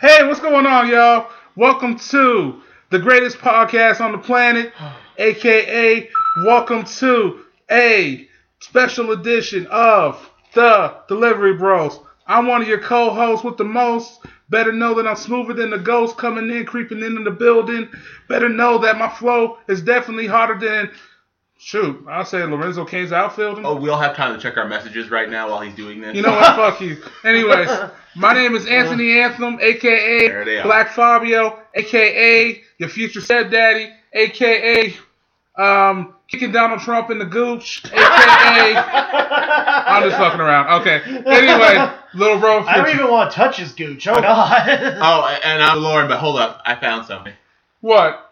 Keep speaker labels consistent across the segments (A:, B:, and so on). A: Hey, what's going on, y'all? Welcome to the greatest podcast on the planet, aka Welcome to a special edition of the Delivery Bros. I'm one of your co-hosts with the most. Better know that I'm smoother than the ghost coming in, creeping into the building. Better know that my flow is definitely harder than shoot. I'll say Lorenzo Kane's outfielding.
B: Oh, we all have time to check our messages right now while he's doing this.
A: You know what? Fuck you. Anyways, my name is Anthony Anthem,
B: There they
A: aka
B: are.
A: Black Fabio, aka your future stepdaddy, aka um kicking Donald Trump in the gooch, aka I'm just fucking around. Okay. Anyway, little bro.
C: I don't even want to touch his gooch. Oh god.
A: Uh,
B: oh, and I'm Lauren, but hold up, I found something.
A: what?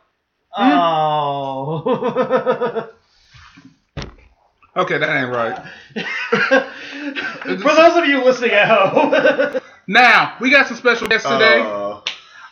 C: oh.
A: Okay, that ain't right.
C: For those of you listening at home,
A: Now we got some special guests today.
B: Uh,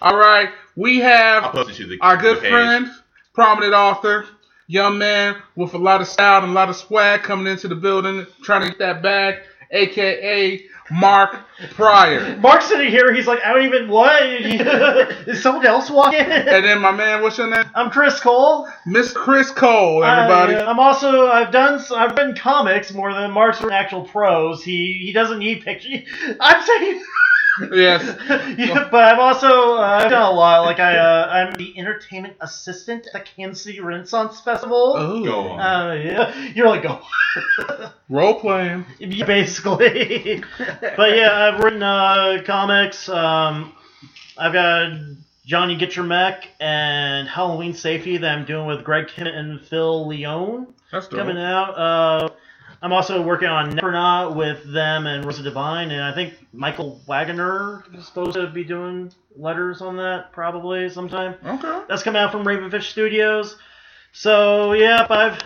A: All right, we have
B: I'll post it to the
A: our
B: the
A: good
B: page.
A: friend, prominent author, young man with a lot of style and a lot of swag coming into the building, trying to get that bag, aka Mark Pryor.
C: Mark's sitting here. He's like, I don't even. What? Is someone else walking?
A: And then my man, what's your name?
C: I'm Chris Cole.
A: Miss Chris Cole, everybody.
C: I, am also. I've done. s- I've written comics more than Mark's written actual prose. He he doesn't need pictures. I'm saying.
A: Yes.
C: yeah, but I've also uh, I've done a lot. Like I, uh, I'm the entertainment assistant at the Kansas City Renaissance Festival.
B: Go
A: Oh,
B: on.
C: Uh, yeah, you're like, oh,
A: role playing.
C: yeah, basically. but yeah, I've written uh, comics. Um, I've got Johnny Get Your Mech and Halloween Safety that I'm doing with Greg Kinnett and Phil Leone
A: That's dope.
C: coming out. Uh, I'm also working on Nevernaut with them and Rosa Divine, and I think Michael Wagoner is supposed to be doing letters on that probably sometime.
A: Okay.
C: That's coming out from Ravenfish Studios. So yeah, I've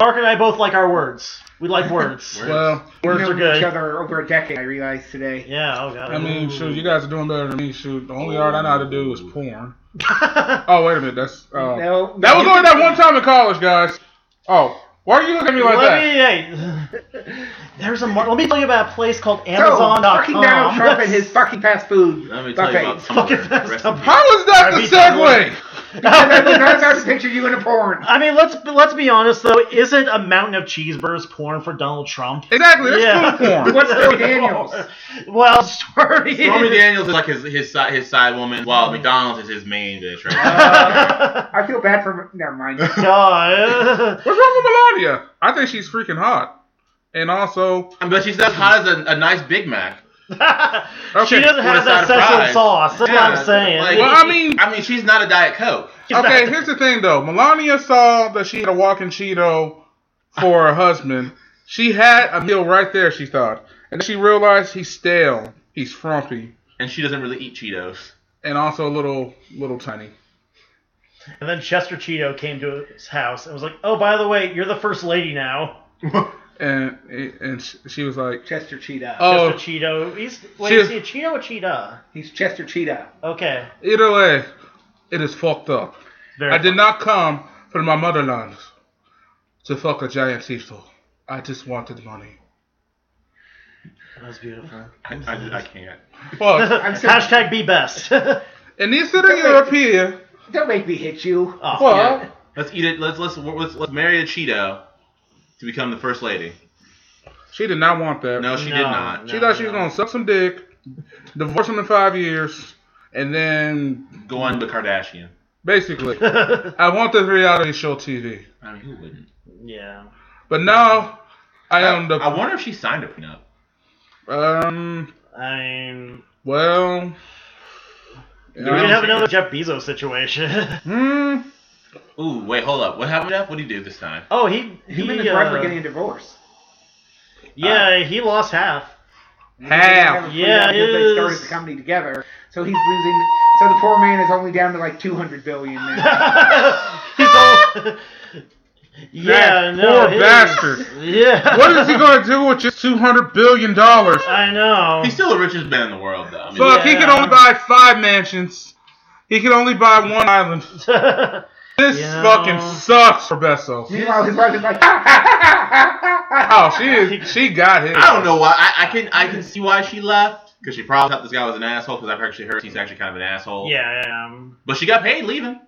C: Mark and I both like our words. We like words.
B: Word.
A: Well,
C: Words
D: known
C: are good.
D: each other over a decade. I realized today.
C: yeah. Oh god.
A: I mean, shoot, you guys are doing better than me. Shoot, the only art I know how to do is porn. Oh, wait a minute. That's. Uh,
D: No,
A: That was only that one time in college, guys. Oh, why are you looking at me like
C: Let
A: that?
C: me. Hey, there's a. Mar- let me tell you about a place called
D: So, fucking Donald
C: Amazon.com.
D: Trump and his fucking fast food.
B: Let me tell you
D: buffet.
B: about some of
C: Fucking
B: the
C: fast.
B: recipes.
A: How is that
C: I
A: the
C: beat
A: segue?
D: That's the best I can picture you in a porn.
C: I mean, let's let's be honest though. Isn't a mountain of cheeseburgers porn for Donald Trump?
A: Exactly, that's
C: Yeah.
A: food porn.
D: What's Stormy Daniels?
C: Well, Stormy.
B: Stormy Daniels is like his his side his side woman, while
A: Mm-hmm.
B: McDonald's is his main dish, right?
D: Uh, I feel bad for. Never mind.
C: God.
A: What's wrong with Melania? I think she's freaking hot. And also,
B: I mean, but she's as hot as a, a nice Big Mac.
A: Okay,
C: she doesn't
B: with a
C: have that
B: side of
C: special
B: fries.
C: sauce. That's what
B: Yeah,
C: I'm saying.
B: like-
A: well, I mean,
B: I mean, she's not a Diet Coke.
A: okay, here's the thing though. Melania saw that she had a walking Cheeto for her husband. She had a meal right there, she thought. And then she realized he's stale, he's frumpy,
B: And she doesn't really eat Cheetos.
A: and also a little, little tiny.
C: And then Chester Cheeto came to his house and was like, "Oh, by the way, you're the first lady now."
A: And and she- she was like,
D: Chester Cheetah.
A: oh,
C: Chester Cheeto. He's wait,
A: She-
C: is he a Cheeto or Cheetah?
D: He's Chester Cheetah.
C: Okay.
A: either way, it is fucked up.
C: Very
A: I did not come from my motherland to fuck a giant seesaw. I just wanted money.
C: That was beautiful.
B: I, I, I can't.
A: But
D: so-
C: Hashtag be best. oh,
A: in Eastern Europe here,
D: Don't make me hit you.
C: Uh,
A: well,
B: Yeah. Let's eat it. Let's let's let's let's marry a Cheeto to become the first lady.
A: she did not want that.
B: No, she
C: No,
B: did not.
A: she
C: no,
A: thought she was
C: no.
A: gonna suck some dick, divorce him in five years, and then
B: Go on to Kardashian.
A: basically, I want this reality show TV.
B: I mean, who wouldn't?
C: yeah.
A: But now I am
B: I
A: the
B: wonder if she signed a prenup.
A: um.
C: I mean,
A: Well,
C: we could have another Jeff Bezos situation.
A: Hmm.
B: Ooh, wait, hold up. What happened, Jeff? What did he do this time?
C: oh, he he
D: Him and his
C: uh,
D: wife were getting a divorce.
C: yeah he lost half.
A: Half.
C: Yeah,
D: because
C: it
D: they started
C: is.
D: the company together. So he's losing. So the poor man is only down to like 200 billion now.
C: He's all. yeah,
A: That
C: no.
A: poor
C: it is-
A: bastard.
C: Yeah.
A: What is he gonna do with just two hundred billion dollars?
C: I know.
B: He's still the richest man in the world, though. I mean,
A: Fuck, he can
C: Yeah.
A: only buy five mansions. He can only buy one island. This
C: Yeah.
A: fucking sucks for Bezos.
D: Meanwhile, his wife is like, ha ha ha ha ha ha.
A: Oh, she is. She got his.
B: I don't know why. I, I can I can see why she left. because she probably thought this guy was an asshole. Because I've actually heard he's actually kind of an asshole.
C: Yeah, yeah. um,
B: But she got paid leaving.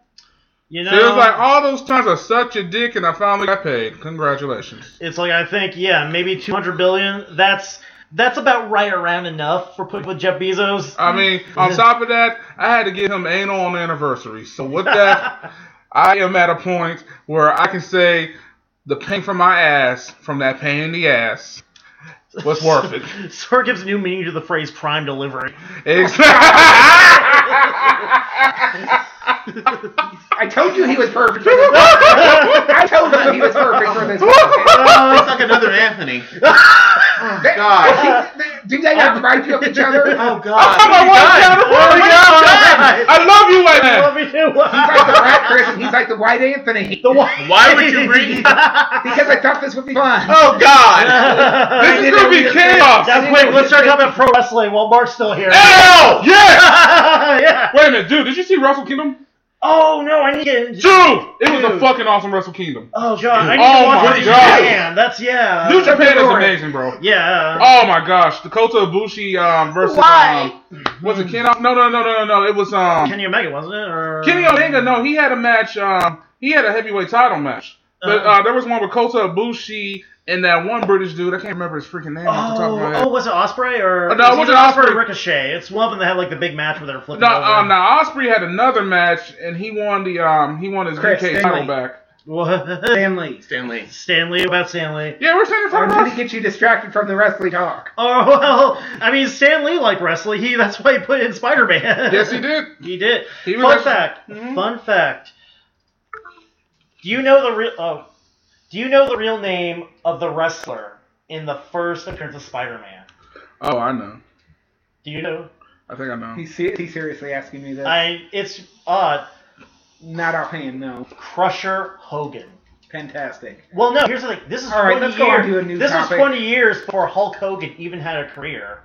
C: You know,
A: So it was like oh. all those times I sucked your dick and I finally got paid. Congratulations.
C: it's like I think yeah, maybe 200 billion. That's that's about right around enough for putting with Jeff Bezos.
A: I mean, on top of that, I had to get him anal on the anniversary. So with that, I am at a point where I can say the pain from my ass, from that pain in the ass, was worth it.
C: Sort of gives new meaning to the phrase prime delivery.
D: I told you he was perfect. For this I told you he was perfect for this. podcast.
C: Oh,
B: It's like another Anthony.
D: They-
B: God.
D: Do they not gripe you up each other?
B: Oh
A: I'm
B: God.
A: like, what kind of-
C: Oh my God.
A: I love you, white man.
C: Love you too.
D: He's like the rat Chris, and he's like the white Anthony.
C: The why?
B: Why would you bring-
D: Because I thought this would be fun.
A: Oh God!
C: That's
A: This is gonna be chaos.
C: quick. Let's start talking about pro wrestling while Mark's still here.
A: Ow! Yes!
C: yeah.
A: Wait a minute, dude. Did you see Wrestle Kingdom?
C: Oh no, I need
A: Dude,
C: to.
A: it was a
C: Dude.
A: fucking awesome Wrestle Kingdom.
C: Oh John, I need
A: Oh
C: to watch
A: my
C: New
A: God.
C: Japan. That's yeah.
A: New Japan is
D: February.
A: amazing, bro.
C: Yeah.
A: Oh my gosh, Dakota Ibushi um, versus
E: Why?
A: um, was it Ken? No, no, no, no, no, no. It was um
C: uh, Kenny Omega wasn't it? Or...
A: Kenny Omega. No, he had a match. Um, he had a heavyweight title match. But
C: Uh-huh.
A: uh, there was one with Kota Ibushi and that one British dude. I can't remember his freaking name off the top of my
C: Oh,
A: head.
C: oh, was it Osprey or
A: Uh, no, it
C: was
A: wasn't
C: Osprey.
A: Ospreay.
C: Ricochet. It's one of them that had like the big match where they were flipping
A: No,
C: over.
A: um, now Osprey had another match and he won the um he won his
D: Chris
A: UK title
D: Stanley.
A: back.
C: What?
D: Stanley.
B: Stanley.
C: Stanley about Stanley.
A: Yeah, we're saying
D: I'm
A: talking
D: going to
A: about.
D: get you distracted from the wrestling talk.
C: Oh well, I mean Stanley like wrestling. He that's why he put in Spider Man.
A: Yes, he did.
C: He did.
A: He was
C: fun
A: actually-
C: fact.
D: Mm-hmm.
A: Mhm.
C: Fun fact. Do you know the real? Oh, do you know the real name of the wrestler in the first appearance of Spider-Man?
A: Oh, I know.
C: Do you know?
A: I think I know.
D: He's, se- he's seriously asking me this.
C: I. It's odd.
D: Not offhand, no.
C: Crusher Hogan.
D: Fantastic.
C: Well, no. Here's the thing. This is
D: All right,
C: 20
D: let's go on
C: years.
D: to a new
C: this
D: topic.
C: is 20 years before Hulk Hogan even had a career.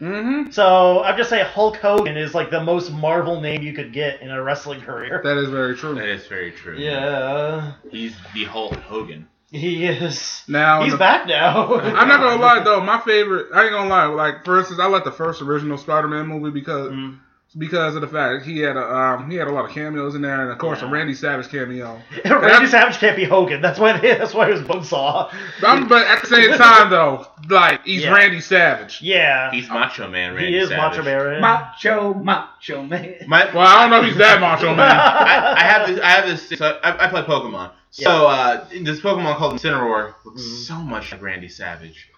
A: Mm-hmm.
C: So I'm just saying Hulk Hogan is like the most Marvel name you could get in a wrestling career.
A: That is very true.
B: That is very true.
C: Yeah,
B: He's the Hulk Hogan.
C: he is.
A: Now
C: He's
A: the-
C: back now.
A: I'm not gonna lie though, my favorite. I ain't gonna lie. Like for instance, I like the first original Spider-Man movie because
C: Mm.
A: because of the fact he had a um, he had a lot of cameos in there, and of course a
C: Yeah.
A: Randy Savage cameo.
C: Randy Savage can't be Hogan. That's why. That's why it was Buzzsaw.
A: I'm, but at the same time though, like he's
C: Yeah.
A: Randy Savage.
C: Yeah,
B: He's Macho Man. Randy
C: he is
B: Savage.
C: Macho Man.
D: Macho, macho man.
B: My,
A: Well, I don't know if he's that macho man.
B: I, I have this. I have this. So I, I play Pokemon. So uh, this Pokemon called Incineroar looks
C: Mm-hmm.
B: so much like Randy Savage.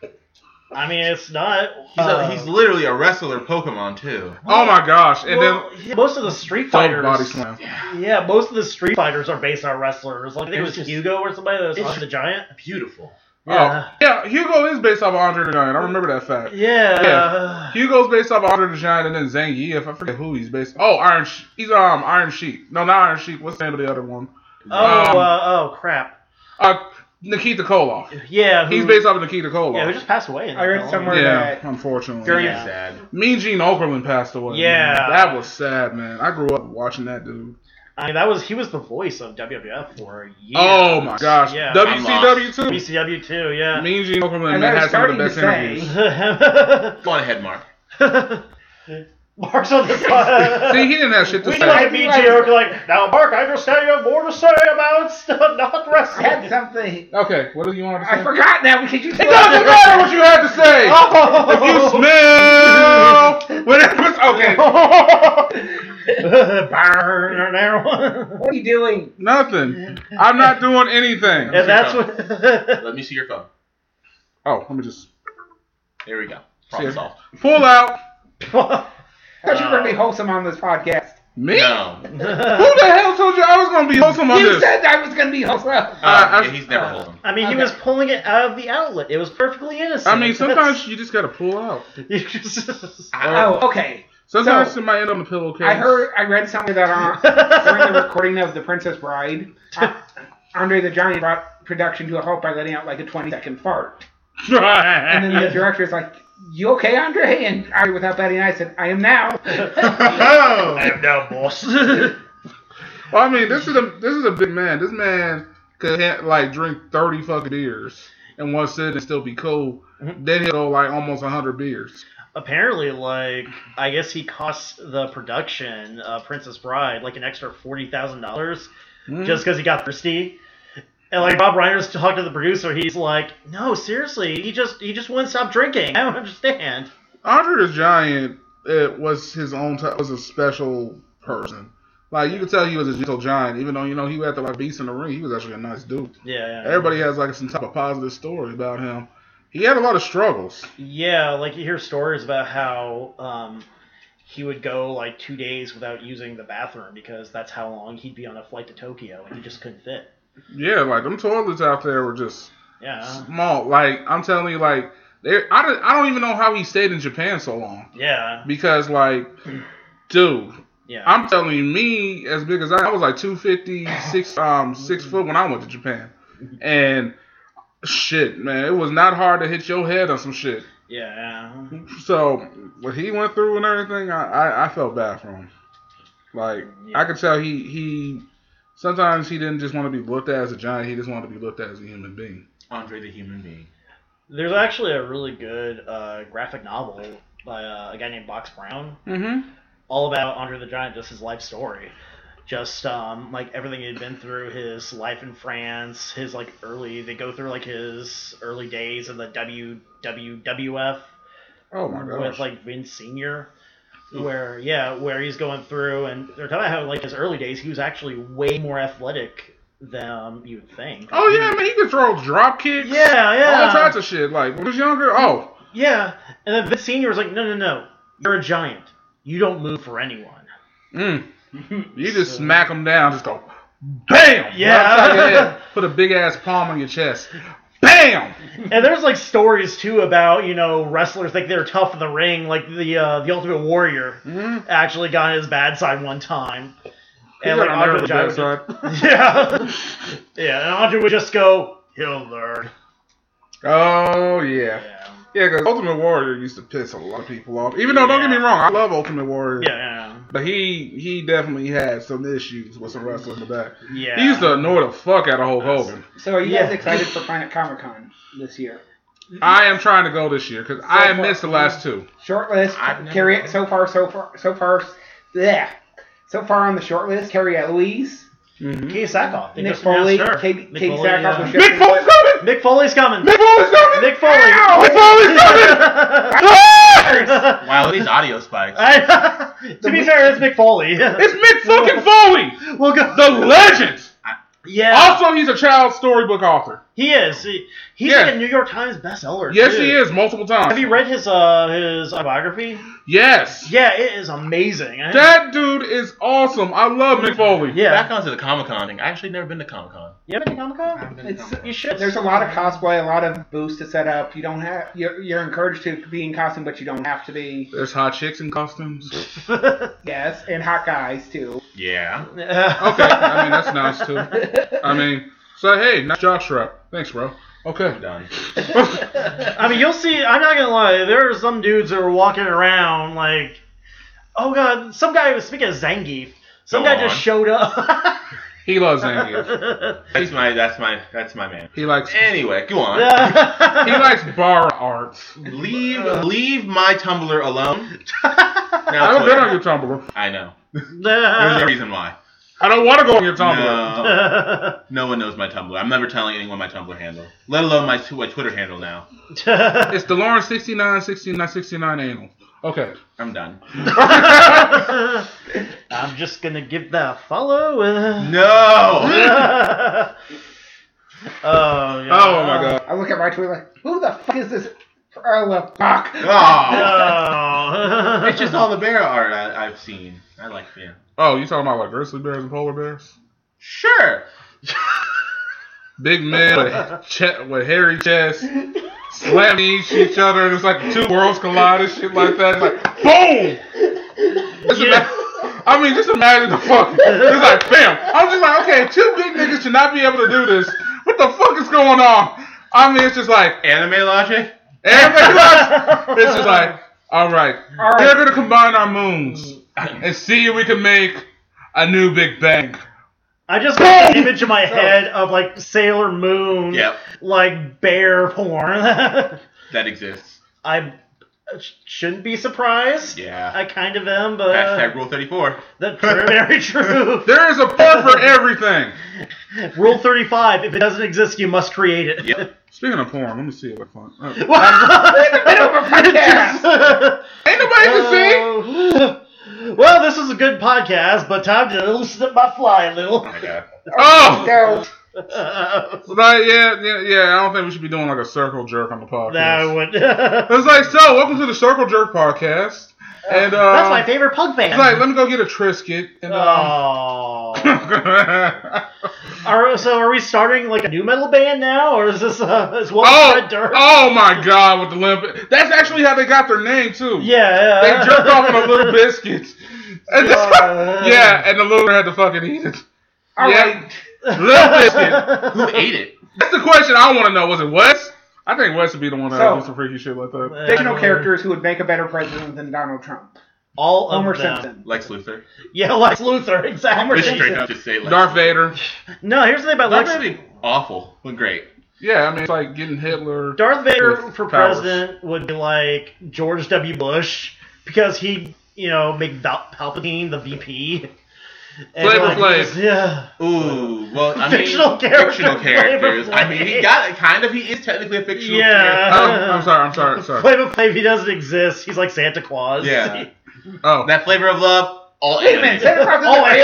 C: I mean, it's not.
B: He's, a-
C: uh,
B: he's literally a wrestler Pokemon too.
A: Oh my gosh! And
C: well, yeah, most of the Street
A: then double
C: Fighters.
A: body slam.
C: Yeah, most of the Street Fighters are based on wrestlers. Like I think it
B: It's
C: was
B: just-
C: Hugo or somebody that was
B: it's
C: Andre the Giant.
B: Beautiful.
C: Yeah.
A: Oh yeah, Hugo is based off of Andre the Giant. I remember that fact.
C: Yeah.
A: Yeah. Hugo's based off of Andre the Giant, and then Zangief. I forget who he's based. Oh, Iron. Sh- he's um Iron Sheik. No, not Iron Sheik. What's the name of the other one?
C: Oh.
A: Um,
C: uh, oh crap.
A: Uh, Nikita Koloff.
C: Yeah. Who,
A: He's based off of Nikita Koloff.
C: Yeah, who just passed away? in
D: I read
C: that,
D: somewhere-
A: Yeah,
D: that-
A: unfortunately.
D: During-
B: Yeah.
C: Yeah.
B: Sad.
A: Mean Gene Okerlund passed away.
C: Yeah.
A: man. that was sad, man. I grew up watching that dude.
C: I mean, that was he was the voice of WWF for a year.
A: Oh my gosh,
C: Yeah.
A: WCW too.
C: BCW too. Yeah.
A: Mean Gene Okerlund
D: As
A: man,
D: I was
A: had some of the
D: starting
A: best
D: to say-
A: interviews.
B: Go on ahead, Mark.
C: Mark's on the
A: See,
C: spot.
A: he didn't have shit to
C: We
A: say.
C: didn't like be joke like now, Mark. I understand you have more to say about stuff, not
D: I had
C: wrestling.
D: something.
A: okay, what do you want to say?
D: I forgot now because you
A: It doesn't matter what you had to say.
C: Oh,
A: If you smell whatever. it's- Okay,
C: Burn now.
D: What are you doing?
A: nothing. I'm not doing anything.
C: and that's what.
B: Let me see your phone.
A: Oh, let me just
B: There we go.
A: Sure.
B: Problem solved.
A: pull out.
D: I thought you were going to be wholesome on this podcast.
A: Me? Uh,
B: No. Um,
A: Who the hell told you I was gonna be wholesome on
D: you
A: this?
D: said I was going to be wholesome.
A: I-
B: Um, yeah, he's never
C: uh,
B: wholesome.
C: I mean, he
D: Okay.
C: was pulling it out of the outlet. It was perfectly innocent.
A: I mean, sometimes you just gotta pull out.
C: You just-
D: Oh, okay.
A: Sometimes
D: So-
A: it might end on the pillowcase.
D: I heard, I read somewhere that on, during the recording of The Princess Bride, uh, Andre the Giant brought production to a halt by letting out like a 20 second fart. And then the director is like, You okay, Andre? And I, without batting an eye, said, I am now.
A: Oh.
C: I am now boss.
A: Well, I mean, this is a this is a big man. This man could ha- like drink thirty fucking beers in one sitting and still be cool.
C: Mhm.
D: Mm-hmm.
A: Then he'll go like almost hundred beers.
C: apparently, like, I guess he cost the production uh, Princess Bride like an extra forty thousand dollars
D: Mm-hmm.
A: Hmm.
C: just because he got thirsty. And like Bob Reiner's talked to the producer, he's like, "No, seriously, he just he just wouldn't stop drinking. I don't understand."
A: Andre the Giant it was his own type was a special person. Like you could tell he was a gentle giant, even though you know he had the like beast in the ring. He was actually a nice dude.
C: Yeah, yeah.
A: Everybody has like some type of positive story about him. He had a lot of struggles.
C: Yeah, like you hear stories about how um, he would go like two days without using the bathroom because that's how long he'd be on a flight to Tokyo and he just couldn't fit.
A: Yeah, like them toilets out there were just
C: Yeah,
A: small. Like I'm telling you, like they, I don't, I don't even know how he stayed in Japan so long
C: yeah,
A: because like, dude,
C: yeah.
A: I'm telling you, me as big as I, I was like 250, six, um, six foot when I went to Japan, and shit, man, it was not hard to hit your head on some shit.
C: yeah,
A: So what he went through and everything, I, I, I felt bad for him. Like
C: Yeah.
A: I could tell he he sometimes he didn't just want to be looked at as a giant. He just wanted to be looked at as a human being.
B: Andre the human being.
C: There's actually a really good uh, graphic novel by uh, a guy named Box Brown,
A: Mm-hmm.
C: all about Andre the Giant, just his life story, just um, like everything he'd been through, his life in France, his like early. They go through like his early days in the WWWF
A: Oh my gosh.
C: with like Vince Senior, where yeah, where he's going through, and they're talking about how like his early days, he was actually way more athletic than um, you'd think.
A: oh yeah, man, Oh, he could throw drop kicks.
C: yeah, yeah.
A: All types of shit. Like when I was younger, oh
C: Yeah, and then Vince Senior was like, "No, no, no, you're a giant. You don't move for anyone."
A: Mm. You just smack him down, just go, bam!
C: Yeah.
A: Right upside your head. Put a big ass palm on your chest, bam!
C: And there's like stories too about you know wrestlers think they're tough in the ring, like the uh, the Ultimate Warrior
A: Mm.
C: actually got on his bad side one time,
A: He
C: and
A: got
C: like
A: on there
C: Andre
A: with
C: the
A: the
C: Giant,
A: bad
C: would just-
A: side.
C: yeah, yeah, and Andre would just go, "He'll learn."
A: Oh yeah,
C: Yeah,
A: yeah. Because Ultimate Warrior used to piss a lot of people off. Even though, don't get me wrong, I love Ultimate Warrior.
C: yeah,
A: But he he definitely had some issues with some wrestlers in the back.
C: yeah. yeah.
A: He used to annoy the fuck out of Hulk Hogan.
D: So are you
C: Yeah.
D: guys excited for Planet Comic Con this year?
A: I am trying to go this year because I missed the last two.
D: Short list.
B: I've never
D: Carrie,
B: gone.
D: so far, so far, so far, yeah. So far on the short list, Carrie Louise,
A: Mm-hmm.
C: Katie Sackhoff. They
D: Nick
C: just announced
D: Foley,
C: her.
D: Katie,
C: Mick
D: Katie
C: Foley,
D: Sackhoff was
C: yeah.
A: Mick
D: shifted.
A: Foley's coming. Mick
C: Nick Foley's coming.
A: Foley's coming.
C: Nick Foley.
A: Ow! Mick Foley's coming. Ah!
B: Wow, these audio spikes.
C: Uh, I, to be fair, it's Mick Foley.
A: It's Mick fucking Foley,
C: we'll go.
A: the legend.
C: yeah,
A: Also, he's a child storybook author.
C: he is. He, he's
A: Yeah.
C: like a New York Times bestseller.
A: Yes,
C: too.
A: he is multiple
C: Have you
A: times.
C: read his uh his autobiography?
A: Yes,
C: Yeah, it is amazing. I-
A: that dude is awesome. I love Mick Foley.
C: yeah.
B: Back onto the Comic Con thing. I actually never been to Comic Con.
C: You haven't Comic Con?
D: It's-
C: You should.
D: There's a lot of cosplay, a lot of booths to set up. You don't have. You're, you're encouraged to be in costume, but you don't have to be.
A: There's hot chicks in costumes.
D: Yes, and hot guys too.
B: Yeah.
A: Okay, I mean that's nice too. I mean, so hey, nice jock strap. Thanks, bro. Okay.
B: I'm done.
C: I mean, you'll see. I'm not gonna lie. There are some dudes that are walking around like, oh god, some guy was speaking of Zangief. Some
B: Go
C: guy just
B: on.
C: showed up.
A: He loves Zangief.
B: That's my that's my that's my man.
A: He likes he
B: Anyway, go on.
A: likes bar arts.
B: Leave leave my Tumblr alone. Now
A: I don't
B: Twitter.
A: get on your Tumblr.
B: I know. There's no reason why.
A: I don't want to go on your Tumblr.
B: No, no one knows my Tumblr. I'm never telling anyone my Tumblr handle, let alone my, tw- my Twitter handle now.
A: It's the Lauren 69, 69, 69 anal. Okay.
B: I'm done.
C: I'm just gonna give that a follow. uh.
B: No.
C: oh, yeah.
A: Oh my god.
D: I look at my Twitter like, who the fuck is this? Perla Bach?
A: Ah.
B: Oh.
C: Oh.
B: It's just all the bear art I, I've seen. I like bear.
A: Oh, you talking about like grizzly bears and polar bears?
B: Sure.
A: Big men with, che- with hairy chests, slamming each- each other, and it's like two worlds collide and shit like that. It's like, boom! Just
C: Yeah.
A: ima- I mean, just imagine the fuck. It's like, bam! I'm just like, okay, two big niggas should not be able to do this. What the fuck is going on? I mean, it's just like,
B: Anime logic.
A: everybody loves- It's just like, alright,
D: All
A: we're
D: right.
A: gonna combine our moons and see if we can make a new Big Bang.
C: I just got an image in my head of like Sailor Moon,
B: Yep.
C: like bear porn.
B: That exists.
C: I sh- shouldn't be surprised.
B: Yeah.
C: I kind of am, but
B: Hashtag Rule 34.
C: that's true, very true.
A: There is a pun for everything.
C: Rule 35 if it doesn't exist, you must create it.
B: Yep.
A: Speaking of porn, let me see if I find. Uh, ain't
D: podcast.
A: nobody can see.
C: Uh, well, this is a good podcast, but time to loosen up my fly a little.
B: Oh my god.
A: Oh,
D: No.
A: Like, yeah, yeah, yeah. I don't think we should be doing like a circle jerk on the podcast.
C: that would.
A: It's like, so welcome to the Circle Jerk podcast, and uh,
C: That's my Oh. favorite
A: it's
C: punk band.
A: like, let me go get a Trisket. And, um, Oh,
C: Aw. Are, so are we starting like a new metal band now, or is this uh, is one
A: oh,
C: Red Dirt?
A: oh my God, with the limp. That's actually how they got their name too.
C: Yeah,
A: They
C: yeah.
A: jerked off on the little biscuits. And that's-
C: Uh,
A: yeah, and the little had to fucking eat it.
D: All
A: yeah,
D: right.
A: little biscuit.
B: Who ate it?
A: That's the question I want to know. Was it Wes? I think Wes would be the one that would do
D: So-
A: some freaky shit like that.
D: Fictional characters who would make a better president than Donald Trump.
C: All of
D: Homer
C: them.
D: Simpson.
B: Lex Luthor.
C: Yeah, Lex Luthor, exactly.
B: Just straight up just say Lex
A: Darth Vader.
C: No, here's the thing about
B: Darth
C: Lex.
B: Vader. Awful, but great.
A: Yeah, I mean, it's like getting Hitler.
C: Darth Vader
A: With
C: for
A: powers.
C: president would be like George W. Bush because he, you know, make Val- Palpatine the VP. And
A: Flavor
C: like,
A: Flav.
C: just- Yeah.
B: Ooh, well, I mean,
C: Fictional character
B: fictional characters. I mean, he
C: flavor.
B: got it, kind of. He is technically a fictional
C: Yeah.
B: character.
A: Oh, I'm sorry, I'm sorry, sorry.
C: Flavor Flav, he doesn't exist. He's like Santa Claus.
B: Yeah.
A: Oh,
B: That flavor of love, all
D: Wait a
B: animated.
D: minute. Santa Claus
C: Oh,
D: is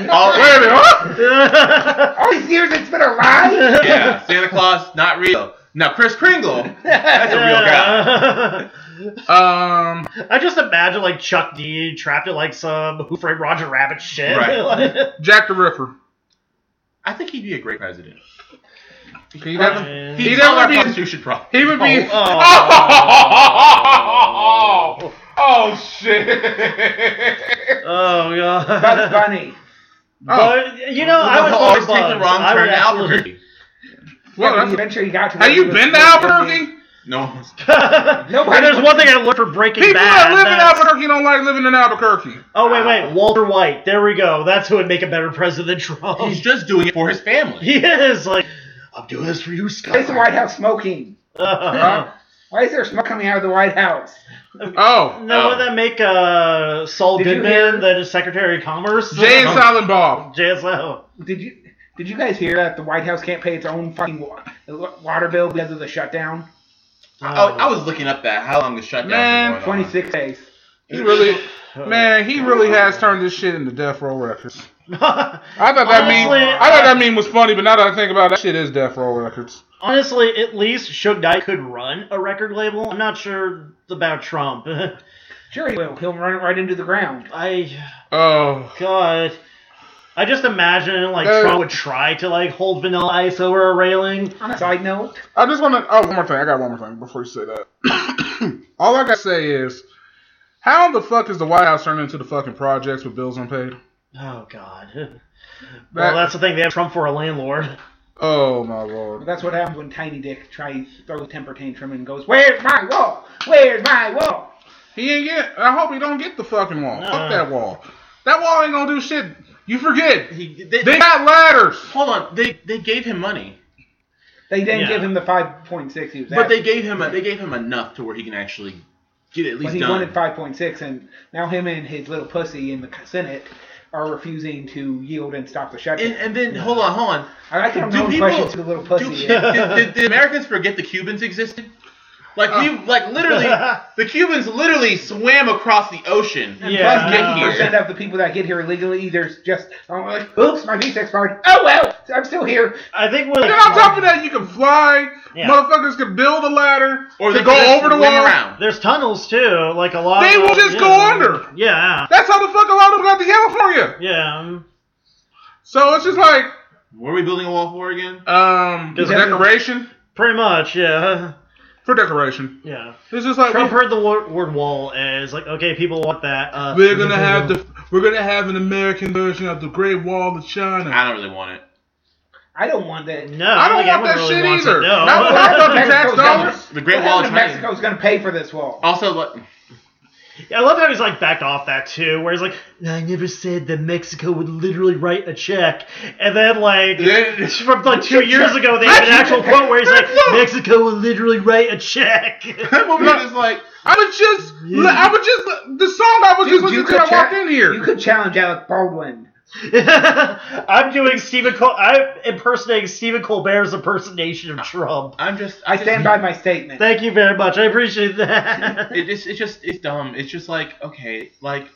D: real?
B: All
A: wait a minute. huh?
D: All these years it's been a lie?
B: yeah, Santa Claus, not real. Now Chris Kringle, that's a real guy.
C: guy.
A: Um,
C: I just imagine like Chuck D trapped in like some Who Framed Roger Rabbit shit.
B: Right.
A: Jack the Ripper.
B: I think he'd be a great president.
A: He doesn't.
C: And-
B: He'd
A: He'd
B: solve our
A: never be-
B: constitution problem.
A: He would be.
C: Oh.
A: Oh, shit!
C: Oh god.
D: Bugs Bunny.
A: Oh,
C: But you know, I would
B: He'll
C: love
B: always
C: Bugs.
B: take the wrong
C: I would
B: turn to
C: absolutely-
B: Albuquerque.
A: well,
D: Yeah, he
A: that's-
D: eventually got to
A: have
D: where
A: you
D: he was
A: been to
D: supposed be.
A: Albuquerque?
B: No,
D: Nobody-
C: And there's one thing I learned from Breaking
A: People
C: Bad.
A: that live in
C: that's-
A: Albuquerque don't like living in Albuquerque.
C: Oh wait, wait, Walter White. There we go. That's who would make a better president than Trump.
B: he's just doing it for his family.
C: he is like, I'm doing this for you, Scott.
D: Why is the White House smoking?
C: uh,
A: Huh?
D: Why is there smoke coming out of the White House?
A: Oh,
C: no,
B: Oh.
C: would that make uh, Saul
D: Did you hear-
C: Goodman, the Secretary of Commerce?
A: Jay and Silent Bob.
C: JSO.
D: Did you did you guys hear that the White House can't pay its own fucking wa- water bill because of the shutdown?
B: Oh, I, I was looking up that how long the shutdown
A: Man,
B: was going
D: Twenty
B: on.
D: six days.
A: He really, man, he really has turned this shit into death row records. I
C: was.
A: thought that mean,
C: Honestly,
A: I thought that mean was funny, but now that I think about it, that shit is death row records.
C: Honestly, at least Suge Knight could run a record label. I'm not sure about Trump.
D: Sure he will. He'll run it right into the ground.
C: I
A: Oh,
C: God. I just imagine like
A: Uh,
C: Trump would try to like hold vanilla ice over a railing.
D: On a side note,
A: I just want to. Oh, one more thing. I got one more thing before you say that. All I gotta say is, how the fuck is the White House turned into the fucking projects with bills unpaid?
C: Oh God.
A: That-
C: well, that's the thing. They have Trump for a landlord.
A: Oh my lord.
D: that's what happens when Tiny Dick tries throws a temper tantrum and goes, "Where's my wall? Where's my wall?"
A: He ain't get. I hope he don't get the fucking wall.
C: Uh-uh.
A: Fuck that wall. That wall ain't gonna do shit. You forget.
B: He, they,
A: They got ladders.
B: hold on, they they gave him money,
D: They didn't
C: Yeah.
D: give him the five point six he was
B: but they
D: asking.
B: gave him a, they gave him enough to where he can actually get it at
D: But
B: least
D: he
B: done.
D: wanted five point six, and now him and his little pussy in the Senate are refusing to yield and stop the shutdown.
B: And, and then hold on, hold on.
D: I like how
B: Do
D: no
B: people-
D: questions to the little
B: Do,
D: pussy.
B: did,
D: is.
B: did- did Americans forget the Cubans existed? Like we,
D: Uh.
B: like literally, the Cubans literally swam across the ocean.
C: Yeah.
B: Plus get
D: Plus,
B: here.
D: 90% of the people that get here illegally, there's just, oh, like, oops, my visa expired. Oh, well, I'm still here.
C: I think with
A: And on top of that, you can fly.
C: Yeah.
A: Motherfuckers can build a ladder
B: Or
A: to
B: they
A: go
B: just
A: over the
B: swing
A: wall.
B: Around.
C: there's tunnels too. Like a lot.
A: They
C: of-
A: will just
C: yeah.
A: go under.
C: Yeah.
A: That's how the fuck a lot of them got to California.
C: Yeah. um,
A: So it's just like
B: What are we building a wall for again?
A: um
C: Does
D: that-
A: decoration
C: Pretty much. Yeah.
A: for decoration.
C: Yeah.
A: It's just like
C: Trump heard the wor- word wall as like okay, people want that. Uh,
A: we're gonna have the we're gonna have an American version of the Great Wall of China.
B: I don't really want it.
D: I don't want that.
C: No,
A: I don't
C: think
A: want
C: anyone
A: that
C: really
A: shit
C: wants it,
A: either.
C: No.
A: Not with our fucking
D: Mexico's
A: tax
D: gonna-
A: dollars.
B: The Great
D: what
B: Wall
D: happened
B: of
D: to
B: China.
D: Mexico's going to pay for this wall.
B: Also, like,
C: I love how he's like backed off that too, where he's like, "I never said that Mexico would literally write a check," and then like
B: Yeah.
C: from like two years ago, they have an actual quote where he's like, "Mexico will literally write a check."
B: That woman is like,
A: I was just, I was just the song I Oh, was
D: Dude,
A: just listening
D: you
A: to. when I
D: could
A: walked
D: check-
A: in here.
D: You could challenge Alec Baldwin.
C: I'm doing Stephen. Col- I'm impersonating Stephen Colbert's impersonation of Trump.
B: I'm just.
D: I
B: just-
D: stand by my statement.
C: Thank you very much. I appreciate that.
B: It just, it's just, it's dumb. It's just like, okay, like,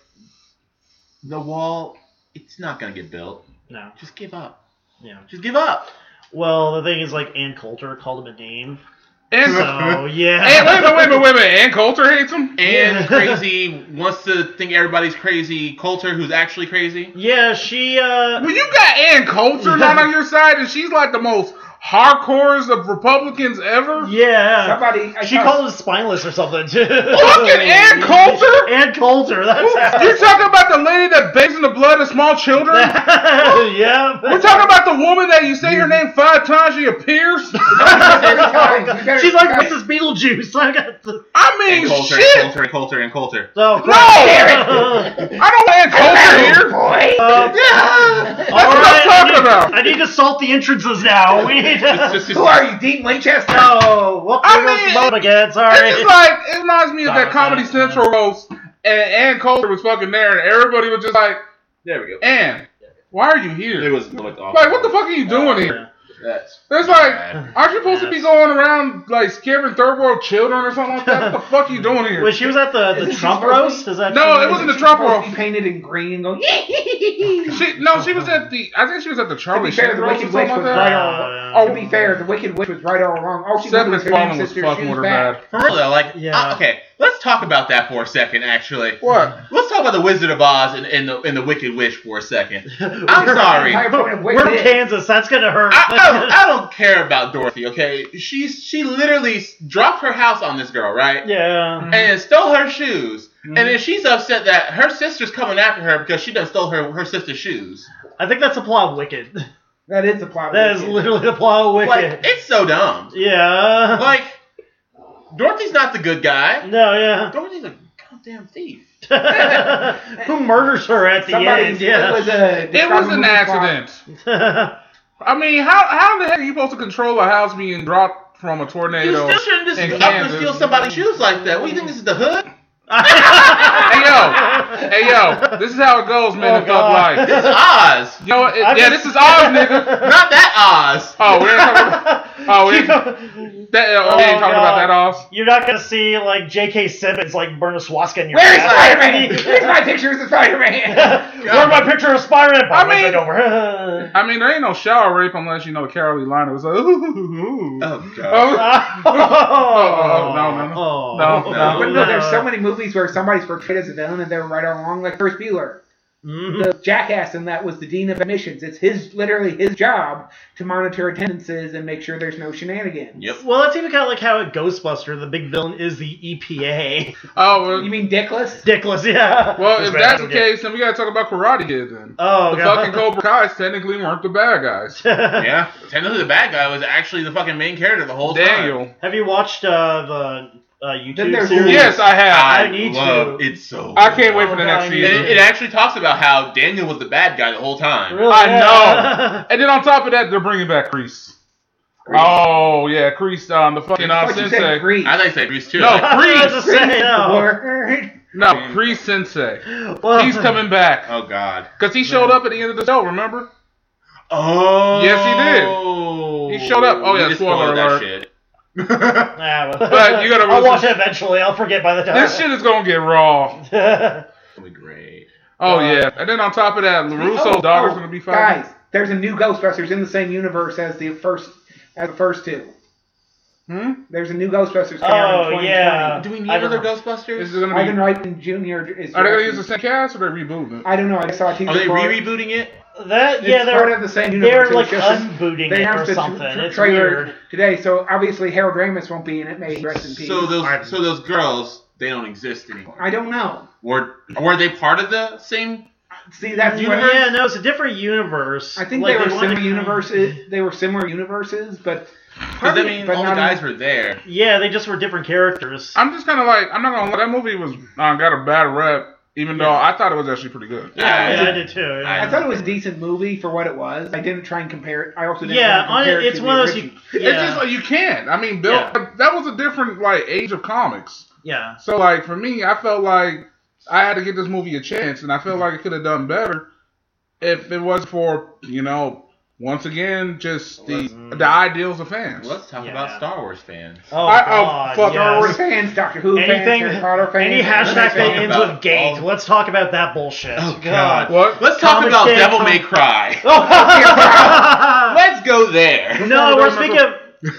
B: the wall, it's not gonna get built.
C: no,
B: Just give up.
C: yeah.
B: Just give up.
C: Well, the thing is, like Ann Coulter called him a name,
A: And,
C: so yeah.
A: and wait a minute, wait a minute, wait a minute. Ann Coulter hates him.
B: And
C: Yeah.
B: crazy wants to think everybody's crazy. Coulter, who's actually crazy.
C: Yeah, she. uh...
A: When you got Ann Coulter not on your side, and she's like the most hardcores of Republicans ever. uh,
C: Yeah.
D: Somebody, I
C: She
D: saw-
C: called him spineless or something too.
A: Fucking Ann Coulter?
C: Ann Coulter. That's how.
A: You're talking about the lady that bathes in the blood of small children.
C: yeah.
A: We're talking about the woman that you say her name five times, she appears.
C: She's like Mrs. Beetlejuice. I got the.
A: I mean,
B: And Coulter,
A: shit.
B: and Coulter, and Coulter, and Coulter.
C: Oh,
A: No! I don't want Ann Coulter here. Uh,
C: Uh,
A: Yeah, that's
C: all
A: what
C: right,
A: I'm
C: I
A: talking
C: need-
A: about.
C: I need to salt the entrances now. We
B: It's
C: need to.
B: just, it's
D: Who are you, Dean Winchester?
A: Uh,
C: Oh, what
A: I
C: I
A: mean-
C: mean, love again? Sorry.
A: It's just like it reminds me of
C: Sorry
A: that
C: about
A: Comedy
C: that.
A: Central roast, and Ann Coulter was fucking there, and everybody was just like,
B: there we go.
A: "Ann, why are you
B: It
A: here?
B: was like, awful.
A: Like, what the fuck are you doing here?
B: That's
A: There's like,
B: bad.
A: aren't you supposed to be going around like scaring third world children or something like that? What the fuck are you doing here?
C: Wait, she was at the, the
D: Isn't she
C: Trump
D: supposed to
C: roast? Is that
A: No, it wasn't the Trump
D: Supposed to
A: roast.
D: be painted in green and go.
A: She, no, she was at the. I think she was at the Charlie
D: fair,
A: Sheen
D: the
A: roast or
D: Wicked
A: something
D: Witch
A: like
D: was
A: that.
D: right
C: uh,
A: Oh,
D: To be fair, the Wicked Witch was right all along. All she wanted
A: Seven
D: was her
A: Spalding
D: damn
A: was
D: sister's
A: fucking
D: shoes
A: with her
D: back.
A: bad.
B: For real though, like,
C: Yeah.
B: uh, okay, let's talk about that for a second, actually.
A: What?
B: Let's talk about the Wizard of Oz and, and the and the Wicked Witch for a second. I'm
C: We're-
B: sorry. Ah, oh,
D: The entire point of
C: We're from
D: Wicked-
C: Kansas. That's gonna hurt.
B: I, I, don't, I don't care about Dorothy, okay? She she literally s- dropped her house on this girl, right?
C: yeah.
B: And stole her shoes.
D: Mm-hmm.
B: And
A: Mm-hmm.
B: then she's upset that her sister's coming after her because she done stole her her sister's shoes.
C: I think that's a plot of Wicked.
D: That is the plot. of
C: That is
D: Wicked.
C: literally the plot of
B: Like
C: Wicked.
B: it's so dumb.
C: Yeah.
B: Like Dorothy's not the good guy.
C: no, yeah.
B: Dorothy's a goddamn thief.
C: Who murders her at the
D: Somebody-
C: end?
D: It was, a
A: It was an
D: movie plot.
A: accident.
C: Yeah.
A: I mean, how how the heck are you supposed to control a house being dropped from a
B: You
A: tornado?
B: still shouldn't just
A: in
B: up and
A: Kansas.
B: steal somebody's shoes like that. What do you think this is the hood?
A: Hey yo, hey yo, this is how it goes, man.
C: Oh,
A: in thug
C: God.
A: life.
B: This is Oz.
A: You know what? It-
C: I
A: yeah,
C: just-
A: this is ours, nigga.
B: Not that Oz.
A: Oh, we ain't talking about Oh, we ain't, that, oh, we ain't
C: Oh,
A: talking about
C: God.
A: that off.
C: You're not gonna see like J.K. Simmons like burn a swastika in your.
D: Where is
C: ass.
D: Spider-Man? Here's my pictures of Spider-Man.
C: Where my picture of Spider-Man?
A: I
C: I mean,
A: mean-
C: over.
A: I mean, there ain't no shower rape unless you know Carolina was like, ooh.
B: Oh god.
A: Oh,
C: oh,
A: no, no, no.
C: Oh.
A: No, no.
D: But no, there's so many movies where somebody's portrayed as a villain and they're right all along, like Ferris Bueller.
C: Mhm.
A: Hmm.
D: The jackass in that was the dean of admissions. It's his literally his job to monitor attendances and make sure there's no shenanigans.
B: Yep.
C: Well, that's even kind of like how in Ghostbuster, the big villain is the EPA.
A: oh well,
D: You mean dickless?
C: Dickless, yeah.
A: well, if
C: Right,
A: that's the
C: okay.
A: case, then we gotta talk about Karate Kid then.
C: Oh,
A: the fucking
C: God.
A: Cobra Kai's technically weren't the bad guys.
B: Yeah. Technically the bad guy was actually the fucking main character the whole time.
A: Daniel.
C: Have you watched uh, the uh,
D: Then
C: YouTube
D: there's-
C: series?
A: Yes, I have.
B: I,
C: I need
B: love
C: to.
B: it so
A: I can't wait for the
C: Oh,
A: next
C: God, I
B: It,
C: need
A: season.
B: it actually talks about how Daniel was the bad guy the whole time.
C: Really?
A: I
C: Yeah.
A: And then on top of that, they're bringing back Crease. Oh yeah, Crease, um, the fucking uh,
D: Like you said,
A: sensei.
D: Grease.
B: I like that Grease too.
A: No.
C: I was about to
D: Grease
C: say,
D: is the
C: no.
D: word.
A: No, Crease sensei.
C: Well,
A: He's coming back
B: Oh God.
A: because he showed up at the end of the show. Remember?
B: Oh.
A: Yes, he did. He showed up. Oh,
B: You
A: yeah,
B: just
A: spoiler
B: spoiled that shit.
C: Nah, well-
A: But you gotta
C: I'll
A: listen-
C: watch it eventually. I'll forget by the time.
A: This shit is gonna get raw.
B: That'll be great.
A: Oh
C: Uh,
A: yeah, and then on top of that, Larusso's
D: Oh,
A: daughter's
D: oh,
A: gonna be fighting.
D: Guys, there's a new Ghostbusters in the same universe as the first as the first two.
A: Hmm?
D: There's a new Ghostbusters coming out
C: Oh,
D: in 2020.
C: yeah.
B: Uh, Do we need
C: I don't
B: another
C: know.
A: This
B: Ghostbusters?
A: is gonna
D: Ivan
A: be.
D: Reitman Jr. is.
A: Are they gonna
D: directing-
A: use the same cast or they rebooting it?
D: I don't know. I saw a teaser
B: Are they
D: for it.
B: re-rebooting it?
C: That
D: It's
C: yeah,
D: part
C: they're
D: of the same universe.
C: they're
D: It was
C: like
D: just-
C: unbooting
D: they
C: it or
D: announced the
C: something.
D: tra-
C: It's
D: trailer
C: weird.
D: today, so obviously Harold Ramis won't be in it. May he rest in peace.
B: So those
C: I-
B: so those girls they don't exist anymore.
D: I don't know.
B: Were were they part of the same?
D: See, that's what-
B: Universe?
C: Yeah, no, it's a different universe.
D: I think
C: Mm, Like,
D: they were
C: wanted-
D: similar universes. They were similar universes, but
B: Does that mean
D: but
B: all the
D: not
B: guys were there?
C: Yeah, they just were different characters.
A: I'm just kind of like, I'm not gonna lie, that movie was uh, got a bad rep, even though I thought it was actually pretty good.
C: yeah,
B: Yeah.
C: I did too.
D: I
C: Yeah,
D: thought it was a decent movie for what it was. I didn't try and compare it. I also didn't
C: yeah on
D: try and compare
C: it,
D: it
C: it's
D: to
C: one
D: the
C: of those. You,
D: original.
C: yeah,
A: It's just like you can't. I mean, Bill,
C: Yeah.
A: like, that was a different like age of comics.
C: yeah,
A: So like for me, I felt like I had to give this movie a chance, and I felt like it could have done better if it was for you know once again just the
C: Mm.
A: the ideals of fans.
B: Let's talk
C: Yeah.
B: about Star Wars fans.
C: Oh
A: I- oh,
C: god,
A: fuck,
D: Star
C: yes.
D: Wars fans, Doctor Who
C: Anything-
D: fans, Harry Potter fans.
C: Any hashtag
D: everything.
C: that ends
B: about
C: with gate.
D: Oh.
B: all-
C: Let's talk about that bullshit.
B: Oh, God.
A: What?
B: Let's talk
C: Comic
B: about
C: Day,
B: Devil
C: Com-
B: May Cry.
C: God.
B: Let's go there.
C: no,
A: Don't
C: we're
A: remember-
C: speaking of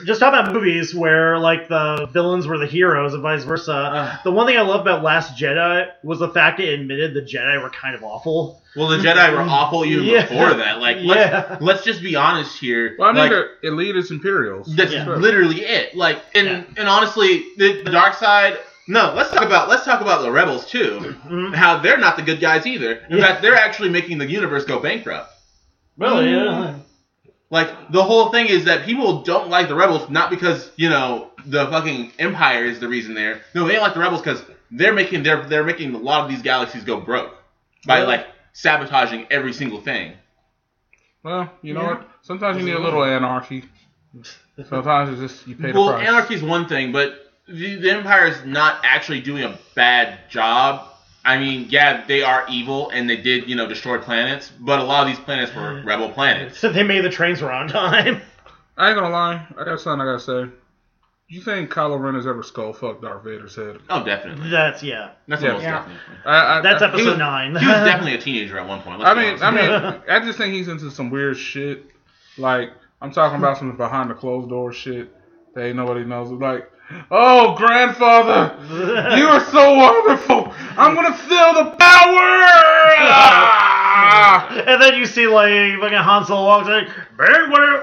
C: just talking about movies where like the villains were the heroes and vice versa. Uh,
B: Ugh.
C: the one thing I love about Last Jedi was the fact it admitted the Jedi were kind of awful.
B: Well, the Jedi were awful even
C: Yeah.
B: before that. Like,
C: Yeah.
B: let's let's just be honest here.
A: Well, I mean,
B: like,
A: the elitist Imperials.
B: that's
C: Yeah.
B: literally it. Like, and
C: Yeah.
B: and honestly, the, the dark side. No, let's talk about let's talk about the rebels too.
C: Mhm.
B: How they're not the good guys either. In
C: Yeah.
B: fact, they're actually making the universe go bankrupt.
C: Really?
B: Like the whole thing is that people don't like the rebels not because you know the fucking empire is the reason there. No, they don't like the rebels because they're making they're they're making a lot of these galaxies go broke by
C: Really?
B: like sabotaging every single thing.
A: Well, you know
D: Yeah.
A: what? Sometimes you need a little anarchy. Sometimes it's just you pay the
B: Well,
A: price.
B: anarchy is one thing, but the, the empire is not actually doing a bad job. I mean, yeah, they are evil and they did you know destroy planets, but a lot of these planets were rebel planets.
C: So they made the trains were on time.
A: I ain't gonna lie. I got something I gotta say. You think Kylo Ren has ever skull fucked Darth Vader's head?
B: Oh, definitely.
C: That's yeah.
B: That's
A: Yeah.
B: almost
D: Yeah.
B: definitely.
A: I, I,
C: That's
A: I,
C: episode
B: was-
C: nine.
B: He was definitely a teenager at one point. let's
A: I
B: be
A: mean,
B: honest.
A: I mean, I just think he's into some weird shit. Like I'm talking about some behind the closed door shit that ain't nobody knows. Like, oh grandfather, you are so wonderful. I'm gonna feel the power. Ah!
C: and then you see like fucking Han Solo walks in, "Big Will,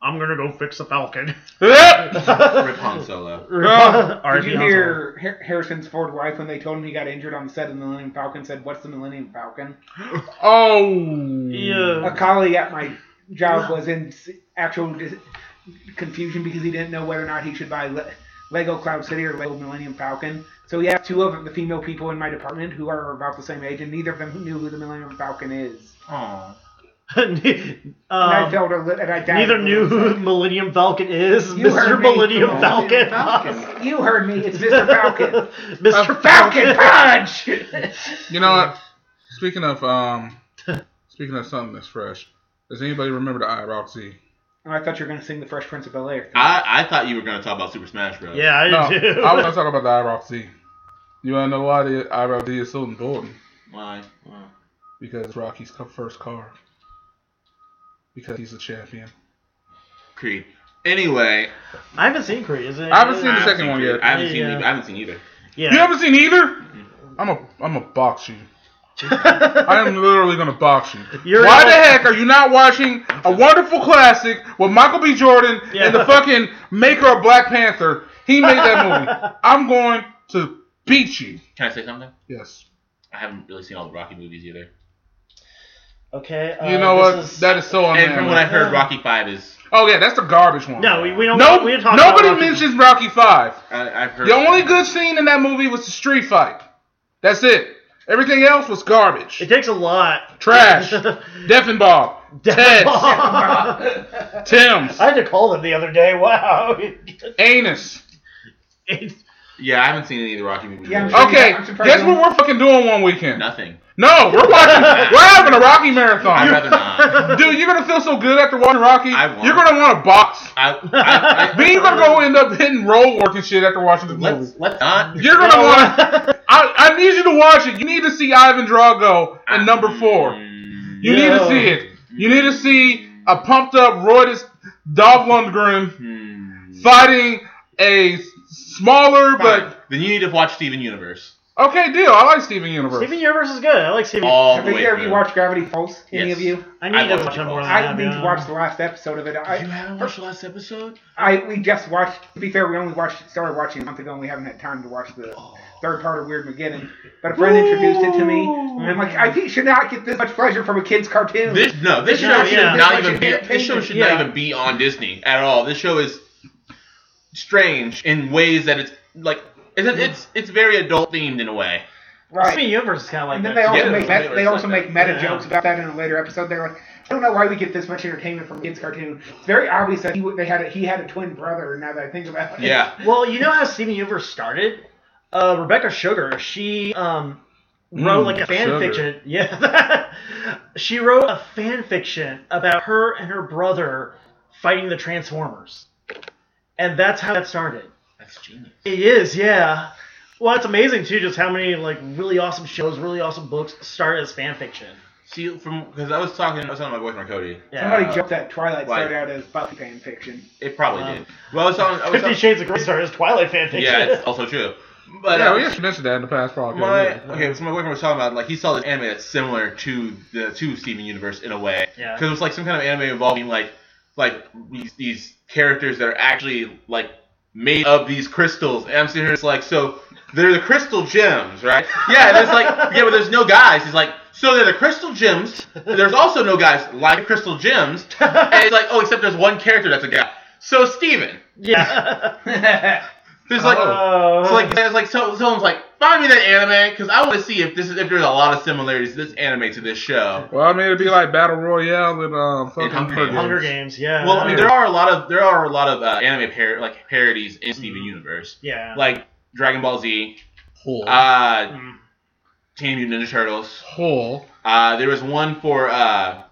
C: I'm gonna go fix the Falcon.
A: Yep.
B: Rip Han Solo.
A: Well,
C: R.I.P.
D: Did you
C: Han Solo.
D: hear Har- Harrison's Ford wife when they told him he got injured on the set of the Millennium Falcon? Said, "What's the Millennium Falcon?"
A: Oh.
D: A
C: Yeah.
D: colleague at my job was in s- actual dis- confusion because he didn't know whether or not he should buy Le- Lego Cloud City or Lego Millennium Falcon. So he asked two of the female people in my department who are about the same age, and neither of them knew who the Millennium Falcon is.
B: Aw.
D: And I
C: Um,
D: felt a li- and I died
C: Neither
D: a
C: knew
D: little
C: who
D: sad.
C: Millennium Falcon is.
D: You
C: Mr.
D: heard me.
C: Millennium Falcon.
D: You heard me. It's Mr. Falcon.
C: Mr.
D: Falcon Punch.
A: You know what? Speaking of um, speaking of something that's fresh. Does anybody remember the IROC?
D: Oh, I thought you were going to sing the Fresh Prince of Bel Air.
B: I, I thought you were going to talk about Super Smash Bros.
C: Yeah, I
A: No,
C: do.
A: I want to talk about the IROC. You wanna know why the IROC is so important?
B: Why?
A: Because it's Rocky's co- first car. Because he's a champion.
B: Creed. Anyway,
C: I haven't seen Creed. Is it?
A: I haven't
B: I
A: seen- the
B: haven't
A: second
B: seen
A: one
B: Creed.
A: yet.
B: I haven't seen.
C: Yeah.
B: I haven't seen either.
C: Yeah. Mm-hmm.
A: You haven't seen either? I'm a I'm a box you. I am literally gonna box you.
C: You're
A: Why
C: all-
A: the heck are you not watching a wonderful classic with Michael B. Jordan
C: Yeah.
A: and the fucking maker of Black Panther? He made that movie. I'm going to beat you.
B: Can I say something?
A: Yes.
B: I haven't really seen all the Rocky movies either.
C: Okay. Uh,
A: You know
C: this
A: what?
C: is-
A: that is so
B: And from what I
A: unmanly.
B: heard, Rocky Five is.
A: Oh yeah, that's the garbage one.
C: No, we, we don't.
A: No,
C: we don't talk about
A: nobody
C: Rocky.
A: mentions Rocky Five.
B: I, I've heard.
A: The only good scene in that movie was the street fight. That's it. Everything else was garbage.
C: It takes a lot.
A: Trash. Death and Bob. Ted.
C: I
A: Tim's.
C: had to call them the other day. Wow.
A: Anus.
B: Yeah, I haven't seen any of the Rocky movies.
D: Yeah, I'm
B: really.
D: sure-
A: Okay,
D: I'm surprised
A: guess
D: you-
A: what we're fucking doing one weekend?
B: Nothing.
A: No, we're watching. we're having a Rocky marathon.
B: I'd rather not.
A: Dude, you're gonna feel so good after watching Rocky.
B: I won't.
A: You're gonna want to box.
B: I, I, I,
A: Then you're gonna go end up hitting roll work and shit after watching this movie.
B: let's let's not.
A: You're gonna want. to I, I need you to watch it. You need to see Ivan Drago in number four.
B: Mm,
A: You need to see it. You need to see a pumped up, roided Dolph Lundgren
B: mm.
A: fighting a smaller
B: Fine.
A: but
B: Then you need to watch Steven Universe.
A: okay deal. I like Steven Universe.
C: Steven Universe is good. I like Steven.
A: Oh,
B: All
D: Have
B: the way
D: either of you
B: through.
D: watched Gravity Falls? Any
B: Yes.
D: of you?
C: I um, need
B: I
C: to
B: love
C: watch
B: Steven
C: more.
B: Universe.
D: I need
C: yeah.
D: to watch the last episode of it.
B: you
D: I,
B: haven't watched the last episode?
D: I we just watched. To be fair, we only watched started watching a month ago, and we haven't had time to watch the third part of Weird McGinnis, but a friend introduced it to me, and I'm like, I think- should not get this much pleasure from a kid's cartoon.
B: This no, this show
C: No,
B: should
C: yeah.
B: not
D: This
B: even
D: should
B: be.
D: be
B: This show should
C: yeah.
B: not even be on Disney at all. This show is strange in ways that it's like it's it's, it's very adult themed in a way.
D: right.
C: Steven Universe is kind of like
D: and then
C: that.
D: they also
B: Yeah,
D: make
B: they
D: meta,
B: were
D: they also
B: like
D: make meta
C: Yeah.
D: jokes about that in a later episode. They're like, I don't know why we get this much entertainment from a kids cartoon. It's very obvious that he w- they had a, he had a twin brother. Now that I think about it,
B: Yeah,
C: Well, you know how Steven Universe started? Uh, Rebecca Sugar, she um, wrote
A: Mm,
C: like a fan
A: Sugar.
C: fiction. Yeah. she wrote a fan fiction about her and her brother fighting the Transformers. And that's how that started.
B: that's genius.
C: It is, yeah. Well, it's amazing too, just how many like really awesome shows, really awesome books start as fan fiction.
B: See, from because I was talking, I was talking to my boyfriend Cody.
C: Yeah.
D: somebody
B: Uh,
D: joked that Twilight
B: why-
D: started out as Buffy fan fiction.
B: It probably
C: Wow.
B: did. Well, I was talking. I was
C: Fifty
B: talking
C: Shades of Grey started as Twilight fan fiction.
B: yeah, it's also true. But
A: yeah,
B: uh,
A: we actually mentioned that in the past podcast.
B: my
A: yeah.
B: okay, so my boyfriend was talking about like he saw this anime that's similar to the to Steven Universe in a way.
C: Yeah.
B: because it was like some kind of anime involving like like these, these characters that are actually like made of these crystals. And I'm sitting here, it's like so they're the crystal gems, right? Yeah, and it's like yeah, but there's no guys. He's like so they're the crystal gems. There's also no guys like crystal gems, and it's like oh, except there's one character that's a guy. So Steven.
C: Yeah.
B: There's like
C: Oh.
B: so like there's like so someone's like find me that anime because I want to see if this is if there's a lot of similarities to this anime to this show.
A: Well, I mean, it'd be like Battle Royale and um, fucking
B: Hunger
A: Hunger
B: Games.
C: Hunger Games, yeah.
B: Well, I mean there are a lot of there are a lot of uh, anime par- like parodies in Steven
C: Mm-hmm.
B: Universe,
C: yeah.
B: like Dragon Ball Z,
A: Hole.
B: uh,
C: Mm.
B: Teenage Mutant Ninja Turtles.
A: Hole.
B: Uh, there was one for uh,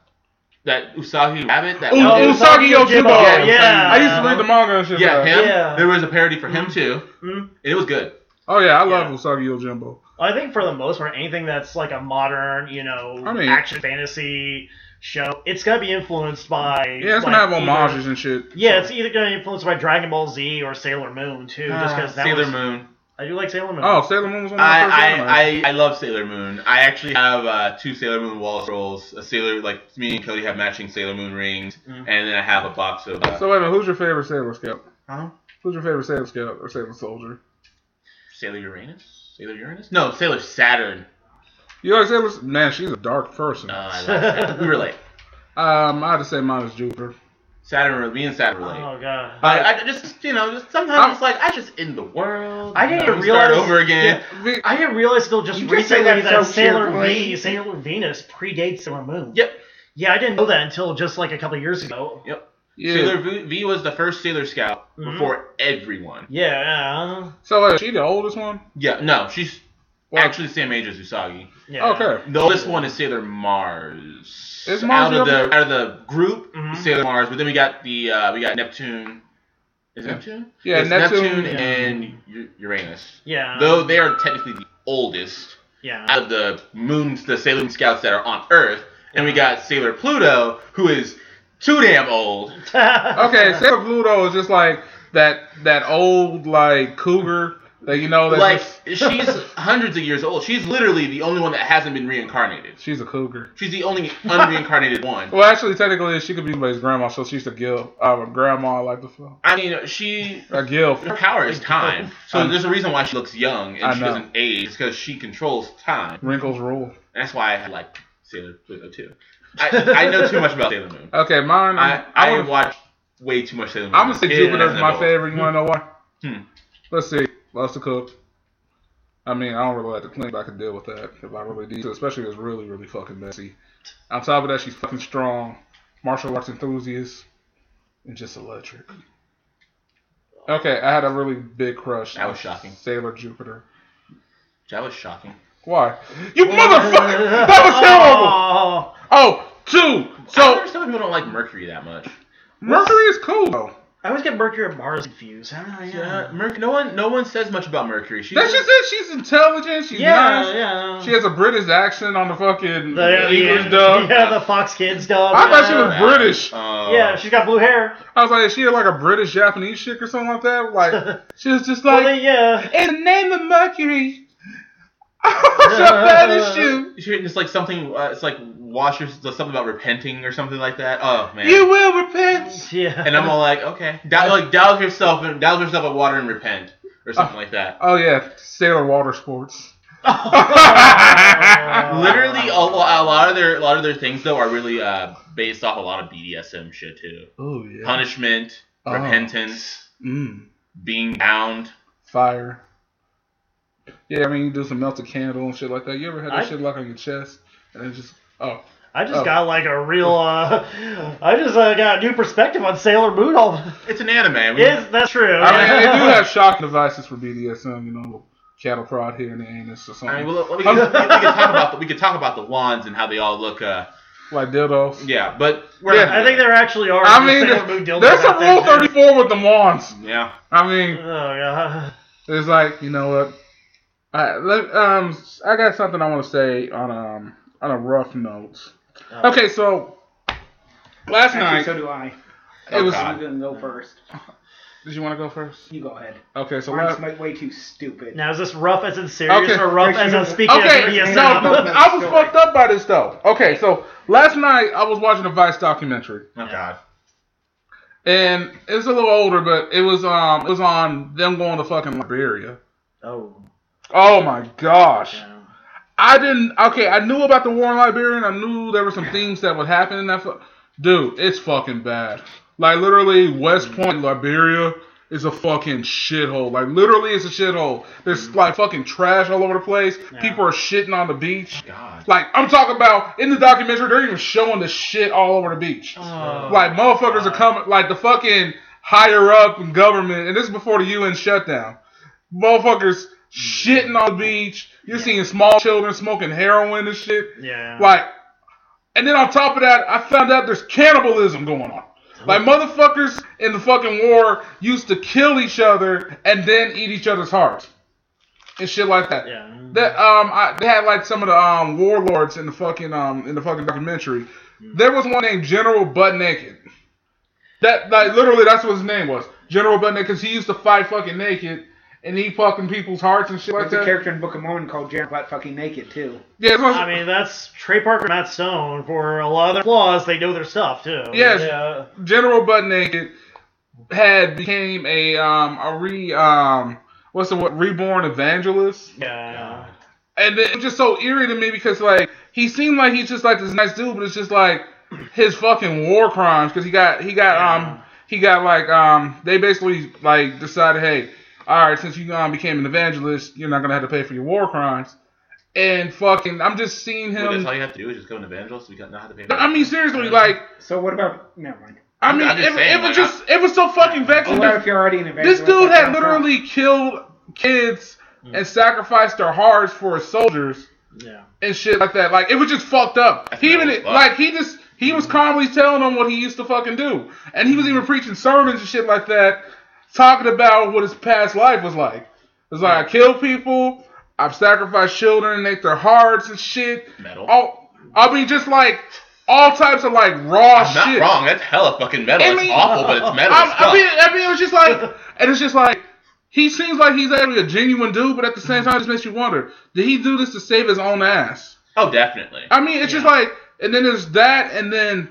B: that Usagi Rabbit. That
A: Ooh,
C: Oh,
B: one-
A: ooh. Usagi Yojimbo.
C: Yeah,
B: Yeah.
A: I used to read the manga and shit.
B: yeah,
A: for that.
B: him.
C: Yeah.
B: There was a parody for him
C: Mhm.
B: too,
C: Mhm.
B: and it was good.
A: Oh yeah, I love
C: Yeah.
A: Usagi Yojimbo.
C: I think for the most part, anything that's like a modern, you know,
A: I mean-
C: action fantasy show, it's gonna be influenced by.
A: Yeah, it's
C: like,
A: gonna have
C: either-
A: homages and shit.
C: Yeah, it's either gonna be influenced by Dragon Ball Z or Sailor Moon too, just
B: Uh,
C: because that
B: Sailor
C: was-
B: Moon.
C: I do like Sailor Moon.
A: Oh, Sailor Moon was one of my first anime.
B: I, I, I, I love Sailor Moon. I actually have uh, two Sailor Moon wall scrolls. A Sailor like me and Cody have matching Sailor Moon rings,
C: Mm.
B: and then I have a box of. Uh,
A: So wait a minute, who's your favorite Sailor Scout?
B: huh?
A: Who's your favorite Sailor Scout or Sailor Soldier?
B: Sailor Uranus? Sailor Uranus? No, Sailor Saturn.
A: You like Sailor? S- Man, she's a dark person.
B: No, I love Saturn. we relate.
A: um, I'd say mine is Jupiter.
B: Saturn, me and Saturn relate.
C: Oh, god.
B: but I just, you know, just sometimes
A: I'm-
B: it's like I just in the world.
C: I didn't
B: you know,
C: realize-
B: Start over again.
A: The-
C: I didn't realize until just
D: You
C: recently
D: just say
C: that,
D: that so
C: Sailor
D: cheerfully.
C: V, Sailor Venus predates Sailor Moon.
B: Yep.
C: Yeah, I didn't know that until just like a couple years ago.
A: Yeah.
B: Sailor v, v was the first Sailor Scout
C: Mhm.
B: before everyone.
C: Yeah.
A: So uh, she the oldest one?
B: Yeah, no, she's
A: Well,
B: actually the same age as Usagi.
C: Yeah.
A: okay.
B: The oldest one is Sailor Mars.
A: Is Mars Mm-hmm.
B: out of
A: the other-
B: the out of the group
C: Mhm.
B: Sailor Mars, but then we got the uh, we got Neptune. Is it
A: Yeah.
B: Neptune?
A: Yeah,
B: It's
A: Neptune.
C: yeah.
B: and U- Uranus.
C: Yeah.
B: Though they are technically the oldest
C: yeah.
B: out of the moons, the Sailor Moon Scouts that are on Earth, and we got Sailor Pluto, who is too damn old.
A: Okay, Sailor Pluto is just like that that old like cougar that you know that
B: Like
A: just-
B: she's hundreds of years old. She's literally the only one that hasn't been reincarnated.
A: she's a cougar.
B: She's the only unreincarnated one.
A: Well, actually, technically, she could be somebody's grandma, so she's a gill. Uh, grandma, I like the film.
B: I mean, she
A: A gill.
B: her power is time. So
A: Um,
B: there's a reason why she looks young
A: I
B: and she
A: know.
B: doesn't age. It's because she controls time.
A: Wrinkles rule.
B: And that's why I like Sailor Pluto too. I, I know too much about Sailor Moon.
A: Okay, mine.
B: I
A: I
B: I,
A: wanna-
B: watch way too much Sailor Moon.
A: I'm gonna say
B: Yeah,
A: Jupiter's
B: as an
A: my
B: adult.
A: favorite. You wanna know why?
B: Hmm.
A: Let's see. Loves to cook. I mean, I don't really like to clean, but I can deal with that if I really need to. Especially if it's really, really fucking messy. On top of that, she's fucking strong, martial arts enthusiast, and just electric. Okay, I had a really big crush.
B: That was
A: on
B: shocking.
A: Sailor Jupiter.
B: That was shocking.
A: Why? You motherfucker! That was terrible.
C: Oh.
A: Oh, two.
B: So I don't
A: So
B: understand why people don't like Mercury that much.
A: Mercury is cool. though.
C: I always get Mercury and Mars confused. I don't know. Yeah.
B: Yeah, Mercury. No one, no one says much about Mercury. She's
A: That's just it. She's intelligent. She's
C: Yeah,
A: nice.
C: yeah.
A: She has a British accent on the fucking
C: the, yeah,
A: English
C: yeah,
A: dub.
C: yeah, the Fox Kids dub.
A: I thought she
C: yeah.
A: was- British.
B: Uh,
C: Yeah, she's got blue hair.
A: I was like, is she like a British Japanese chick or something like that? Like, she was just
C: Well,
A: like,
C: they, yeah.
A: in the name of Mercury, I shall banish you.
B: She- It's like something. Uh, it's like wash your, something about repenting or something like that. Oh man.
A: You will repent.
C: Yeah.
B: and I'm all like, okay, douse, like douse yourself and douse yourself with water and repent. or something like that.
A: Oh yeah, Sailor Water Sports.
C: Oh.
A: Oh,
B: Literally, a, lo- a lot of their a lot of their things though are really uh, based off a lot of BDSM shit too.
A: Oh yeah.
B: Punishment,
A: Oh.
B: repentance,
A: Mm,
B: being bound.
A: fire. Yeah, I mean you do some melted candle and shit like that. You ever had that
C: I-
A: shit like on your chest and it just oh
C: I just
A: Oh.
C: got like a real. Uh, I just uh, got a new perspective on Sailor Moon. All
B: It's an anime. We,
C: is that's true.
A: I mean, they do have shocking devices for BDSM, you know, cattle prod here in the anus or something.
B: I mean, well, we, could, we could talk about the, we could talk about the wands and how they all look. Uh,
A: like dildos.
B: yeah, but we're
A: Yeah.
B: not-
C: I think there actually are.
A: I
C: new
A: mean,
C: Sailor Moon dildos
A: there's a
C: out
A: rule
C: there, too.
A: 34 with the wands.
B: yeah.
A: I mean,
C: Oh yeah.
A: It's like you know what? I let, um I got something I want to say on um on a rough note.
C: Oh.
A: Okay, so last
D: Actually,
A: night
D: so do I.
A: it was.
B: God.
D: You can go first.
A: Did you want to go first?
D: You go ahead.
A: Okay, so
D: Mine's
A: last.
D: like way too stupid.
C: Now is this rough as in serious
A: Okay.
C: or rough
D: Actually,
C: as in
D: no.
C: speaking of
A: Okay,
C: BDSM?
A: no, no,
D: no,
A: I was
D: story.
A: fucked up by this though. Okay, so last night I was watching a Vice documentary,
B: Oh God.
A: and it's a little older, but it was um it was on them going to fucking Liberia.
C: Oh.
A: Oh my gosh.
C: yeah.
A: I didn't. Okay, I knew about the war in Liberia, and I knew there were some things that would happen. And that, fu- dude, it's fucking bad. Like literally, West
C: Mm.
A: Point, Liberia is a fucking shithole. Like literally, it's a shithole. There's like fucking trash all over the place.
C: Mm. Yeah.
A: People are shitting on the beach.
B: God.
A: Like I'm talking about in the documentary, they're even showing the shit all over the beach.
C: Oh.
A: Like motherfuckers are
C: God.
A: coming. Like the fucking higher up in government, and this is before the UN shutdown. Motherfuckers shitting on the beach. You're
C: Yeah.
A: seeing small children smoking heroin and shit.
C: Yeah.
A: Like, and then on top of that, I found out there's cannibalism going on. Like motherfuckers in the fucking war used to kill each other and then eat each other's hearts and shit like that.
C: Yeah.
A: That um, I, they had like some of the um warlords in the fucking um in the fucking documentary. There was one named General Butt Naked. That like literally that's what his name was, General Butt Naked. 'cause he used to fight fucking naked and eat fucking people's hearts and shit like
D: There's a
A: that.
D: character in Book of Mormon called Jared Black fucking naked too.
A: yeah, that's what-
C: I mean, that's Trey Parker, and Matt Stone. For a lot of their flaws, they know their stuff too.
A: Yes.
C: Yeah.
A: General Butt Naked had became a um a re um what's the what reborn evangelist.
C: Yeah.
A: And it was just so eerie to me because like he seemed like he's just like this nice dude, but it's just like his fucking war crimes because he got he got um he got like um they basically like decided hey all right since you um became an evangelist you're not gonna have to pay for your war crimes and fucking I'm just seeing
B: Well, that's
A: him.
B: all you have to do is just go into evangelist. You got not have to pay.
A: I mean seriously like
D: So what about never mind.
A: I
B: I'm
A: mean
B: just
A: it,
B: saying,
A: it was
B: like, I-
A: just it was so fucking vexing.
D: What
A: to-
D: about if you're already an
A: This
D: evangelist?
A: dude
D: That's
A: had
D: not a problem.
A: literally killed kids
B: Mm.
A: and sacrificed their hearts for his soldiers
C: Yeah.
A: and shit like that. Like it was just fucked up.
B: That's
A: He even
B: messed up.
A: like he just he was calmly telling them what he used to fucking do, and he was even preaching sermons and shit like that, talking about what his past life was like. It's like I killed people, I've sacrificed children, and ate their hearts and shit.
B: metal.
A: All I mean, just like all types of like raw
B: I'm not
A: shit.
B: wrong. That's hella fucking metal.
A: I
B: It's
A: mean-
B: awful, but it's metal. as
A: I,
B: fuck.
A: I mean, I mean, it was just like, and it's just like, he seems like he's actually a genuine dude, but at the same
B: Mm-hmm.
A: time, it just makes you wonder, did he do this to save his own ass?
B: oh, definitely.
A: I mean, it's just
C: Yeah.
A: like, and then there's that, and then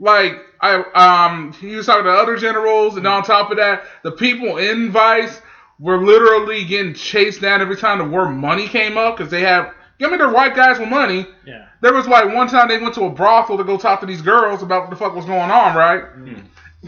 A: like I um, he was talking to other generals, and on top of that, the people in Vice were literally getting chased down every time the word money came up because they have. I mean, they're white guys with money.
C: Yeah.
A: There was like one time they went to a brothel to go talk to these girls about what the fuck was going on, right?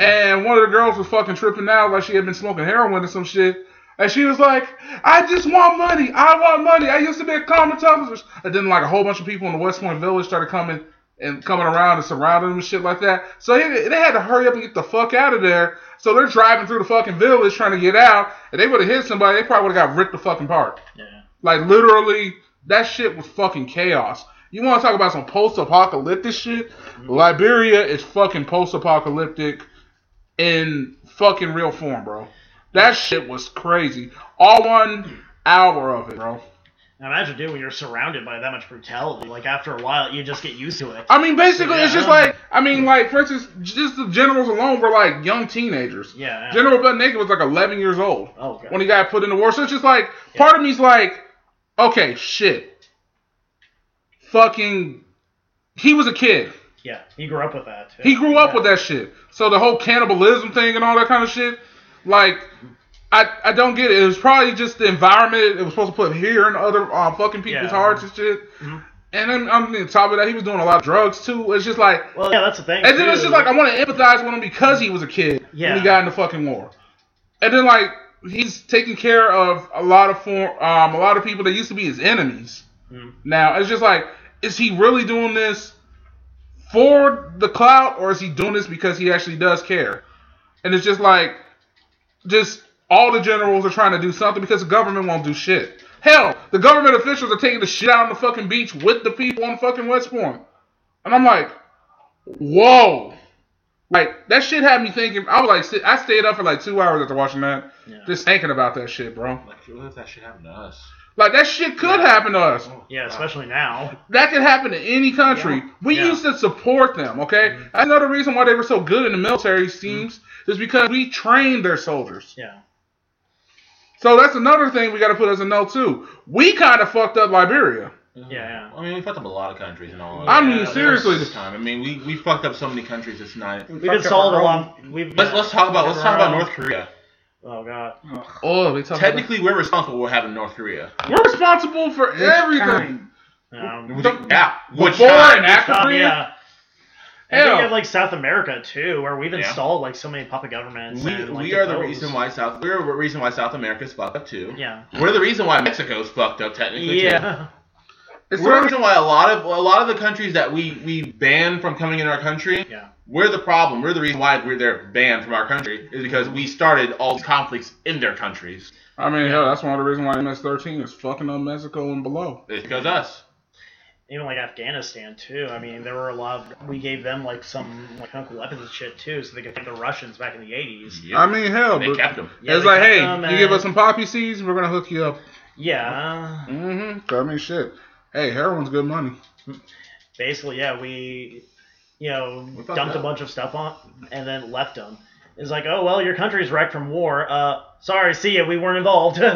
A: And one of the girls was fucking tripping out like she had been smoking heroin or some shit. And she was like, I just want money. I want money. I used to be a common officer. And then like a whole bunch of people in the West Point Village started coming and coming around and surrounding them and shit like that. So they, they had to hurry up and get the fuck out of there. So they're driving through the fucking village trying to get out. And they would have hit somebody. They probably would have got ripped the fucking apart.
C: Yeah.
A: Like literally, that shit was fucking chaos. You want to talk about some post-apocalyptic shit? Liberia is fucking post-apocalyptic in fucking real form, bro. That shit was crazy. All one hour of it, bro.
C: Now imagine, dude, when you're surrounded by that much brutality. Like after a while, you just get used to it.
A: I mean, basically, it's just
C: Yeah.
A: like I mean, like for instance, just the generals alone were like young teenagers.
C: Yeah. yeah.
A: General Butt Naked was like 11 years old.
C: Oh god.
A: when he got put in the war. So it's just like part of me's like, okay, shit, fucking, he was a kid.
C: yeah. He grew up with that.
A: He grew up
C: Yeah.
A: with that shit. So the whole cannibalism thing and all that kind of shit, like, I, I don't get it. It was probably just the environment. It was supposed to put here and other um, fucking people's
C: Yeah.
A: hearts and shit.
C: Mhm.
A: And then I'm on top of that, he was doing a lot of drugs too. It's just like,
C: Well, yeah, that's the thing.
A: and then it's
C: too.
A: just like I want to empathize with him because he was a kid when
C: Yeah.
A: he got in the fucking war. And then like he's taking care of a lot of form, um, a lot of people that used to be his enemies.
C: Mhm.
A: Now it's just like, is he really doing this for the clout, or is he doing this because he actually does care? And it's just like, just all the generals are trying to do something because the government won't do shit. Hell, the government officials are taking the shit out on the fucking beach with the people on fucking West Point. And I'm like, whoa. Like, that shit had me thinking. I was like, sit- I stayed up for like two hours after watching that,
C: Yeah.
A: just thinking about that shit, bro.
B: Like, what if that shit happened to us?
A: Like, that shit could happen to us.
B: Oh,
C: Yeah,
B: God.
C: especially now.
A: That could happen to any country.
D: Yeah.
A: We
C: Yeah.
A: used to support them, okay? That's another reason why they were so good in the military teams is because we trained their soldiers.
C: Yeah.
A: So that's another thing we got to put as a note too. We kind of fucked up Liberia.
C: Yeah.
B: I mean, we fucked up a lot of countries and all.
A: I
B: that.
A: mean,
B: This
A: seriously.
B: time. I mean, we, we fucked up so many countries. It's not.
C: We've installed a lot. We've
B: Let's let's talk about let's talk about North Korea.
C: Oh god.
A: Oh, they talking
B: Technically, we're responsible for what happened in North Korea.
A: about- we're responsible for everything.
C: Um,
B: Yeah,
A: Before
B: which
A: and
B: time?
A: after
C: um,
A: Korea,
C: yeah. And
A: Hell.
C: we have like South America too, where we've
B: Yeah.
C: installed like so many puppet governments.
B: We,
C: and, like,
B: we are the
C: those.
B: reason why South we're the reason why South America's fucked up too.
C: Yeah.
B: We're the reason why Mexico's fucked up technically. too.
C: Yeah.
A: it's
B: we're the
A: really,
B: reason why a lot of a lot of the countries that we we ban from coming in our country,
C: Yeah.
B: we're the problem. We're the reason why we're they're banned from our country is because we started all these conflicts in their countries.
A: I mean, hell, that's one of the reasons why MS-13 is fucking up Mexico and below.
B: It's because us.
C: Even like Afghanistan too. I mean, there were a lot. Of, we gave them like some like chemical weapons and shit too, so they could fight the Russians back in the eighties.
B: Yep.
A: I mean, hell,
B: they
A: but
B: kept them.
C: Yeah,
A: it's
C: they
A: like,
C: got
A: hey,
C: them,
A: you give
C: and-
A: us some poppy seeds, we're gonna hook you up.
C: Yeah. uh,
A: Mm-hmm. I mean, shit. Hey, heroin's good money.
C: Basically, yeah, we, you know,
B: We fucked
C: dumped a
B: up.
C: bunch of stuff on and then left them. It's like, oh well, your country's wrecked from war. Uh, sorry, see ya. We weren't involved.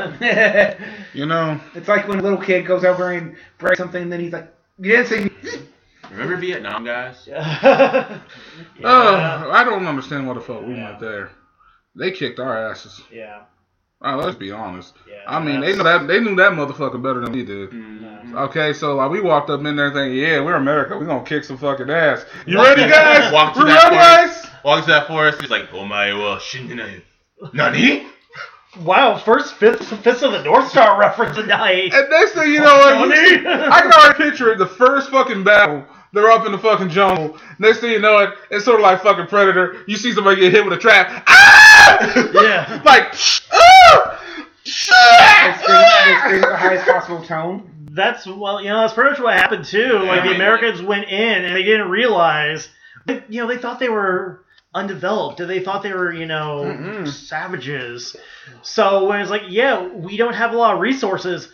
A: You know,
D: It's like when a little kid goes over and breaks something, and then he's like, "You didn't see me."
B: Remember Vietnam, guys?
C: yeah.
A: uh, I don't understand what the fuck we
C: Yeah.
A: went there. They kicked our asses.
C: yeah.
A: All right, let's be honest.
C: Yeah.
A: I mean, they
C: that's-
A: know that they knew that motherfucker better than we did.
C: Mm-hmm.
B: Mm.
A: Okay, so like we walked up in there thinking, yeah, we're America, we're gonna kick some fucking ass. You
C: Walk-
A: ready, guys?
B: walk to
A: we
B: that
A: ready, guys?
B: Walks to that forest, he's like, "Oh my, well, shindenayu." Nani?
C: Wow, first fist, fist of the North Star reference tonight.
A: And next thing you know, what, you- I
C: Nani?
A: can already picture it. The first fucking battle, they're up in the fucking jungle. Next thing you know, it it's sort of like fucking Predator. You see somebody get hit with a trap. Ah!
C: Yeah.
A: like, ah!
D: They scream, they scream at the highest possible tone.
C: That's well, you know, that's pretty much what happened too.
B: Yeah,
C: like
B: I
C: the
B: mean,
C: Americans went in and they didn't realize, they- you know, they thought they were undeveloped. They thought they were, you know,
B: Mm-hmm.
A: Mm-mm.
C: savages. So when it's like, yeah, we don't have a lot of resources,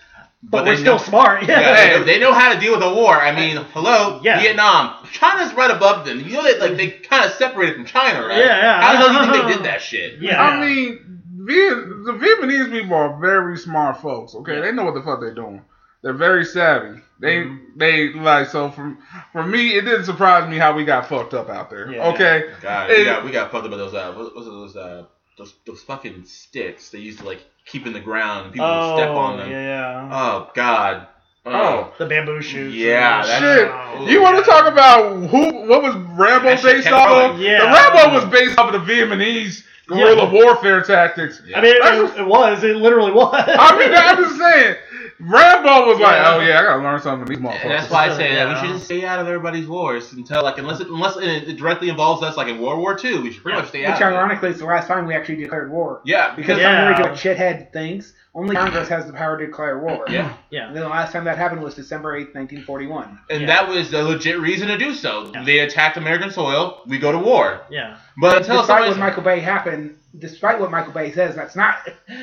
C: but,
B: But
C: we're
B: they
C: still
B: know-
C: smart.
B: Yeah,
C: Yeah.
B: they, know, they know how to deal with a war. I mean, hello,
C: Yeah.
B: Vietnam. China's right above them. You know that like they kind of separated from China, right?
C: Yeah, yeah.
B: How the hell do you think they did that shit?
C: Yeah.
A: I mean, Viet- the Vietnamese people are very smart folks. Okay,
C: Yeah.
A: they know what the fuck they're doing. They're very savvy. They
C: Mm-hmm.
A: they like so from for me, it didn't surprise me how we got fucked up out there.
C: Yeah.
A: Okay,
B: God,
A: Hey.
B: we got, we got fucked up with those uh, what, what's those uh, those those fucking sticks they used to like keep in the ground and people
C: oh,
B: would step on them.
C: yeah, yeah.
B: Oh God.
A: Oh.
C: the bamboo shoots.
B: Yeah,
C: and-
B: that-
A: Shit.
C: Oh,
A: you want to talk about who? What was Rambo
B: That shit
A: based
B: kept
A: off of?
B: going.
C: Yeah.
A: The Rambo was based off of the Vietnamese guerrilla
C: Yeah.
A: warfare tactics.
B: Yeah.
C: I mean, it, it was. It literally was.
A: I mean, I'm just saying, Rambo was like,
C: Yeah.
A: "Oh yeah, I gotta learn something from these
B: And
A: motherfuckers."
B: that's why I say that
C: Yeah.
B: we shouldn't stay out of everybody's wars until like unless it, unless it directly involves us like in World War II, we should pretty much stay
D: Which
B: out. of it.
D: ironically is the last time we actually declared war.
B: Yeah, because
D: Because
C: Yeah.
D: normally what shithead thinks, only Congress has the power to declare war.
B: yeah,
C: yeah.
D: And then the last time that happened was December 8th, 1941.
B: and
C: Yeah.
B: that was a legit reason to do so.
C: Yeah.
B: They attacked American soil. We go to war.
C: Yeah.
B: But until
D: despite what
B: somebody's
D: Michael Bay happened, despite what Michael Bay says, that's not.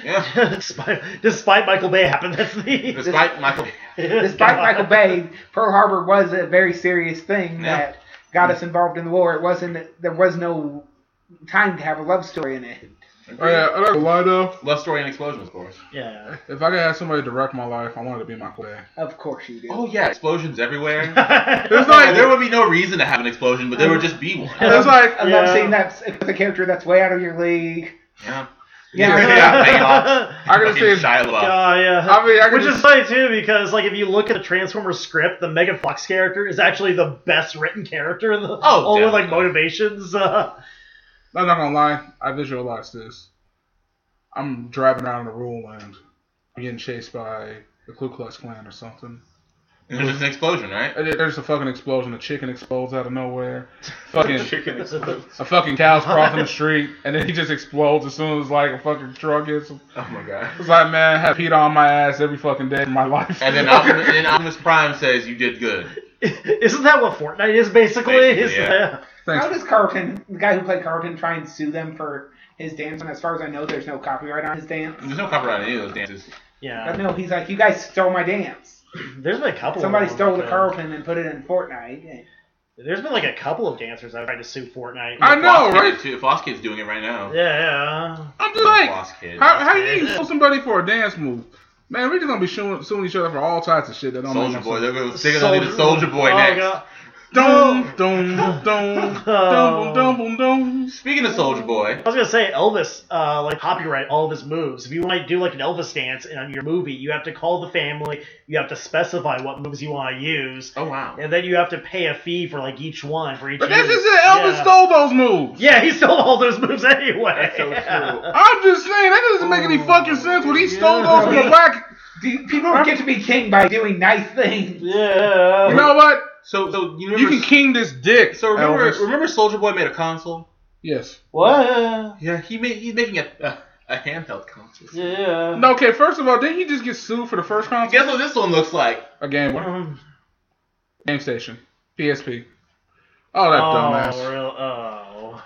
B: yeah,
C: despite, despite Michael Bay happened, that's the.
B: despite Michael,
D: Despite Michael Bay, Pearl Harbor was a very serious thing
B: Yeah.
D: that got us involved in the war. It wasn't. There was no time to have a love story in it.
A: Oh, yeah, I don't lie though.
B: love story and explosions, of course.
C: Yeah.
A: If I could have somebody direct my life, I wanted to be my dad.
D: Of course you do.
B: Oh yeah, explosions everywhere.
A: There's
B: Like,
A: like
B: there would be no reason to have an explosion, but there would just be one.
A: It's like
D: I
C: Yeah.
D: love seeing that the character that's way out of your league.
B: Yeah.
D: Yeah.
B: Yeah, payoff.
A: I gotta
B: Fucking
A: say-
B: Shia LaBeouf.
C: God, Oh, yeah.
A: I mean, I can
C: Which
A: just
C: is funny too, because like if you look at the Transformers script, the Megan Fox character is actually the best written character. in The,
B: Oh,
C: all with like
B: definitely.
C: motivations. Uh,
A: I'm not gonna lie, I visualized this. I'm driving around in the rural land, getting chased by the Ku Klux Klan or something.
B: There's just an explosion, right?
A: And there- There's a fucking explosion. A chicken explodes out of nowhere. Fucking
B: Chicken explosion.
A: a fucking cow's crossing the street, and then he just explodes as soon as like a fucking truck hits him.
B: Oh my god.
A: It's like, man, I have Peter on my ass every fucking day of my life.
B: And then Optimus, and Optimus Prime says you did good.
C: isn't that what Fortnite is basically?
B: Basically,
C: Is
B: yeah.
C: that-
D: How
A: Thanks.
D: does Carlton, the guy who played Carlton, try and sue them for his dance? And as far as I know, there's no copyright on his dance.
B: There's no copyright on any of those dances.
D: But
C: yeah.
D: no, he's like, you guys stole my dance.
C: There's been a couple.
D: Somebody
C: of them,
D: stole the
C: but-
D: Carlton and put it in Fortnite.
C: There's been like a couple of dancers that tried to sue Fortnite.
A: I know,
B: Floss Kid
A: right?
B: is too- Floss Kid's doing it right now.
C: yeah.
A: I'm just like,
B: Floss Kid.
A: how how you even sue somebody for a dance move? Man, we're just gonna be suing, suing each other for all types of shit that don't
B: Soldier
A: make no
B: Boy.
A: sense.
B: They're gonna they're gonna lead to Soldier Boy
C: oh,
B: next.
C: God.
A: Dum dum dum dum dum dum dum dum.
B: Speaking of Soldier Boy,
C: I was gonna say Elvis, uh, like copyright all of his moves. If you want to do like an Elvis dance in your movie, you have to call the family. You have to specify what moves you want to use,
B: oh wow,
C: and then you have to pay a fee for like each one for each.
A: But that's
C: use.
A: just it. Elvis
C: yeah.
A: stole those moves.
C: Yeah, he stole all those moves anyway.
B: that's so true.
A: I'm just saying that doesn't make any fucking sense. When he stole
C: Yeah.
A: those from a black,
D: Do, people don't get to be king by doing nice things.
C: Yeah.
A: you know what?
B: So so you remember?
A: You can king this dick.
B: so remember
A: Elvis.
B: remember Soldier Boy made a console.
A: Yes.
C: what?
B: Yeah, he made he's making a a, a handheld console.
C: Yeah.
A: No, okay. First of all, didn't he just get sued for the first console?
B: Guess what this one looks like?
A: A game,
C: Um,
A: game station, PSP. Oh, that
C: oh,
A: dumbass.
C: real, oh.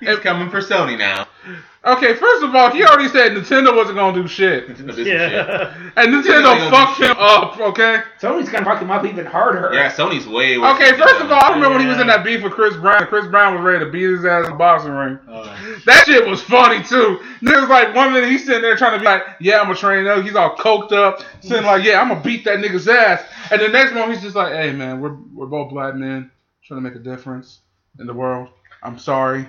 B: He's coming for Sony now.
A: Okay, first of all, he already said Nintendo wasn't gonna do shit,
B: Nintendo did some shit.
C: Yeah.
A: and
B: gonna
A: Nintendo
B: do
A: fucked
B: shit.
A: him up. Okay.
D: Sony's gonna fuck him up even harder.
B: Yeah, Sony's way. worse
A: Okay,
B: than
A: first of all, I remember when he was
C: Yeah.
A: in that beef with Chris Brown. and Chris Brown was ready to beat his ass in the boxing ring.
B: Nintendo.
A: That shit was funny too. Niggas like one minute he's sitting there trying to be like, yeah, I'm a trainer. He's all coked up, sitting like, yeah, I'm gonna beat that nigga's ass. And the next moment he's just like, hey man, we're we're both black men trying to make a difference in the world. I'm sorry.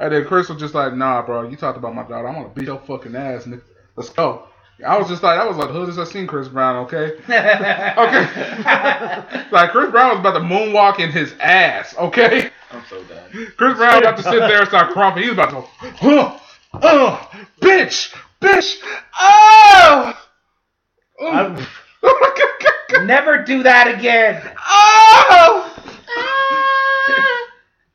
A: And then Chris was just like, nah, bro, you talked about my daughter. I'm gonna beat your fucking ass, nigga. Let's go. I was just like, I was like, hood as I seen Chris Brown, okay? Okay. like Chris Brown was about to moonwalk in his ass, okay?
B: I'm so done.
A: Chris Brown about to sit there and start crumping. He's about to, oh, oh, bitch, bitch, oh, oh,
C: I'm-
D: Never do that again.
A: oh.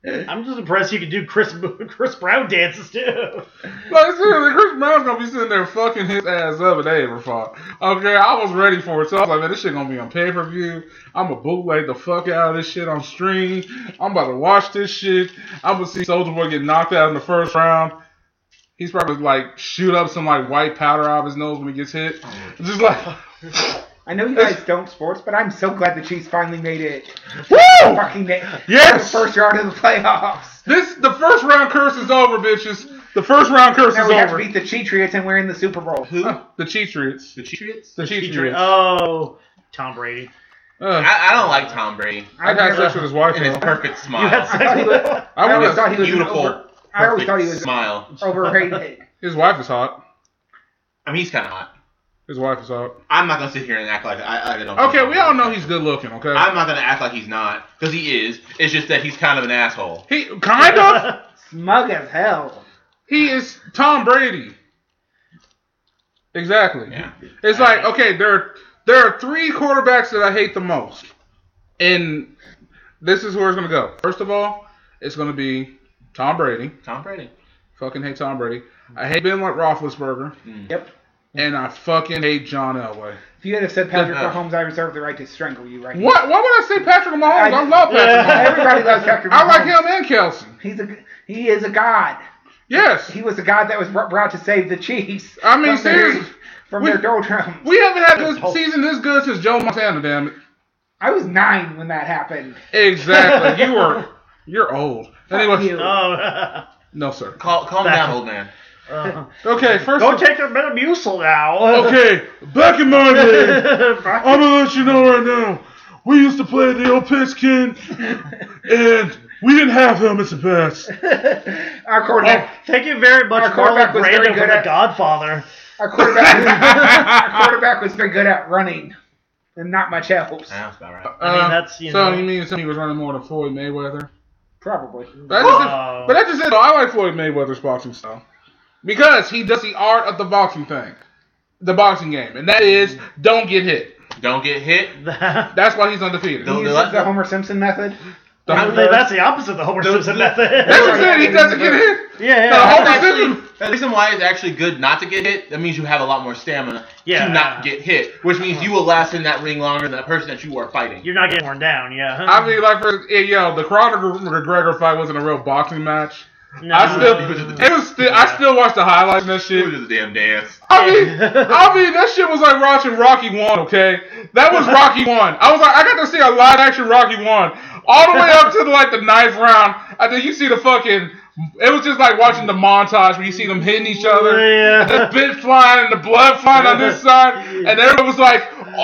C: I'm just impressed you can do Chris Chris Brown dances too.
A: Like seriously, Chris Brown's gonna be sitting there fucking his ass up, and they ever fought. Okay, I was ready for it, so I was like, man, this shit gonna be on pay per view. I'm gonna bootleg the fuck out of this shit on stream. I'm about to watch this shit. I'm gonna see Soldier Boy get knocked out in the first round. He's probably like shoot up some like white powder out of his nose when he gets hit. Just like,
D: I know you guys don't sports, but I'm so glad the Chiefs finally made it.
A: woo,
D: Fucking na-
A: yes,
D: first round of the playoffs.
A: This the first round curse is over, bitches. The first round curse
D: Now
A: is
D: we have to
A: over.
D: beat the Cheatriots and we're in the Super Bowl.
B: Who?
A: Huh, the Cheatriots.
B: The Patriots?
A: The Cheatriots.
C: Oh, Tom Brady.
A: Ugh.
B: I, I don't like Tom Brady.
A: I got sex with his wife.
B: And his
A: though.
B: perfect smile.
C: You had
D: I thought he was,
C: sex.
A: I
D: I
A: would
D: always
A: have-
D: thought he was an
B: Beautiful.
D: over, I always
B: perfect
D: thought he was
B: smile.
D: overrated.
A: His wife is hot.
B: I mean, he's kind of hot.
A: His wife is hot.
B: I'm not gonna sit here and act like I, I don't.
A: Okay, we all know he's good looking. Okay,
B: I'm not gonna act like he's not, because he is. It's just that he's kind of an asshole.
A: he kind of.
D: Smug as hell.
A: He is Tom Brady. Exactly.
B: Yeah.
A: It's like okay, there there are three quarterbacks that I hate the most, and this is where it's gonna go. First of all, it's gonna be Tom Brady.
B: Tom Brady.
A: Fucking hate Tom Brady. I hate Ben Roethlisberger,
D: Yep.
A: and I fucking hate John Elway.
D: If you had have said Patrick
B: Uh-huh.
D: Mahomes, I reserve the right to strangle you right
A: What? Why would I say Patrick Mahomes? I, love Patrick
D: now.
C: Yeah.
A: Mahomes.
D: Everybody loves Patrick Mahomes.
A: I like him and Kelsey.
D: He's a he is a god.
A: Yes.
D: He was the god that was br- brought to save the Chiefs.
A: I mean,
D: from their-
A: seriously.
D: from
A: We-
D: their doldrums.
A: We haven't had this season this good since Joe Montana, damn it.
D: I was nine when that happened.
A: Exactly. You are you're old.
D: Fuck
A: Anyway,
D: you.
C: Oh,
A: no sir.
B: Cal- calm down, old man.
C: uh,
A: Okay, first
C: go take the Metamucil now.
A: Okay, back in my day, I'm
C: Fuck.
A: gonna let you know right now. We used to play the old pigskin, and We didn't have him as the best.
D: Our quarterback,
C: Thank you very much,
D: Our
C: Marlon
D: quarterback was very
C: Brando, for
D: good
C: The
D: at-
C: Godfather.
D: our quarterback, our quarterback was very good at running, and not much else.
B: Sounds about right.
C: I mean, that's, you
A: so
C: know-
A: you mean somebody was running more than Floyd Mayweather?
D: Probably.
A: But that's
C: Wow.
A: just, but that's just it. though. I like Floyd Mayweather's boxing style because he does the art of the boxing thing, the boxing game, and that is don't get hit.
B: Don't get hit.
A: That's why he's undefeated.
D: He
B: Don't-
D: uses the Homer Simpson method.
A: The-
C: I think that's the opposite of the Homer
B: Those-
C: Simpson
B: those-
A: that's
C: method.
A: just it. He doesn't get hit.
C: yeah,
A: the
C: yeah.
A: whole-
B: That's actually, the reason why it's actually good not to get hit, that means you have a lot more stamina
C: Yeah.
B: to not get hit, which means you will last in that ring longer than the person that you are fighting.
C: You're not getting worn down, yeah.
A: I mean, like for yeah, yo, the Conor McGregor fight wasn't a real boxing match.
C: No.
A: I still,
B: because of the-
A: it was still, I still watched the highlights and that
B: It
A: shit.
B: was just a damn dance.
A: I mean, I mean, that shit was like watching Rocky One. Okay, that was Rocky One. I was like, I got to see a live action Rocky One all the way up to like the ninth round. I think you see the fucking. It was just like watching the montage where you see them hitting each other. The
C: Yeah.
A: bit flying and the blood flying on this side, and everyone was like,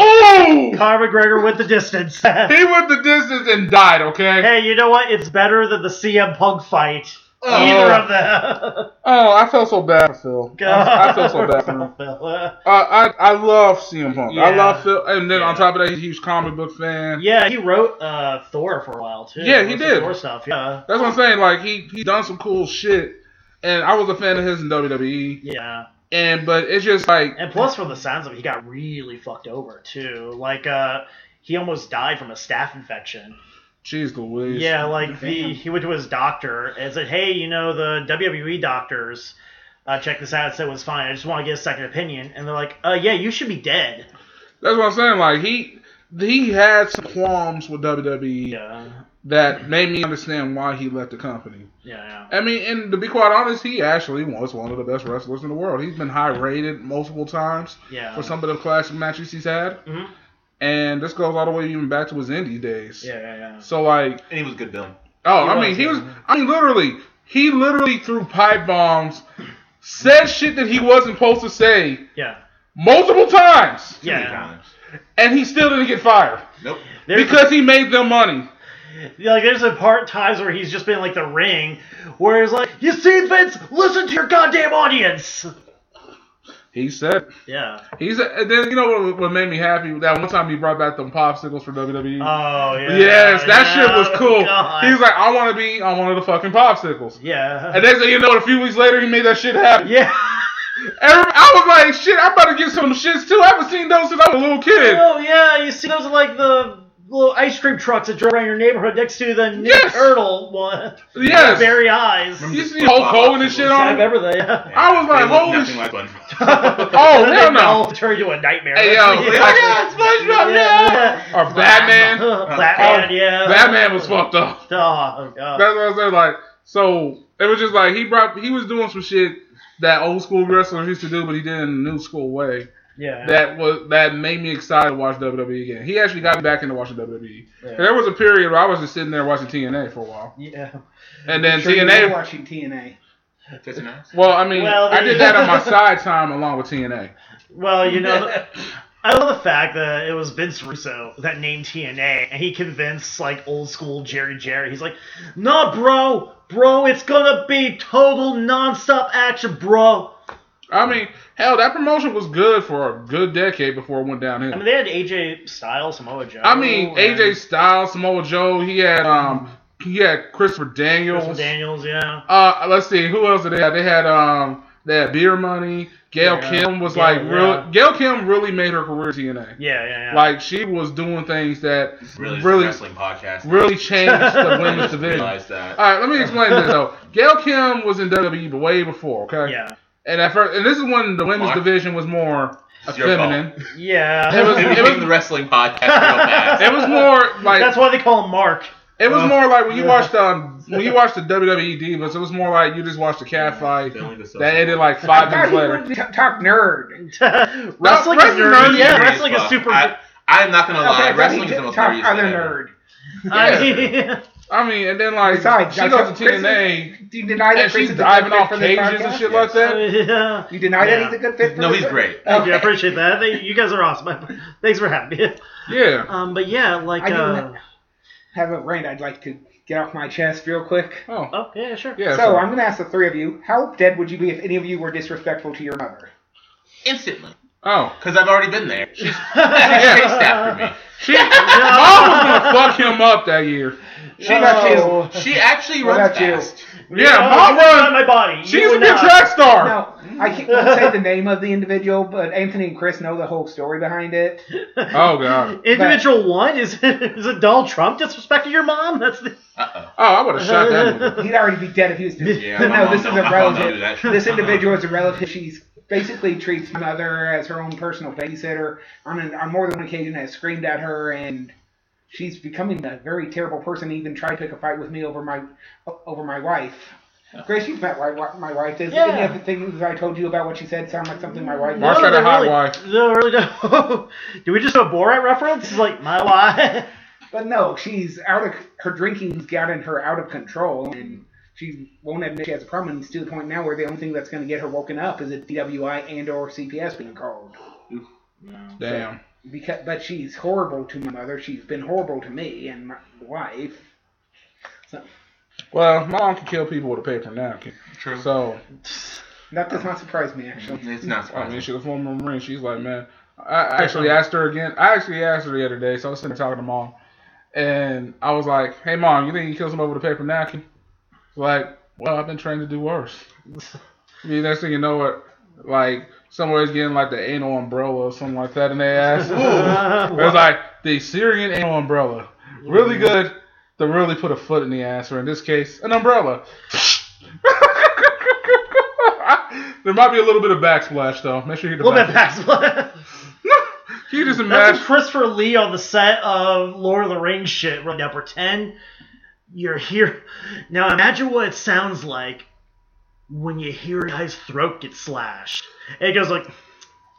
A: "Oh!"
C: Conor McGregor went the distance.
A: He went the distance and died. Okay.
C: hey, you know what? It's better than the CM Punk fight.
B: Oh.
C: Either of them.
A: Oh, I felt so bad for Phil. I, I felt so bad for him.
C: bad.
A: Uh, I I love CM Punk. I
C: Yeah.
A: love Phil, and then on
B: Yeah.
A: top of that, he's a huge comic book fan.
C: Yeah, he wrote uh, Thor for a while too.
A: Yeah, he
C: Wrote some
A: did.
C: Thor stuff. Yeah,
A: That's what I'm saying. Like he he done some cool shit, and I was a fan of his in WWE.
C: yeah.
A: And but it's just like
C: And plus, from the sounds of it, he got really fucked over too. Like, uh, he almost died from a staph infection.
A: jeez Louise.
C: Yeah, like
D: Damn.
C: the he went to his doctor and said, "Hey, you know the WWE doctors uh, check this out. Said it was fine. I just want to get a second opinion." And they're like, "Uh, yeah, you should be dead."
A: That's what I'm saying. Like he he had some qualms with WWE
C: Yeah,
A: that made me understand why he left the company.
C: yeah,
A: I mean, and to be quite honest, he actually was one of the best wrestlers in the world. He's been high rated multiple times.
C: yeah.
A: for some of the classic matches he's had,
C: Mhm.
A: and this goes all the way even back to his indie days.
C: yeah, yeah, yeah.
A: So like,
B: And he was good villain.
A: oh,
C: He
A: I
C: was,
A: mean, he
C: yeah.
A: was. I mean, literally, he literally threw pipe bombs, said shit that he wasn't supposed to say
C: yeah.
A: multiple times,
B: Too many
C: Yeah.
B: times.
A: and he still didn't get fired
B: Nope.
C: There's-
A: because he made them money.
C: Yeah, like there's a part times where he's just been like the ring, where he's like, "You see, Vince, listen to your goddamn audience."
A: He said.
C: Yeah.
A: He said. And then you know what, what made me happy? That one time he brought back them popsicles for WWE.
C: Oh yeah.
A: yes, that
C: yeah, Oh,
A: shit was cool.
C: God.
A: He was like, I want to be on one of the fucking popsicles.
C: yeah.
A: And then you know, a few weeks later, he made that shit happen.
C: yeah.
A: Every, I was like, shit, I'm about to get some shits too. I haven't seen those since I was a little kid.
C: Oh yeah, you see those are like the little ice cream trucks that drive around your neighborhood next to the Ninja
A: Yes.
C: Turtle one.
A: Yes.
C: Very eyes.
B: Remember-
A: You see Hulk Hogan and shit
C: Yeah, I
A: on it?
C: remember that. Yeah.
A: I was like,
B: They look
A: holy
B: nothing
A: sh-
B: like one.
A: Oh,
C: They
A: hell
C: all
A: no.
C: Turn into a nightmare.
A: Hey, yo.
C: That's-
A: Like,
C: yeah.
A: oh, SpongeBob, yeah. Or Batman.
C: Batman,
A: Oh,
C: yeah.
A: Batman was fucked up.
C: Oh, God.
A: That's what I was saying. Like, so it was just like he brought, he was doing some shit that old school wrestlers used to do, but he did it in a new school way.
C: yeah.
A: That was that made me excited to watch WWE again. He actually got me back into watching WWE.
C: Yeah.
A: And there was a period where I was just sitting there watching TNA for a while,
C: yeah.
A: and then
D: Sure you
A: TNA
D: were watching TNA.
B: That's a nice.
A: Well, I mean,
C: Well,
A: I
C: the-
A: did that on my side time along with TNA.
C: Well, you know, I love the fact that it was Vince Russo that named TNA, and he convinced like old school Jerry Jerry. He's like, "No, bro, bro, it's gonna be total nonstop action, bro."
A: I mean, hell, that promotion was good for a good decade before it went downhill.
C: I mean, they had AJ Styles, Samoa Joe.
A: I mean, AJ
C: and
A: Styles, Samoa Joe, he had um, he had Christopher Daniels.
C: Crystal Daniels, yeah.
A: Uh, let's see, who else did they have? They had um, they had Beer Money. Gail
C: Yeah.
A: Kim was
C: Yeah,
A: like
C: yeah.
A: real. Gail Kim really made her career TNA.
C: Yeah, yeah, yeah.
A: Like she was doing things that
B: Really,
A: Really-
B: really wrestling podcast.
A: really changed the women's division. All
B: Realized that.
A: right, let me explain this though. Gail Kim was in WWE but way before, okay?
C: yeah,
A: And at first, and this is when the women's
B: Mark.
A: division was more
B: It's your
A: feminine.
C: yeah.
A: It was-
B: It
A: it
B: became the wrestling podcast real fast.
A: It was more like
C: That's why they call him Mark.
A: it was
C: Uh,
A: more like when you
C: yeah.
A: watched um when you watched the WWE divas, it was more like you just watched a cat fight
B: Family was so-
A: that ended like
D: I
A: five minutes
D: thought he
A: later.
D: wanted to t- talk nerd.
A: wrestling
C: wrestling, is nerdy.
A: is
C: Yeah,
B: Nerdy as
C: wrestling is
B: fuck.
C: super.
B: I, I'm not
A: uh,
B: gonna lie.
D: Okay, but he
B: wrestling is the
D: didn't
B: most
D: talk
B: nerdiest
D: other
B: thing ever.
D: nerd.
C: I-
A: I mean, and then like
D: Besides,
A: she
D: I
A: goes
D: told
A: to
D: Chris-
A: TNA
D: Do you deny that
A: and
D: Chris
A: she's
D: is a good
A: diving
D: fit
A: off
D: for this
A: cages and
D: podcast?
A: shit like that.
C: yeah.
D: You deny
C: Yeah.
D: that he's a good fit for
B: No,
D: this
B: he's
D: podcast?
B: great.
C: Thank you. I
D: Okay.
C: appreciate that. Thank- You guys are awesome. Thanks for having me.
A: Yeah.
C: Um, but yeah, like,
D: I do
C: uh,
D: not- have a rant I'd like to get off my chest real quick.
A: Oh,
C: Oh yeah, sure.
A: yeah.
D: so
A: sorry.
D: I'm gonna ask the three of you: How dead would you be if any of you were disrespectful to your mother?
B: Instantly.
A: oh.
B: Because I've already been there. She's chased after me.
A: She, mom was gonna fuck him up that year.
B: She,
D: No.
B: she's- she actually
D: What
B: runs
D: about you?
B: fast.
A: Yeah,
C: No,
A: mom
C: you wouldn't
A: was.
C: on my body.
A: She's
C: You
A: a
C: would
A: good
C: not.
A: track star.
D: No, I can't won't say the name of the individual, but Anthony and Chris know the whole story behind it.
A: Oh god.
C: Individual one is is a Donald Trump disrespecting your mom? That's the
B: Uh-oh.
A: Oh, I would have shot that one.
D: He'd already be dead if he was. Dis-
B: Yeah,
D: no,
B: my mom
D: this
B: don't-
D: is a
B: my mom don't do
D: relative.
B: that shit.
D: This individual is a relative. She's basically treats my mother as her own personal babysitter. On an, on more than one occasion, has screamed at her, and she's becoming a very terrible person. Even tried to pick a fight with me over my over my wife. Grace, you've met my, wi- my wife. Does any
C: Yeah.
D: of the things I told you about what she said sound like something my wife?
A: Mark
C: no,
A: had
C: they
A: a hot
C: really,
A: wife.
C: No, really don't. Do we just do a Borat reference? It's like my wife.
D: But no, she's out of her drinking's gotten her out of control, and she won't admit she has a problem. And it's to the point now where the only thing that's going to get her woken up is a DWI and or CPS being called.
A: Damn.
D: Because, but she's horrible to my mother. She's been horrible to me and my wife.
A: Well, mom can kill people with a paper napkin.
B: True.
A: So
D: That does not surprise me actually.
B: it's not
A: I mean,
B: surprising.
A: she's a former Marine. She's like, man, I I actually asked her again. I actually asked her the other day. So I was sitting there talking to mom, and I was like, hey mom, you think you killed somebody with a paper napkin? She's like, well, I've been trained to do worse. I mean, next thing you know, it like somebody's getting like the anal umbrella or something like that in their ass.
C: Uh,
A: It was like the Syrian anal umbrella. Really good to really put a foot in the ass, or in this case, an umbrella. there might be a little bit of backsplash though. Make sure you
C: a
A: get the
C: little bit
A: backsplash.
C: backslash.
A: Can you just
C: That's
A: imagine?
C: some Christopher Lee on the set of Lord of the Rings shit. Right now, pretend you're here. Now, imagine what it sounds like when you hear a guy's throat get slashed. And it goes like,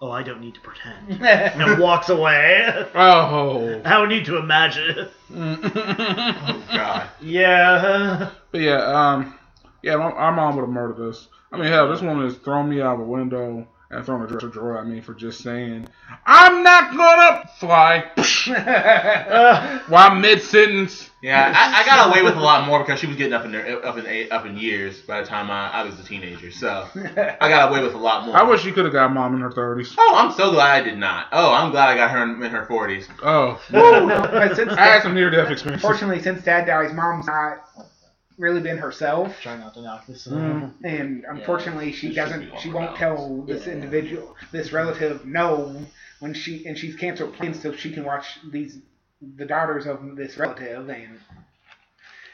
C: "Oh, I don't need to pretend," and walks away.
A: Oh.
C: I would need to imagine. it.
A: but
B: God.
C: Yeah.
A: yeah, um, yeah, my, our mom would have murdered us. I mean, hell, this woman has thrown me out of a window and thrown a dresser drawer at me for just saying, I'm not gonna fly
C: Uh,
A: while mid sentence.
B: Yeah, I, I got away with a lot more because she was getting up in there, up in a- up in years by the time I, I was a teenager. So I got away with a lot more.
A: I wish you could have got mom in her 30s.
B: Oh, I'm so glad I did not. Oh, I'm glad I got her in, in her 40s.
A: Oh,
D: but since
A: I had some near death experiences.
D: fortunately, since Dad dies, Mom's not really been herself.
C: try not to knock this. uh,
A: Mm.
D: and unfortunately she
B: It should
D: doesn't
B: be
D: she
B: all
D: won't
B: about-
D: tell this individual this relative no when she and she's canceled plans so she can watch these the daughters of this relative and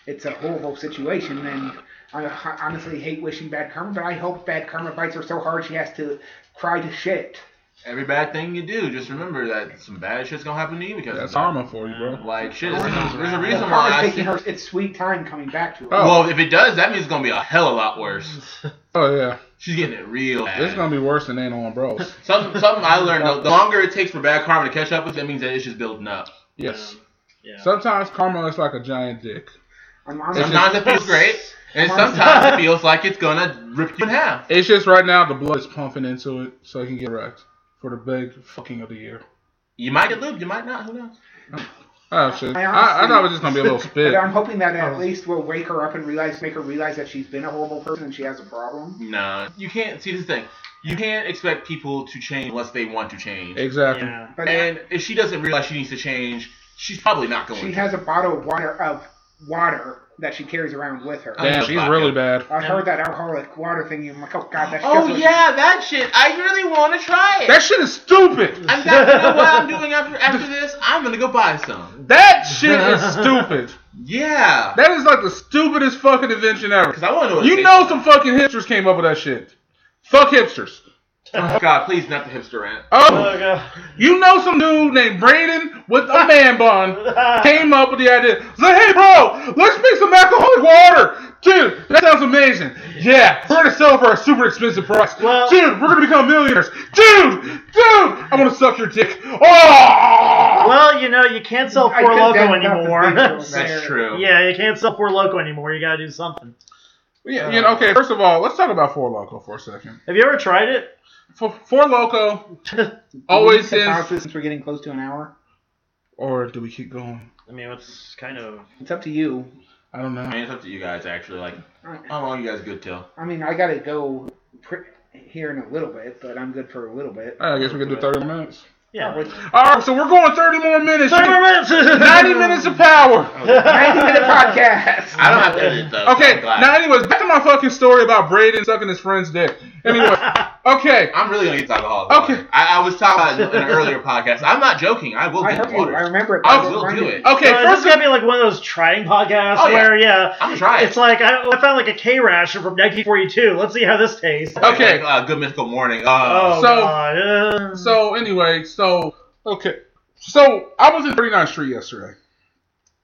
D: it's a horrible situation and I h- honestly hate wishing bad karma but I hope bad karma bites her so hard she has to cry to shit
B: Every bad thing you do, just remember that some bad shit's gonna happen to you because
A: That's
B: it's
A: karma for you, bro.
B: Like shit, there's, a- there's a
D: The
B: reason why
D: karma's
B: I.
D: taking
B: See,
D: her it's sweet time coming back to her
A: Oh.
B: well, if it does, that means it's gonna be a hell of a lot worse.
A: Oh, yeah.
B: She's getting it real bad.
A: This is going to be worse than anal umbrellas.
B: Something, something I learned. The, the longer it takes for bad karma to catch up with, that means that it's just building up.
A: Yes.
C: Yeah.
A: Sometimes karma is like a giant dick.
D: I'm honestly-
B: Sometimes it feels great, and sometimes it feels like it's gonna rip you in half.
A: It's just right now the blood is pumping into it so it can get wrecked for the big fucking of the year.
B: You might get lubed, you might not. Who knows?
A: Oh, shit. I,
D: I honestly-
A: I, thought it was just going to be a little spit.
D: But I'm hoping that at least we'll wake her up and realize, make her realize that she's been a horrible person and she has a problem.
B: No, you can't. See this is the thing, you can't expect people to change unless they want to change.
A: Exactly.
C: Yeah.
D: But
B: And if she doesn't realize she needs to change, she's probably not going.
D: she
B: to.
D: has a bottle of water of water that she carries around with her.
A: Damn, she's really bad.
D: I heard that alcoholic water thing. and I'm like, oh god, that's
B: Oh
D: just
B: yeah, that shit. I really want to try it.
A: That shit is stupid.
B: I'm not, you know what I'm doing after, after this? I'm gonna go buy some.
A: That shit is stupid.
B: Yeah.
A: That is like the stupidest fucking invention ever.
B: Because I want to know. what it
A: You
B: tastes
A: know
B: like.
A: some fucking hipsters came up with that shit. Fuck hipsters.
B: Oh, God, please not the hipster rant.
A: Oh,
C: Oh, God.
A: you know some dude named Braden with a man bun came up with the idea. He's like, hey, bro, let's make some alcoholic water. Dude, that sounds amazing. Yeah, we're gonna sell for a super expensive price.
C: Well-
A: dude, we're gonna become millionaires. Dude, dude, I wanna suck your dick. Oh,
C: Well, you know, you can't sell
D: I
C: Four
D: could
C: Loco
D: definitely not
C: anymore.
D: think of that.
B: That's true.
C: yeah, you can't sell Four Loco anymore. You gotta do something.
A: yeah, you know, okay. First of all, let's talk about Four Loco for a second.
C: Have you ever tried it?
A: Four, Four Loco always
D: Can we
A: is.
D: pause this since we're getting close to an hour.
A: Or do we keep going?
C: I mean, it's kind of
D: It's up to you.
A: I don't
B: I
A: know.
B: mean, it's up to you guys actually. Like,
D: I
B: how long you guys good till?
D: I mean, I gotta go pr- here in a little bit, but I'm good for a little bit.
A: I guess we can do 30 minutes.
C: yeah.
D: Probably.
A: All right, so we're going 30 more minutes.
C: 30 minutes.
A: 90 minutes of power.
D: Ninety minute podcast.
B: I don't have to edit though. so
A: Okay,
B: I'm, glad.
A: now anyways, back to my fucking story about Braden sucking his friend's dick. Anyway, okay.
B: I'm really gonna get to alcohol.
A: Okay.
B: I, I was talking about in an earlier podcast. I'm not joking. I will
D: I
B: get
D: heard you. I
B: water.
D: remember it.
B: I
D: but
B: will
D: remind
B: do
D: me.
B: it.
A: Okay,
C: so this
A: first
C: is gonna be like one of those trying podcasts
B: Oh, yeah.
C: where yeah,
B: I'm gonna try it.
C: it's like I, I found like a K ration from 1942. Let's see how this tastes.
A: Okay.
B: Like, uh, good mythical morning. Uh,
C: Oh
A: So-
C: god. uh.
A: So anyway, so okay. So I was in 39th Street yesterday,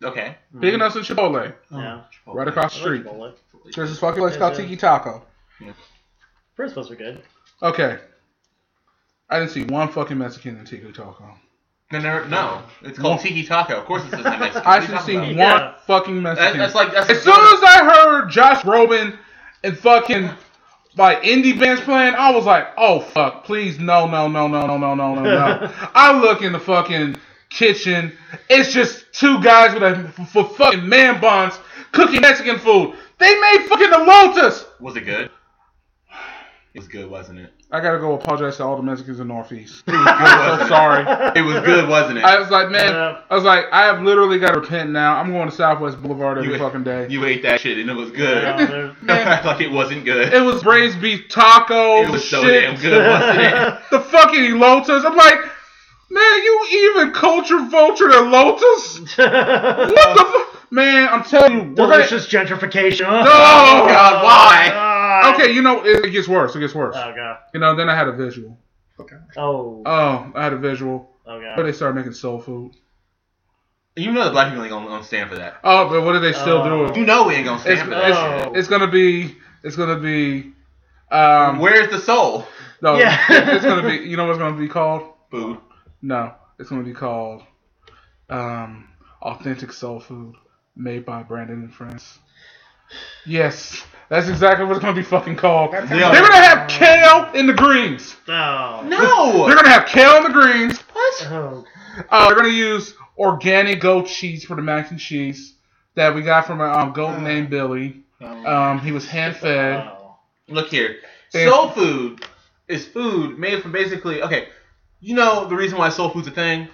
B: Okay.
A: picking up some Chipotle
C: Yeah.
A: right across the street.
C: Chipotle.
A: There's this fucking place
C: Is
A: called
C: it-
A: Tiki Taco.
C: First was good.
A: Okay. I didn't see one fucking Mexican in Tiki Taco.
B: No, no, no. It's called Tiki Taco. Of course, it says that Mexican.
A: I
B: What are
A: should
B: you
A: see
B: talking
A: one
B: about?
C: Yeah.
A: fucking
B: That,
A: Mexican.
B: that's like that's
A: as soon as I heard Josh Robin and fucking like indie bands playing, I was like, oh fuck, please no no no no no no no no no. I look in the fucking kitchen. It's just two guys with a f- f- fucking man buns cooking Mexican food. They made fucking the lotus.
B: was it good? It was good, wasn't it?
A: I gotta go apologize to all the Mexicans in the Northeast.
B: It was good,
A: I'm so
B: wasn't
A: sorry.
B: it? It was good, wasn't it?
A: I was like, man,
C: Yeah.
A: I was like, I have literally got to repent now. I'm going to Southwest Boulevard every
B: You-
A: fucking day.
B: you ate that shit and it was good.
C: Yeah, they're-
A: Man.
B: like it wasn't good.
A: it was braised beef tacos.
B: It was so
A: shit.
B: damn good, wasn't it?
A: the fucking elotas. I'm like, man, you even culture vulture the lotus? What the fuck? Man, I'm telling you, we're gonna-
C: Delicious gentrification. Oh,
A: God,
B: why?
C: God.
A: Okay, you know, it, it gets worse. It gets worse.
C: Oh god.
A: You know, then I had a visual.
C: Oh.
A: Oh, I had a visual.
C: oh
A: But
C: god.
A: they started making soul food.
B: You know the black people ain't gonna, gonna stand for that.
A: Oh, but what are they still
C: Oh.
A: doing?
B: You know we ain't gonna stand
A: It's,
B: for that
A: it's,
C: Oh.
A: it's gonna be. It's gonna be.
B: shit.
A: Um,
B: Where's the soul?
A: no,
C: Yeah.
A: it's gonna be. You know what's gonna be called?
B: Food.
A: No, it's going to be called um, Authentic Soul Food Made by Brandon and Friends. Yes, that's exactly what it's going to be fucking called.
D: That's
A: They're
D: how-
B: Yeah.
A: going to have kale in the greens.
C: Oh.
B: No.
A: They're going to have kale in the greens.
B: what?
C: Oh.
A: Uh, they're going to use organic goat cheese for the mac and cheese that we got from a um,
B: Uh.
A: goat named Billy. Um, he was hand fed.
C: Oh.
B: Look here.
A: And-
B: Soul food is food made from basically okay. You know the reason why soul food's a thing?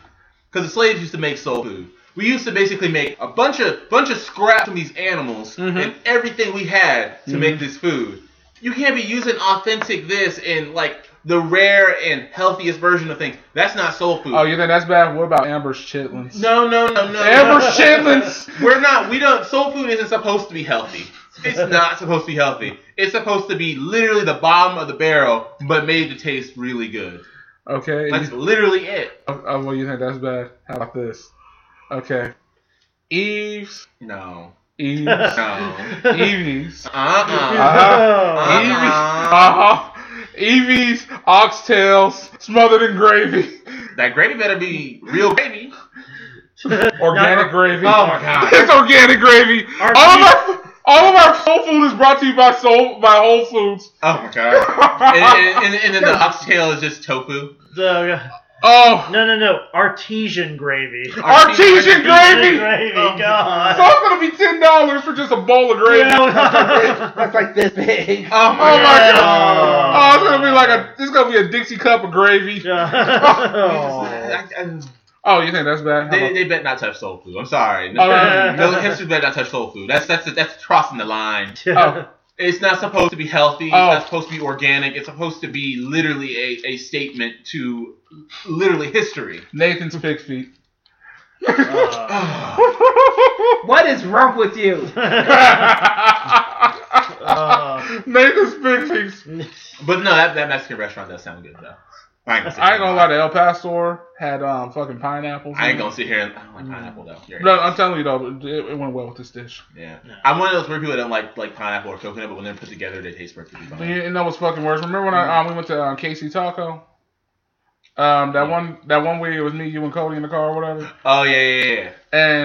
B: Because the slaves used to make soul food. We used to basically make a bunch of bunch of scrap from these animals
A: Mhm.
B: and everything we had to
A: Mhm.
B: make this food. You can't be using authentic this and like the rare and healthiest version of things. That's not soul food.
A: Oh, you think that's bad? What about Amber's chitlins?
B: No, no, no, no.
A: Amber's
B: no.
A: chitlins!
B: We're not. We don't. Soul food isn't supposed to be healthy. It's not supposed to be healthy. It's supposed to be literally the bottom of the barrel, but made to taste really good.
A: Okay.
B: That's literally it.
A: Oh, oh, well, you think that's bad? How about this? Okay. Eves.
B: No.
A: Eves.
B: No. Uh-uh.
A: Evies.
B: Uh uh-uh. uh.
A: Uh-huh. Evies. Uh-huh. Evies, oxtails, smothered in gravy.
B: That gravy better be real gravy.
A: Organic gravy.
B: Oh my god.
A: It's organic gravy.
C: Our
A: all of
C: cheese-
A: our all of our soul food is brought to you by soul by Whole Foods.
B: Oh my god. And, and, and, and then the oxtail is just tofu.
C: Oh, God.
A: oh.
C: No, no, no. Artesian gravy.
A: Artesian
C: Artesian
A: gravy!
C: gravy.
B: Oh,
A: So
C: God.
A: it's gonna be ten dollars for just a bowl of gravy.
D: That's like this big.
A: Oh
B: Oh my
A: my
B: god.
A: god. Oh, it's gonna be like a it's gonna be a Dixie cup of gravy.
C: Yeah.
B: I- I-
A: Oh, you think that's bad? How
B: They,
A: about-
B: they bet not touch soul food. I'm sorry.
A: All
B: No,
A: right.
B: no hipsters better not touch soul food. That's that's that's crossing the line.
A: Oh.
B: It's not supposed to be healthy. It's
A: Oh.
B: not supposed to be organic. It's supposed to be literally a, a statement to literally history.
A: Nathan's pig feet. Uh,
C: Uh,
D: What is wrong with you?
C: uh,
A: Nathan's pig feet.
B: But no, that, that Mexican restaurant does sound good though. I ain't gonna, sit
A: I
B: here
A: ain't gonna
B: and
A: lie, the El Pastor had um fucking pineapples.
B: I ain't gonna sit here and I don't like pineapple though. You're
A: No,
B: right.
A: I'm telling you though, it, it went well with this dish.
B: yeah.
C: No.
B: I'm one of those weird people that don't like like pineapple or coconut, but when they're put together, they taste perfectly
A: And
B: fine.
A: You and that was fucking worse. Remember when I um, we went to um, KC Taco? Um,
B: Mm-hmm.
A: that one that one week it was me, you, and Cody in the car or whatever,
B: Oh yeah, yeah, yeah, yeah.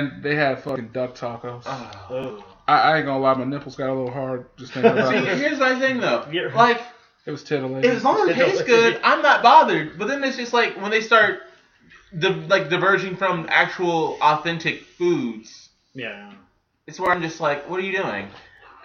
A: and they had fucking duck tacos.
B: Oh.
C: oh.
A: I, I ain't gonna lie, my nipples got a little hard just thinking about
B: See,
A: it.
B: here's my thing though.
C: Yeah.
B: Like
A: It was titillating.
B: as long as it tastes good, I'm not bothered. But then it's just like when they start the like diverging from actual authentic foods.
C: Yeah.
B: It's where I'm just like, what are you doing?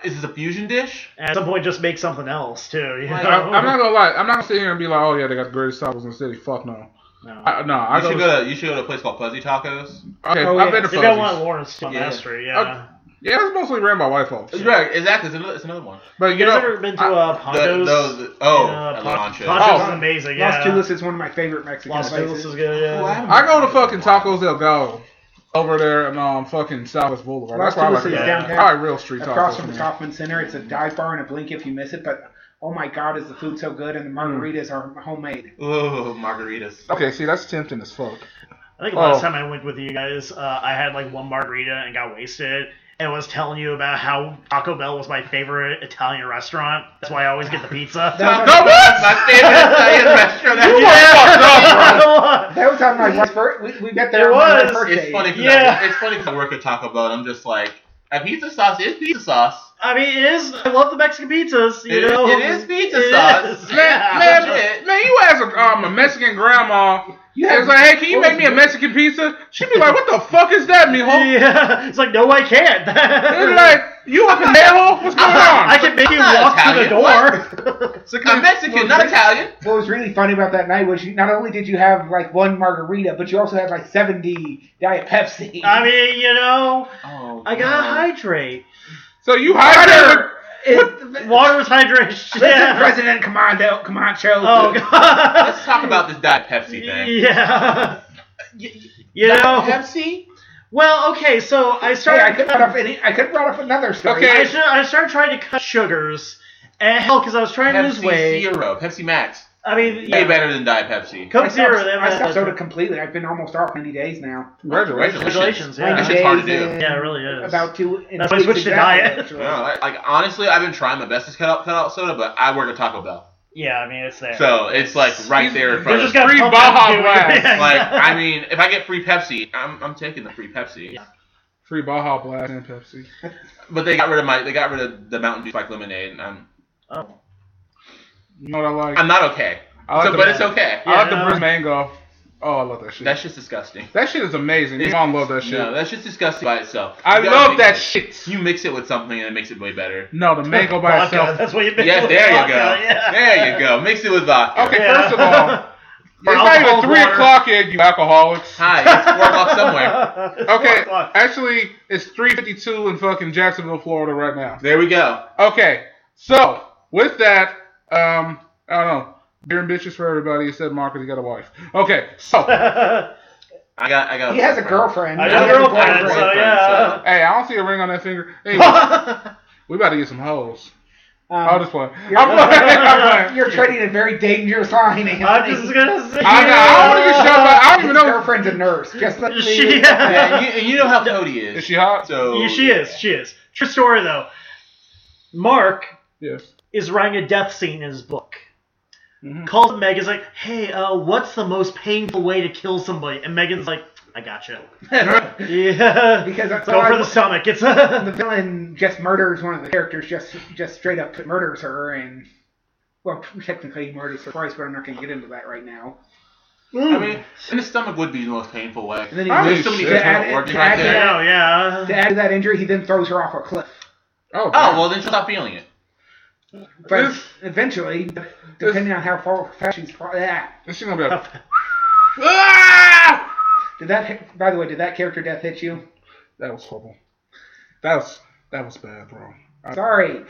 B: Is this a fusion dish?
C: At some point, just make something else too. You
B: Like,
C: know?
A: I, am not gonna lie. I'm not gonna sit here and be like, oh yeah, they got the greatest tacos in the city. Fuck no.
C: No.
A: I, no, I
B: You
A: go.
B: should
A: to-
B: go. To, you should go to a place called Fuzzy Tacos.
A: okay,
D: Oh,
A: I've
D: yeah.
A: been to
C: They got one at
A: Fuzzy's.
C: Lawrence on
B: Yeah.
C: that street. Yeah.
A: Yeah, it's mostly ran by white folks.
B: It's Right, exactly. It's another, it's another one.
A: But you
C: You
A: know,
C: ever been to
A: I-
C: uh,
B: The-
C: Ponchos?
B: those, oh, I
C: uh, Pon-
B: love Ponchos.
C: Ponchos
A: Oh.
C: is amazing.
D: Los
C: Yeah.
D: Tulas is one of my favorite Mexican
C: Los Tulas
D: places.
C: is good.
B: Oh, I
C: Yeah.
B: haven't-
A: I go to fucking Tacos Del Gallo over there in um fucking Southwest Boulevard. That's
D: Los
A: probably
D: Tulas
A: like
D: is
C: Yeah.
D: downtown,
A: probably real street
D: across
A: tacos.
D: from the
A: man.
D: Kaufman Center. It's a dive bar and a blink if you miss it. But oh my God, is the food so good and the
C: Hmm.
D: margaritas are homemade.
B: Ooh, Oh, margaritas.
A: Okay, see that's tempting as fuck.
C: I think the last
A: Oh.
C: time I went with you guys, uh, I had like one margarita and got wasted. And was telling you about how Taco Bell was my favorite Italian restaurant. That's why I always get the pizza.
D: That was,
A: No, what?
B: My favorite Italian restaurant.
A: You are fucked up,
D: that was on my wife's birth. We, we got
C: It
D: there on my
C: was.
D: birthday.
B: It's funny. 'cause
C: Yeah.
B: I, it's funny 'cause I work at Taco Bell, and I'm just like, a pizza sauce is pizza sauce.
C: I mean, it is. I love the Mexican pizzas. You
B: It is-
C: know,
B: it is pizza
C: It
B: sauce.
C: is.
A: bro.
C: Yeah.
A: Man, man, man, you ask a, um, a Mexican grandma.
D: You
A: It's
D: have,
A: like, hey, can you make me a Mexican pizza? She'd be like, what the fuck is that, mijo?
C: Yeah. It's like no, I can't.
A: It's like, you a pendejo? What's going on?
C: I can make you
B: I'm not
C: walk
B: Italian.
C: through the door.
B: I'm Mexican, not Italian.
D: what was really funny about that night was you, not only did you have like one margarita, but you also had like 70 Diet Pepsi.
C: I mean, you know,
B: Oh,
C: I gotta hydrate.
A: so you hired
C: Water is hydration.
D: Listen,
C: Yeah.
D: President Commando, Camacho.
C: Oh
B: Let's
C: god.
B: talk about this Diet Pepsi thing.
C: Yeah.
B: You,
C: You know.
B: Pepsi?
C: Well, okay. So I
D: Sorry, I
C: started.
D: could brought up any. I could brought up another story.
A: Okay.
C: I, should, I started trying to cut sugars. And hell, because I was trying to lose
B: Pepsi
C: weight.
B: Zero, Pepsi Max.
C: I mean,
B: Way
C: yeah.
B: better than Diet Pepsi.
D: I
C: Coke
D: stopped,
C: Zero. they have
D: I stopped
C: that-
D: soda completely. I've been almost off 90 days now.
A: Congratulations.
C: Congratulations.
B: That
C: Yeah.
B: shit's hard to do.
D: and
C: Yeah, it really is.
D: About two. and
C: That's why I
D: two
C: switched to
D: exactly,
C: diet.
D: actually.
B: No, like, like honestly, I've been trying my best to cut out cut out soda, but I work at Taco Bell,
C: Yeah, I mean, it's there.
B: so it's like right there in
C: They're
B: front of.
C: just gonna
A: Free
C: pump
A: Baja
C: up to it.
A: Blast.
C: Yeah.
B: Like I mean, if I get free Pepsi, I'm, I'm taking the free Pepsi.
C: Yeah.
A: Free Baja Blast and Pepsi.
B: But they got rid of my they got rid of the Mountain Dew Spike Lemonade, and I'm
C: Oh.
A: You know what I like?
B: I'm not okay.
A: I like
B: so,
A: the-
B: but it's okay.
A: I like
C: Yeah.
A: the Bruce Mango. Oh, I love that shit.
B: That shit's disgusting.
A: That shit is amazing. Your
B: It's-
A: mom love that shit.
B: No, that shit's disgusting by itself.
A: I
B: You gotta
A: love
B: mix
A: that
B: it.
A: shit.
B: You mix it with something and it makes it way better.
A: No, the mango by
C: Vodka,
A: itself.
C: That's what you make.
B: Yeah,
C: with
B: there you
C: vodka,
B: go.
C: yeah.
B: There you go. Mix it with vodka.
A: Okay,
C: Yeah.
A: first of all, it's
C: For
A: not even
C: alcohol,
A: three
C: water.
A: o'clock yet, you alcoholics.
B: Hi, it's four o'clock somewhere.
C: It's
A: Okay,
C: four o'clock.
A: actually, it's three fifty-two in fucking Jacksonville, Florida, right now.
B: There we go.
A: Okay, so with that, um, I don't know. Beer and bitches for everybody except Mark 'cause he got a wife. Okay, so hey,
B: I got. I got.
D: He has a girlfriend.
C: I
A: got a
D: He has
A: girlfriend,
B: boyfriend,
C: so yeah.
A: I don't see a ring on that finger. Anyway, we about to get some hoes. I'll
D: Um,
A: just play. I'm playing.
D: you're-
A: I'm playing.
D: You're trading a very dangerous line.
C: I'm
D: Anthony.
C: just gonna say.
A: I, know, I don't want to get shot by. I don't
D: His
A: even know.
D: girlfriend's a nurse. Just let me.
C: She-
B: Yeah, and you, and you know how Cody is.
A: Is she hot?
B: So
C: Yeah, she is. She is. True story though. Mark
A: Yes.
C: is writing a death scene in his book.
A: Mhm.
C: Calls up Megan's like, "Hey, uh, what's the most painful way to kill somebody?" And Megan's like, "I gotcha." Yeah.
D: Because that's
C: Go
D: all
C: for
D: I-
C: the stomach. It's
D: the villain just murders one of the characters, just just straight up murders her, and well, technically he murders her twice, but I'm not going to get into that right now.
B: I
C: Mm.
B: mean, in the stomach would be the most painful way.
D: And then he
A: Oh,
B: There's
D: to,
B: so many
A: shit.
B: internal
D: Yeah,
B: organs
D: yeah,
B: right
D: yeah.
B: there.
C: Oh yeah.
D: add to that injury, he then throws her off a cliff.
A: Oh.
B: Oh well, then she'll stop feeling it.
D: But
A: This-
D: eventually, depending on how far fast she's pro- yeah.
A: This shit gonna be. A... ah!
D: Did that? Hit, by the way, did that character death hit you?
A: That was horrible. That was that was bad, bro.
D: Sorry.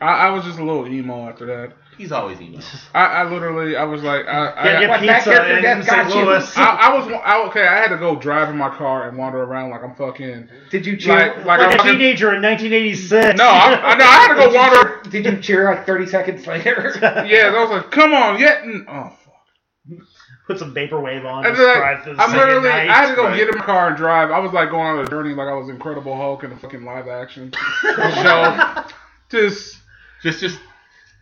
A: I, I was just a little emo after that.
B: He's always emo.
A: I, I literally I was like I I,
C: Get your
A: I,
D: What, that
C: pizza
D: character
C: in
D: death
C: St.
D: got you?
C: Louis.
A: I was I, okay. I had to go drive in my car and wander around like I'm fucking.
D: Did you cheer?
A: Like, like,
C: like
A: I'm
C: a
A: fucking
C: teenager in 1986.
A: no, I, I, no, I had to go wander.
D: did you cheer like 30 seconds later?
A: Yeah, I was like, come on, yet. And, oh, fuck.
C: Put some vaporwave on.
A: And
C: And
A: then,
C: drive to the
A: I'm
C: second
A: literally,
C: night,
A: I had to go
C: right?
A: get in my car and drive. I was like going on a journey like I was Incredible Hulk in a fucking live action show. Just,
B: Just, just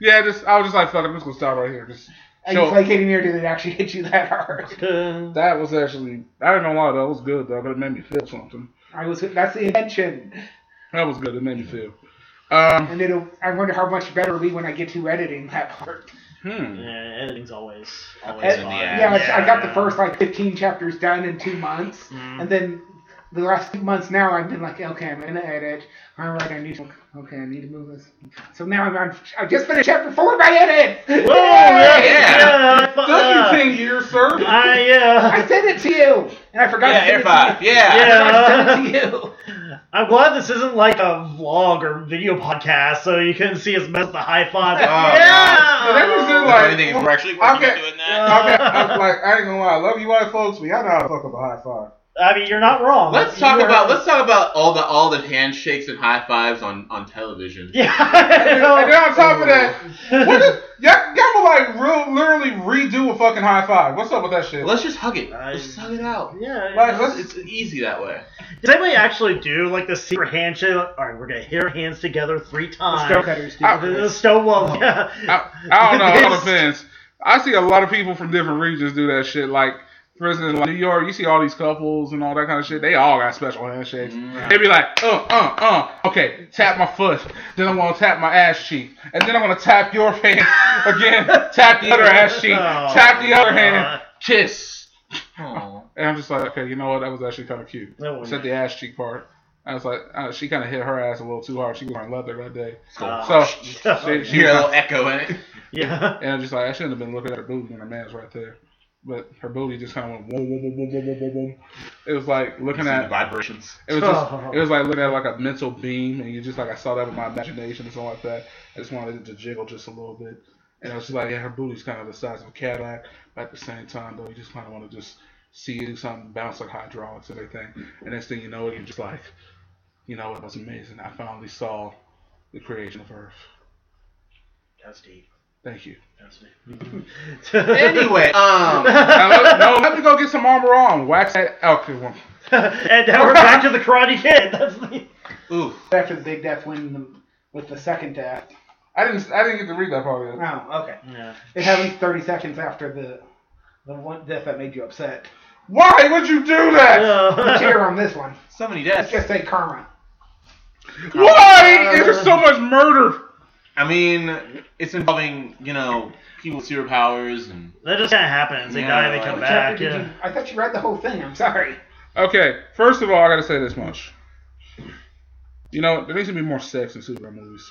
A: yeah, just, I was just like, fuck, I'm just gonna stop right here. Just,
D: Are
A: So-
D: you placating me, or did it actually hit you that hard?
C: Uh,
A: that was actually, I didn't know why that was good though, but it made me feel something.
D: I was. That's the intention.
A: That was good. It made me feel. Um,
D: And it'll, I wonder how much better it'll be when I get to editing that part.
A: Hmm.
C: Yeah, editing's always always
B: Ed-
C: fun.
B: yeah.
D: Yeah, like, I got the
C: Yeah.
D: first like 15 chapters done in two months,
C: Mm.
D: and then the last two months now I've been like, okay, I'm gonna edit. All right, I need to. Okay, I need to move this. So now I'm. on I just finished chapter four of my edit.
C: Whoa!
D: Yay!
C: Yeah, yeah, I,
A: Does
C: uh,
A: you think you, sir?
C: I, yeah.
D: I sent it to you, and I forgot.
B: Yeah,
D: to send
B: air
D: it
B: five.
D: To
B: Yeah.
D: you. I
C: Yeah.
D: sent it to you.
C: I'm glad this isn't like a vlog or video podcast, so you couldn't see us mess the high five.
B: Oh,
A: God. That is
C: yeah!
A: just
B: Do
A: like-
B: anything is we're actually working
A: Okay.
B: on doing
C: Uh,
B: that.
A: Okay, I'm like, I ain't gonna lie. I love you, white folks, but y'all know how to fuck up a high five.
C: I mean, you're not wrong.
B: Let's
C: Uh, You
B: talk
C: were-
B: about let's talk about all the all the handshakes and high fives on on television.
C: Yeah.
A: And then- and then on top of that, what
C: I
A: is, y'all, y'all will like real, literally redo a fucking high five. What's up with that shit?
B: Let's just hug it.
C: I-
B: Let's just hug it out.
C: yeah.
A: Like,
C: yeah.
A: let's-
B: It's easy that way.
C: Does anybody actually do like the secret handshake? All right, we're gonna hit our hands together three times.
D: Stone cutters, dude.
A: I-
C: The Stonewall. Yeah.
A: I, I don't know. It all
C: This-
A: depends. I see a lot of people from different regions do that shit. Like, for instance, like New York, you see all these couples and all that kind of shit. They all got special handshakes.
B: Mm.
A: They be like, uh, uh, uh. Okay, tap my foot. Then I'm gonna tap my ass cheek, and then I'm gonna tap your hand again. tap the other ass cheek.
C: Oh,
A: tap the other hand.
C: God.
A: Kiss.
B: Aw.
A: And I'm just like, okay, you know what? That was actually kind of cute.
C: No,
A: Except the ass cheek part. I was like, uh, she kind of hit her ass a little too hard. She was wearing leather that day.
C: Uh,
B: Cool.
A: So,
C: yeah.
A: she,
B: You
A: she
B: hear a little echo in it.
C: Oh, yeah.
A: and I'm just like, I shouldn't have been looking at her booty when her man's right there. But her booty just kind of went boom, boom, boom, boom, boom, boom, boom, boom. It was like looking
B: See the
A: at.
B: vibrations.
A: It was just. It was like looking at like a mental beam, and you just like I saw that with my imagination and something like that. I just wanted it to jiggle just a little bit, and I was just like, yeah, her booty's kind of the size of a Cadillac, but at the same time though, you just kind of want to just see you do something bounce like hydraulics and everything. And next thing you know, you're just like, you know, it was amazing. I finally saw the creation of Earth.
C: That's deep.
A: Thank you.
C: That's deep.
B: Anyway, um,
A: Now, let, no, let me go get some armor on. Wax that outfit one.
C: and now we're back to the Karate Kid. That's the.
B: ooh,
D: After the big death, when the, with the second death.
A: I didn't. I didn't get to read that part yet.
D: Oh, okay.
C: Yeah.
D: It happens 30 seconds after the the one death that made you upset.
A: Why would you do that?
D: But
C: Yeah.
D: Here on this one,
B: so many deaths.
D: let's just say karma.
A: Why is there so much murder?
B: I mean, it's involving you know people with superpowers and
C: That just kind of happens. They
B: Yeah,
C: die, they
B: like-
C: come
D: What
C: back.
D: chapter did
C: Yeah.
D: you- I thought you read the whole thing. I'm sorry.
A: Okay, first of all, I gotta say this much. You know, there needs to be more sex in superhero movies.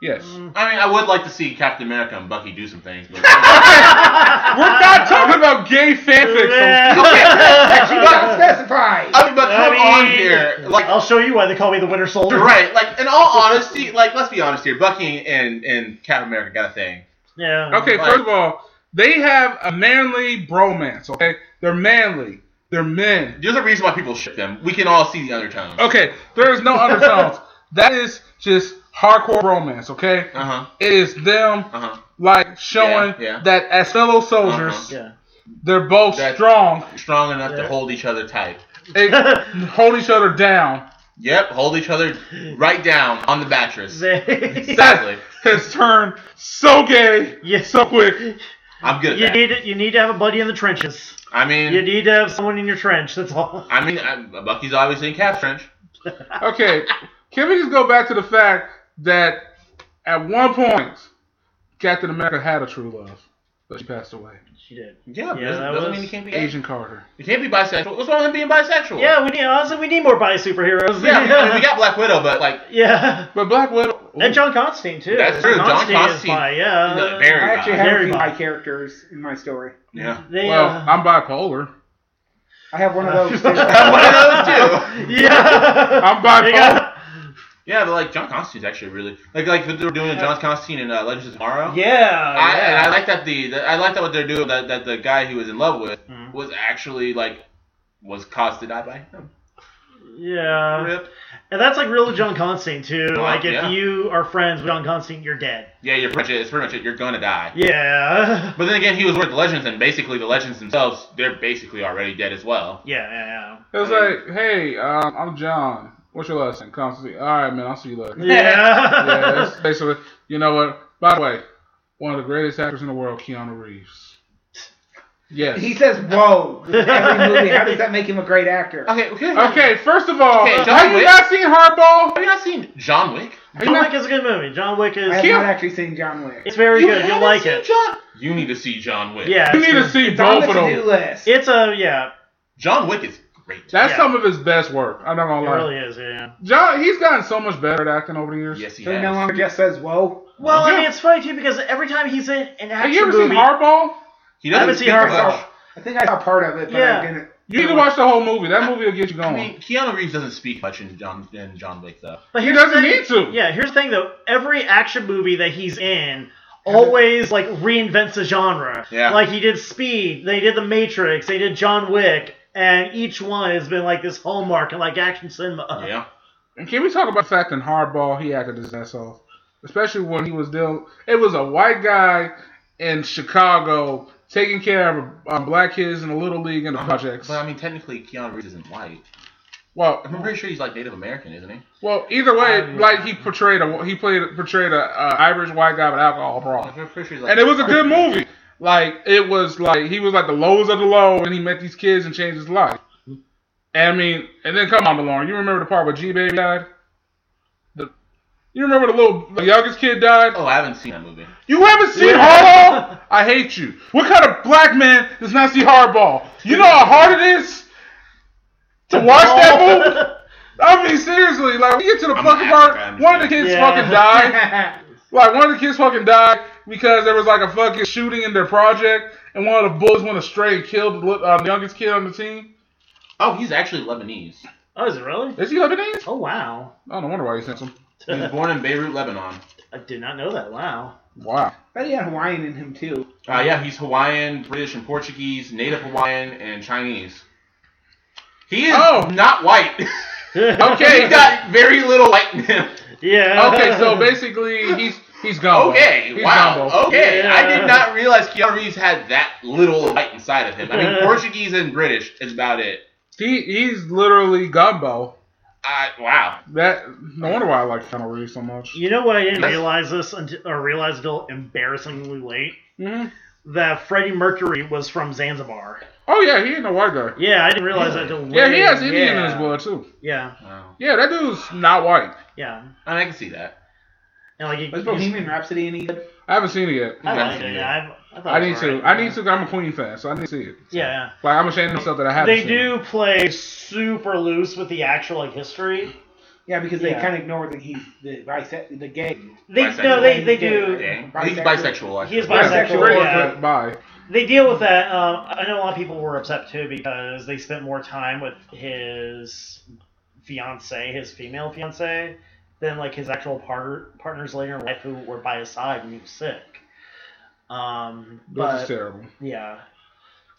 A: Yes.
C: Mm.
B: I mean, I would like to see Captain America and Bucky do some things, but
A: We're not talking about gay fanfic. so-
D: You got specify.
B: I mean, but
C: I
B: come on
C: mean- oh.
B: here, like,
C: I'll show you why they call me the Winter Soldier.
B: right? Like, in all honesty, like, let's be honest here, Bucky and and Captain America got a thing.
C: Yeah.
A: Okay, first of all, they have a manly bromance, okay? They're manly. They're men.
B: There's a reason why people ship them. We can all see the undertones.
C: Oh.
A: Okay, there is no undertones. That is just hardcore romance, okay?
B: Uh huh.
A: It is them,
B: Uh huh.
A: like, showing
B: Yeah, yeah.
A: that as fellow soldiers,
B: Uh-huh.
C: Yeah.
A: they're both
B: That-
A: strong.
B: Strong enough
C: Yeah.
B: to hold each other tight.
A: They hold each other down.
B: Yep, hold each other right down on the mattress.
C: They-
B: Exactly.
A: has turned so gay
C: Yeah.
A: so quick.
B: I'm good
C: you
B: at that.
C: need you need to have a buddy in the trenches.
B: I
C: You
B: mean,
C: need to have someone in your trench. That's all.
B: I mean, I, Bucky's obviously in Cap Trench.
A: Okay, can we just go back to the fact that at one point Captain America had a true love, but she passed away.
C: She did.
B: Yeah,
C: Yeah,
B: doesn't,
C: that
B: doesn't
C: was-
B: mean you can't be Asian.
A: Agent Carter.
B: You can't be bisexual. What's wrong with being bisexual?
C: Yeah, we need honestly we need more bi superheroes.
B: yeah. I mean, we got Black Widow, but like,
C: yeah.
A: But Black Widow.
C: And John Constantine too.
B: That's true, John
C: is
B: Constantine.
C: bi. Yeah.
B: No, very-
D: I actually
C: bi.
D: have a
C: Very
D: few
C: bi.
D: bi characters in my story.
B: yeah,
C: They,
A: well,
C: uh,
A: I'm bipolar.
D: I have one of those. too.
B: one of those too.
C: yeah.
A: I'm
C: They
A: bipolar.
C: got-
B: Yeah, but like John Constantine's actually really like like what they were doing with John Constantine in uh, Legends of Tomorrow.
C: yeah. Yeah.
B: I, and I like that the, the I like that what they're doing that, that the guy he was in love with
C: Mhm.
B: was actually like was caused to die by him.
C: yeah.
B: Rip.
C: And that's like real John Constantine too.
B: Wow,
C: like if
B: yeah.
C: you are friends with John Constantine, you're dead.
B: Yeah, you're pretty much, it's pretty much it. You're gonna die.
C: Yeah.
B: But then again, he was with the Legends, and basically the Legends themselves they're basically already dead as well.
C: Yeah, yeah,
A: It was like, hey, um, I'm John. What's your last name? Constantine. All right, man. I'll see you later.
C: yeah. Yeah.
A: yeah, that's basically. You know what? By the way, one of the greatest actors in the world, Keanu Reeves. Yes.
D: He says "whoa" in every movie. How does that make him a great actor?
B: Okay, okay.
A: Okay, first of all,
B: Okay, John
A: have you
B: Wick.
A: not seen Hardball?
B: Have you not seen John Wick?
A: Have you
C: John Wick
A: not?
C: is a good movie. John Wick
D: I
C: is
D: have
A: Cute.
D: not actually seen John Wick.
C: it's very
B: You
C: good. You'll
B: haven't
C: like
B: seen
C: it.
B: John. You need to see John Wick.
C: Yeah,
A: You
C: it's
A: need to
C: good.
A: see
D: It's on
A: both
D: the
A: of
D: to-do
A: them.
D: list.
C: It's a yeah.
B: John Wick is great.
A: That's
C: Yeah.
A: some of his best work. I'm not
C: It
A: gonna lie.
C: really is. Yeah.
A: John, he's gotten so much better at acting over the years.
B: Yes, he
D: so he
B: has.
D: no longer just says "whoa."
C: Well, I
A: Yeah.
C: mean, it's funny too because every time he's in an
A: Have
C: action
A: you ever
C: movie,
A: seen Hardball?
B: he doesn't
C: haven't seen
B: speak
C: Hard
D: I,
B: much.
D: saw, I think I saw part of it, but
C: Yeah.
D: I didn't.
A: You need to watch the whole movie. That movie will get you
B: I
A: going.
B: mean, Keanu Reeves doesn't speak much in John in John Wick though.
C: but
A: he
C: here's the
A: doesn't
C: thing-
A: need to.
C: Yeah, here's the thing though. Every action movie that he's in always like reinvents the genre.
B: Yeah.
C: Like he did Speed, they did The Matrix, they did John Wick, and each one has been like this hallmark and like action cinema.
B: Yeah.
A: And can we talk about the fact in Hardball he acted his ass off, especially when he was dealing. It was a white guy in Chicago taking care of um, black kids in the little league and
B: Uh-huh.
A: the projects.
B: But I mean, technically, Keanu Reeves isn't white. I'm
A: Well,
B: pretty sure he's like Native American, isn't he?
A: well, either way,
C: Um,
A: like he portrayed a he played portrayed a uh, Irish white guy with alcohol problem,
B: I'm pretty sure he's like.
A: and it was a good movie. Like it was like he was like the lows of the low, and he met these kids and changed his life. And I mean, and then come on, Lauren, you remember the part where G Baby died? The, you remember the little the youngest kid died?
B: Oh, I haven't seen that movie.
A: You haven't seen Hardball? I hate you. What kind of black man does not see Hardball? You know how hard it is to watch that movie? I mean, seriously, like, we get to the
B: I'm
A: fucking
B: an
A: part,
B: African.
A: one of the kids
C: Yeah.
A: fucking died. Like, one of the kids fucking died because there was, like, a fucking shooting in their project, and one of the boys went astray and killed the li- uh, the youngest kid on the team.
B: Oh, he's actually Lebanese.
C: Oh, is it really?
A: Is he Lebanese?
C: Oh wow.
A: I don't wonder why he sent him.
B: He was born in Beirut, Lebanon.
C: I did not know that. Wow.
A: Wow.
D: But he had Hawaiian in him too.
B: Uh, yeah, he's Hawaiian, British, and Portuguese, Native Hawaiian, and Chinese. He is
A: Oh.
B: not white.
A: Okay.
B: He's got very little white in him.
C: yeah.
A: Okay, so basically, he's he's gone.
B: Okay,
A: Oh, He's
B: wow. Oh.
A: gone, bro.
B: Okay, I
C: Yeah.
B: did not realize Keanu Reeves had that little white inside of him. I mean, Portuguese and British is about it.
A: He, he's literally gumbo.
B: I, wow.
A: That no wonder why I like Keanu Reeves so much.
C: You know what I didn't
B: That's-
C: realize this until or realize until embarrassingly late
A: hmm
C: that Freddie Mercury was from Zanzibar.
A: Oh yeah, he ain't a white guy.
C: Yeah, I didn't realize that until
A: Yeah, he
C: way-
A: has Indian
C: yeah.
A: in his blood too.
C: Yeah,
B: Wow.
A: Yeah, that dude's not white.
C: yeah,
B: I, mean, I can see that.
C: and like
D: Was
C: he,
D: Bohemian Rhapsody any good?
A: I haven't seen it yet.
C: I liked
B: Yeah.
C: it. Yeah, I, I, thought
A: I
C: it
A: need
C: was
A: to.
C: alright.
A: I need to. I'm a Queen fan, so I need to see it.
C: Yeah,
A: Like I'm ashamed of myself that I
C: yeah.
A: haven't.
C: they
A: seen
C: do play super loose with the actual like history.
D: Yeah, because they
C: Yeah.
D: kind of ignore that he's the bise- the gay.
C: They
B: Bisexual.
C: no, they they do.
B: Dang. He's
D: Bisexual.
B: bisexual.
C: He is
A: It. Yeah,
C: bisexual,
A: it's great,
C: yeah.
A: but Bye.
C: They deal with that. Um, I know a lot of people were upset too because they spent more time with his fiance, his female fiance, than like his actual partner partners later in life who were by his side when he was sick. Um,
A: This is
C: but
A: terrible.
C: yeah,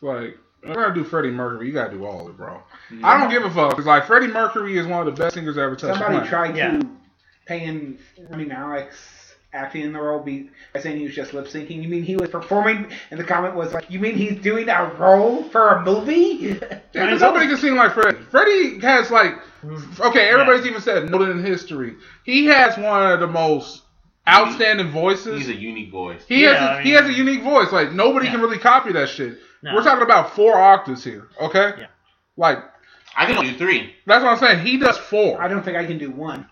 A: Like. We're gonna do Freddie Mercury. You gotta do all of it, bro. I don't give a fuck. It's like Freddie Mercury is one of the best singers I ever touched. the
D: Somebody
A: planet.
D: tried
C: Yeah.
D: to pay in I mean Alex acting in the role be, by saying he was just lip syncing. You mean he was performing? And the comment was like, "You mean he's doing a role for a movie?"
A: Yeah, 'cause nobody can sing like Freddie. Freddie has like, okay, everybody's
C: Mm-hmm. Yeah.
A: even said noted in history. He has one of the most outstanding voices.
B: He's a unique voice.
A: he has
C: Yeah,
A: a,
C: I
A: he
C: mean-
A: has a unique voice. Like nobody can really copy that shit.
C: No.
A: We're talking about four octaves here, okay?
C: Yeah.
A: Like
B: I can only do three.
A: that's what I'm saying. He does
D: I
A: four.
D: don't think I can do one.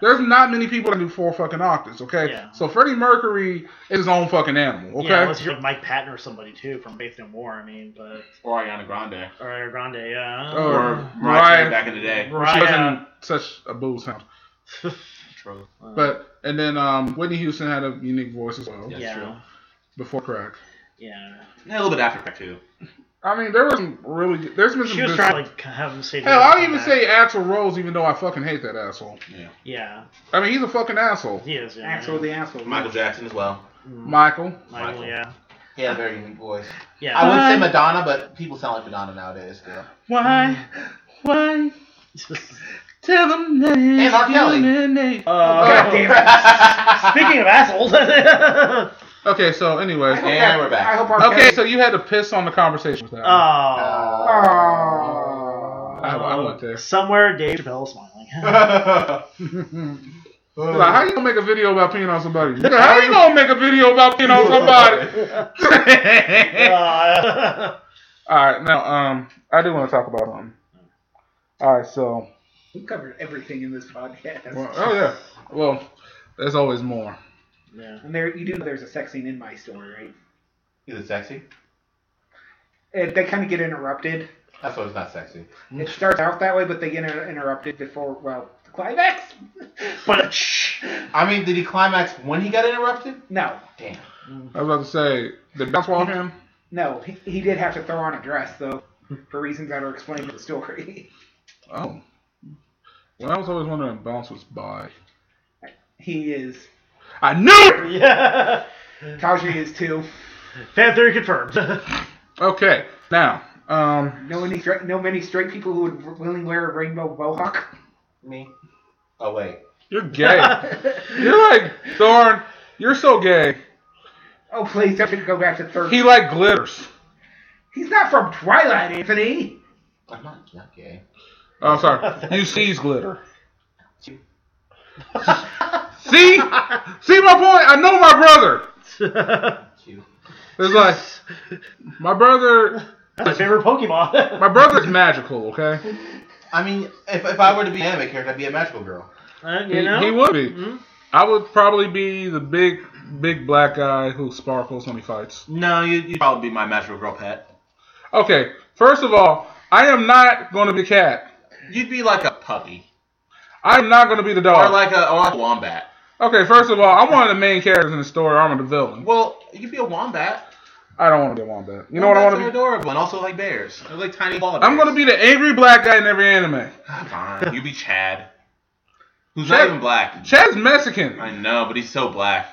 A: There's not many people that do four fucking octaves, okay?
C: Yeah.
A: So Freddie Mercury is his own fucking animal, okay?
C: yeah, unless you're like Mike Patton or somebody too from Faith No More. I mean, but
B: Or Ariana Grande.
C: or Ariana Grande, yeah.
A: Oh,
B: Or Mariah
A: Mariah.
B: Carey back in the day.
A: she
C: Mariah.
A: doesn't such a boo sound.
B: True.
A: But and then um, Whitney Houston had a unique voice as well
B: Yeah. that's
C: yeah,
B: true.
A: before crack.
C: yeah.
B: Yeah, a little bit after crack too.
A: I mean, there was some really good, there's been some
C: She was
A: good
C: trying to like have him say.
A: Hell, I'll even say Axl Rose, even though I fucking hate that asshole.
B: Yeah.
C: Yeah,
A: I mean, he's a fucking asshole.
C: he is. Yeah, Mm,
D: Axel the asshole.
B: Michael Jackson as well.
C: Michael,
A: Michael.
B: Michael.
C: yeah,
B: He had a very unique voice.
C: yeah.
E: I would say
A: Why?
E: Madonna, but people sound like Madonna nowadays. Still.
A: Why? Why? Tell them that
E: And R. Kelly.
C: Oh.
D: God damn it.
C: Speaking of assholes, oh,
A: Okay, so anyways.
D: I hope
E: And
D: that-
E: we're back.
D: I hope our
A: Okay, so you had to piss on the conversation with that. one.
D: Oh.
A: I, I went there.
C: somewhere Dave Chappelle is smiling.
A: Like, how you gonna make a video about peeing on somebody? Nigga, how you gonna make a video about peeing on somebody?
C: Uh,
A: All right, now um, I do want to talk about um. All right, so
D: We covered everything in this podcast.
A: well, oh yeah, well, there's always more.
C: Yeah.
D: and there, you do know there's a sex scene in my story, right?
E: Is it sexy?
D: It, they kind of get interrupted.
E: That's why it's not sexy.
A: Mm.
D: It starts out that way, but they get inter- interrupted before, well, the climax.
C: But
E: I mean, did he climax when he got interrupted?
D: No,
E: Damn.
A: I was about to say, did bounce walk him?
D: no, he, he did have to throw on a dress though, for reasons that are explained in the story.
A: Oh, well, I was always wondering if bounce was by.
D: he is.
A: I knew it.
C: yeah.
D: Tajri is too.
C: Fan theory confirmed.
A: Okay, now um,
D: No many, stra- no many straight people who would willingly wear a rainbow mohawk.
E: Me. Oh wait.
A: you're gay. you're like Thorn. You're so gay.
D: Oh please, I should go back to third.
A: He like glitters.
D: He's not from Twilight, Anthony.
E: I'm not, not gay.
A: Oh, sorry. You sees glitter. See, see my point. I know my brother.
C: That's
E: Cute.
A: It's like my brother.
C: my favorite Pokemon.
A: My brother's magical. Okay,
E: I mean, if, if I were to be an anime character, I'd be a magical girl.
C: Uh,
A: he,
C: you know?
A: he would be.
C: Hmm?
A: I would probably be the big, big black guy who sparkles when he fights.
B: No, you, you'd probably be my magical girl pet.
A: Okay, first of all, I am not going to be cat.
B: You'd be like a puppy.
A: I am not going to be the
E: Oh.
B: Or
A: dog.
B: like a, or like a wombat.
A: Okay, first of all, I'm one of the main characters in the story. I'm the villain.
B: Well, you could be a wombat.
A: I don't want to be a wombat. You know what I
B: Wombats are
A: want to be?
B: Adorable, and also like bears. They're like tiny ball.
A: I'm going to be the angry black guy in every anime.
B: Fine, you be Chad, who's
A: Chad-
B: not even black.
A: Chad's Mexican.
B: I know, but he's so black.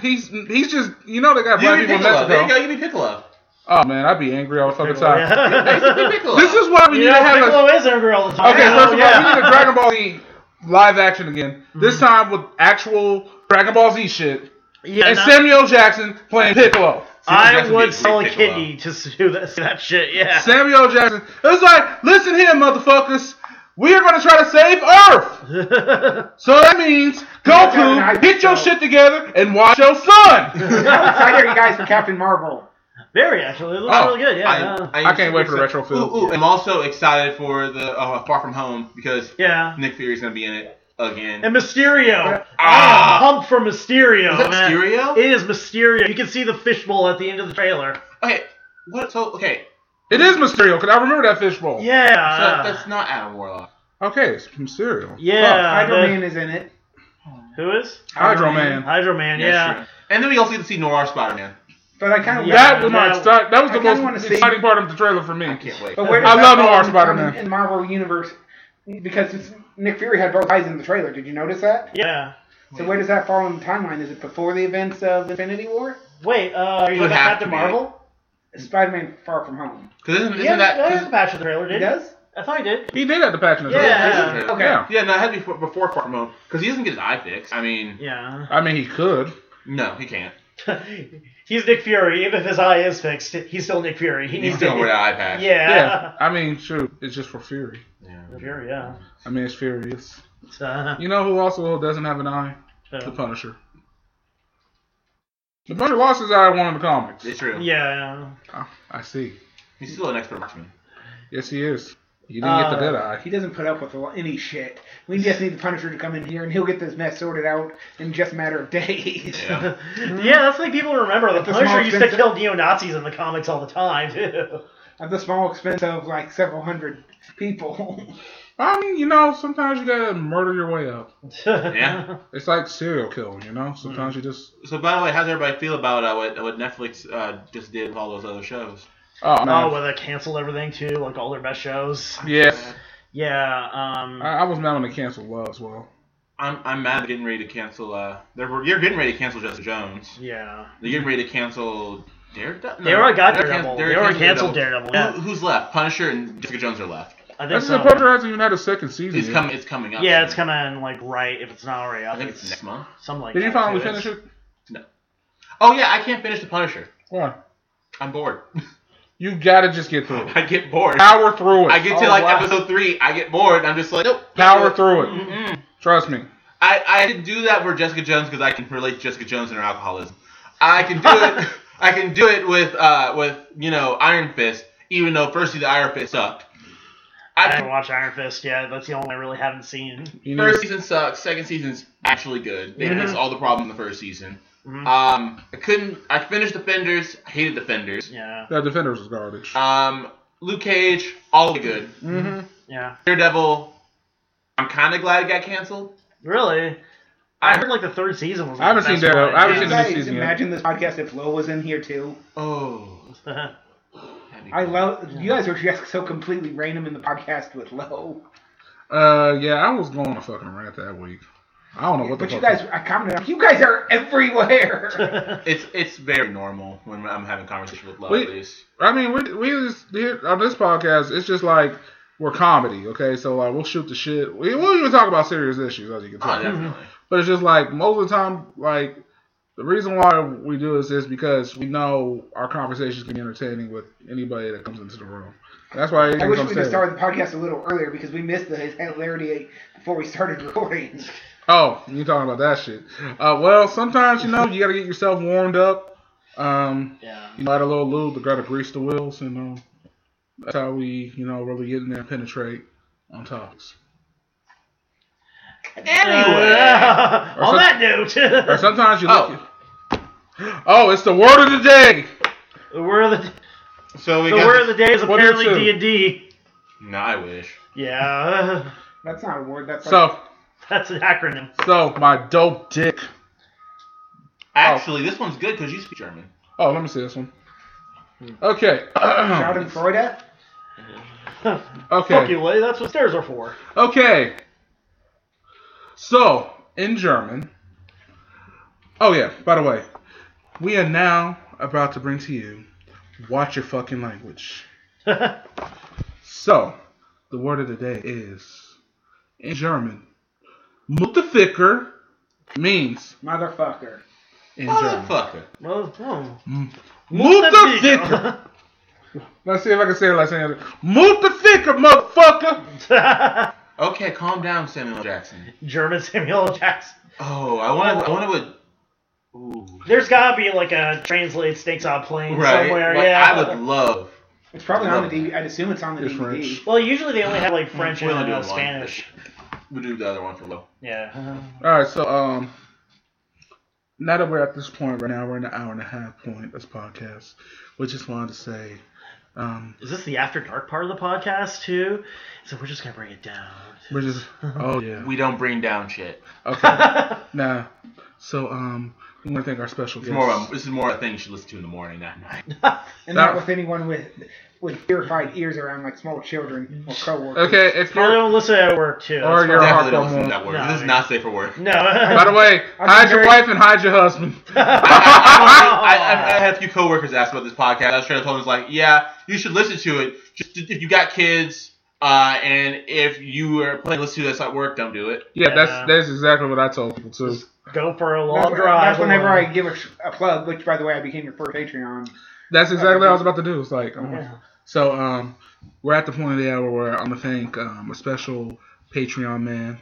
A: He's he's just you know they got
B: You
A: black
B: be
A: people in
B: Piccolo. There you go.
A: Mexico.
B: You be Piccolo.
A: Oh man, I'd be angry all the fucking
C: Piccolo,
A: time.
B: Basically
C: yeah.
B: Piccolo.
A: This is why we
C: you
A: need to
C: know,
A: have a
C: Piccolo is a girl.
A: Okay,
C: so
A: first of all, we
C: yeah.
A: need a Dragon Ball Z live action again. This time with actual Dragon Ball Z shit.
C: yeah,
A: and
C: no,
A: Samuel Jackson playing Piccolo.
C: I
B: Jackson
C: would
B: beat
C: sell a
B: Piccolo.
C: kidney to do that, see that shit. Yeah.
A: Samuel Jackson. It was like, listen here, motherfuckers. We are going to try to save Earth. So that means, Goku, get your shit together and watch your son.
D: I hear you guys from Captain Marvel.
C: Very actually, it looks
A: Oh,
C: really good. Yeah. no.
A: I can't wait for the retro
B: Ooh,
A: film.
B: ooh, I'm also excited for the uh, Far From Home because
C: yeah.
B: Nick Fury's gonna be in it again.
C: And Mysterio.
B: Ah!
C: Pump for Mysterio.
B: Is that
C: man.
B: Mysterio?
C: It is Mysterio. You can see the fishbowl at the end of the trailer.
B: okay, what? So okay,
A: It is Mysterio, because I remember that fishbowl.
B: Oh. so
C: Yeah.
B: that's not Adam Warlock.
A: Okay, it's Mysterio.
C: yeah.
D: Hydro
C: the-
D: Man is in it.
C: Who is?
A: Hydro Man.
C: Hydro Man.
B: That's
C: Yeah.
B: true. And then we also get to see Noir Spider-Man.
D: But I kind of
C: Yeah.
A: That was my
C: Yeah.
A: exci- that was
D: I
A: the
D: kinda wanna
A: most
D: see-
A: exciting part of the trailer for me.
B: I can't wait.
D: But where
A: I
D: does
A: love
D: that
A: noir
D: fall in-
A: Spider-Man.
D: in Marvel Universe because it's, Nick Fury had both eyes in the trailer. Did you notice that?
C: Yeah.
D: So where does that fall in the timeline? Is it before the events of Infinity War?
C: Wait. Uh, are you
B: Would
C: looking
B: have
C: at
B: to
C: Captain
B: be.
C: Marvel?
D: Spider-man Far From Home.
B: Because isn't, isn't
C: yeah, that is a
B: that?
C: patch of the trailer,
D: He
C: did
D: does?
C: I thought he did.
A: He did have the patch in the
C: Yeah.
A: trailer.
D: Okay.
A: Yeah.
B: Yeah, no, it had to be before, before Far From Home because he doesn't get his eye fixed. I mean,
C: Yeah.
A: I mean, he could.
B: no, he can't.
C: he's Nick Fury. Even if his eye is fixed, he's still Nick Fury. He
B: He's
C: needs
B: still
C: to.
B: wear the eye patch.
A: Yeah.
C: Yeah.
A: I mean, shoot, it's just for Fury.
B: Yeah.
C: Nick Fury. Yeah.
A: I mean, it's furious.
C: It's, uh,
A: You know who also doesn't have an eye? The
C: so-
A: Punisher. The Punisher lost his eye in one of the comics.
B: It's true.
C: yeah.
A: Oh, I see.
B: He's still an expert marksman.
A: Yes, he is. He didn't get the
C: Uh,
A: good eye.
D: He doesn't put up with any shit. We just need the Punisher to come in here, and he'll get this mess sorted out in just a matter of days.
B: Yeah.
A: Hmm?
C: Yeah, that's like people remember. The
D: At the
C: Punisher
D: small
C: used to
D: expense-
C: kill neo Nazis in the comics all the time too.
D: At the small expense of like several hundred people.
A: I mean, you know, sometimes you gotta murder your way up.
B: Yeah.
A: It's like serial killing, you know?
C: Mm.
A: Sometimes you just.
B: So, by the way, how's everybody feel about uh, what, what Netflix uh, just did with all those other shows?
A: Oh, man.
C: Oh, well, they canceled everything too, like all their best shows.
A: yes.
C: Yeah. Um.
A: I, I was mad when they canceled Love as well.
B: I'm, I'm mad they're getting ready to cancel. Uh, they're you're getting ready to cancel Jessica Jones.
C: yeah.
B: They're getting ready to cancel Daredevil.
C: They already got
B: they're
C: Daredevil.
B: can-
C: They already canceled Daredevil.
B: Who,
C: Yeah.
B: who's left? Punisher and Jessica Jones are left.
C: I think
A: That's
C: so.
A: just the Punisher hasn't even had a second season.
B: It's
A: yet.
B: coming. It's coming up.
C: Mm-hmm. Yeah,
B: soon.
C: it's coming like right if it's not already.
B: I
C: out.
B: think it's next month.
C: something like.
A: Did you
C: that,
A: finally
C: too.
A: finish it?
B: Oh yeah, I can't finish the Punisher.
A: Why?
B: I'm bored.
A: You gotta just get through it.
B: I get bored.
A: Power through it.
B: I get to
C: Oh,
B: like
C: wow.
B: episode three. I get bored. I'm just like, nope.
A: Power through it.
B: Mm-mm.
A: Trust me.
B: I I can do that for Jessica Jones because I can relate to Jessica Jones and her alcoholism. I can do it. I can do it with uh with you know Iron Fist. even though first season Iron Fist sucked.
C: I
B: I,
C: haven't watched Iron Fist yet. That's the only one I really haven't seen.
A: You know,
B: first season sucks. Second season's actually good. They
D: Mm-hmm.
C: Mhm.
B: fixed all the problems in the first season.
C: Mhm.
B: Um, I couldn't. I finished Defenders. I hated Defenders.
C: yeah,
A: that Defenders was garbage.
B: Um, Luke Cage, all good.
A: Mm-hmm.
C: yeah.
B: Daredevil, I'm kind of glad it got canceled.
C: Really? I heard like the third season was.
A: I haven't
C: the
A: seen
C: best
A: Daredevil.
C: one.
A: I haven't seen
D: Can you
A: the new
D: guys
A: season yet.
D: imagine this podcast if Lo was in here too?
B: Oh,
D: I love you guys are just so completely random in the podcast with Lo.
A: Uh, yeah, I was going on a fucking rant that week. I don't know what the
D: But you
A: fuck.
D: guys, I commented on you guys are everywhere.
B: It's it's very normal when I'm having conversation with love.
A: Wait.
B: at least.
A: I mean, we we just here on this podcast. It's just like we're comedy, okay? So like we'll shoot the shit. We won't even talk about serious issues, as you can tell.
B: Oh, definitely.
A: But it's just like most of the time, like the reason why we do this is because we know our conversations can be entertaining with anybody that comes into the room. That's why
D: I
A: anything
D: wish
A: I'm
D: we'd have
A: saying.
D: started the podcast a little earlier because we missed the hilarity before we started recording.
A: Oh, you talking about that shit? Uh, well, sometimes you know you got to get yourself warmed up. Um,
C: yeah.
A: you know, add a little lube to gotta grease the wheels, and um, that's how we, you know, really get in there and penetrate on topics.
B: Anyway,
A: Or
C: on
A: some-
C: that note,
A: Or sometimes you look.
B: Oh.
A: Oh, it's the word of the day.
C: the word of the,
E: So we
C: the
E: got
C: word of the day is
A: What is
C: apparently D
A: it?
C: and D.
B: no, I wish.
C: Yeah,
D: That's not a word. That's like,
A: So,
C: that's an acronym.
A: so my dope dick.
B: Actually, this one's good because you speak German.
A: Oh, let me see this one.
C: Hmm.
A: Okay. um,
D: Schadenfreude.
C: Fuck
A: okay.
C: you, Lay. That's what stairs are for.
A: Okay. So, in German. Oh, yeah, by the way, we are now about to bring to you Watch Your Fucking Language. So, the word of the day is in German, Mutterficker means
D: Motherfucker.
A: in German.
B: Motherfucker.
C: well, oh.
A: Mutterficker. Let's see if I can say it like saying it. Mutterficker, motherfucker.
B: Okay, calm down, Samuel L. Jackson.
C: German Samuel L. Jackson.
B: Oh, I want to. I want to. Ooh.
C: There's gotta be like a translate snakes on plane
B: Right.
C: somewhere.
B: like,
C: yeah.
B: I would love.
D: It's probably on the DVD. I'd assume it's on the
A: It's
D: DVD.
A: French.
C: Well, usually they only have like French
B: We
C: and
B: only do
C: uh,
B: one.
C: Spanish.
B: We do the other one for low.
C: Yeah.
A: All right, so um, now that we're at this point right now, we're in the hour and a half point of this podcast. We just wanted to say, um,
C: Is this the after dark part of the podcast too? So we're just gonna bring it down.
A: we're just oh yeah
B: We don't bring down shit.
A: okay nah. So um, we want to thank our special
B: It's
A: guest.
B: more. of a- This is more a thing you should listen to in the morning, not at night.
D: And
A: That-
D: not with anyone with with terrified ears around, like small children or coworkers.
A: Okay, if
C: Probably
A: you're
C: don't listen to it at work too.
A: Or
C: That's
A: your-
B: Definitely
C: probably-
B: don't listen
A: hormone.
B: to that word.
C: No,
B: this is
C: I-
B: not safe for work.
A: by the
C: No.
A: way, hide your
D: very-
A: wife and hide your husband.
B: I, I, I had a few coworkers ask about this podcast. I was trying to tell them, it's like, yeah, you should listen to it. Just if you got kids, uh, and if you are planning to listen to this at work, don't do it.
A: yeah,
C: Yeah.
A: that's that's exactly what I told people too.
C: Go for a long
D: That's,
C: drive.
D: that's whenever I
C: alone.
D: give a, sh- a plug, which by the way, I became your first Patreon.
A: That's exactly what I was about to do. It's like, oh.
C: Yeah.
A: so um, we're at the point of the hour where I'm gonna thank um, a special Patreon man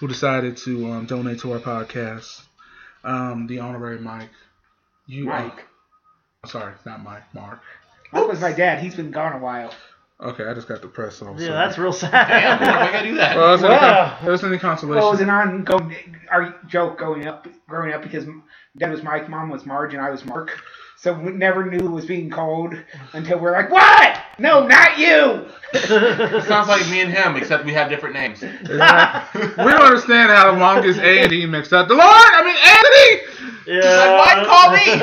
A: who decided to um, donate to our podcast. Um, the honorary Mike. You,
D: Mike.
A: uh, sorry, not Mike. Mark.
D: That was my dad. He's been gone a while.
A: Okay, I just got the press off.
C: Yeah,
A: sorry.
C: that's real sad.
B: Damn, why I gotta do that?
A: Well, it was any,
C: Wow.
A: con- it was any consolation.
D: Well, it was an ongoing our joke going up, growing up because dad was Mike, mom was Marge, and I was Mark. So we never knew it was being called until we're like, what? No, not you.
B: it sounds like me and him, except we have different names.
A: It's like- we don't understand how the mom gets A and E mixed up. The Lord, I mean Anthony.
B: why call
A: It's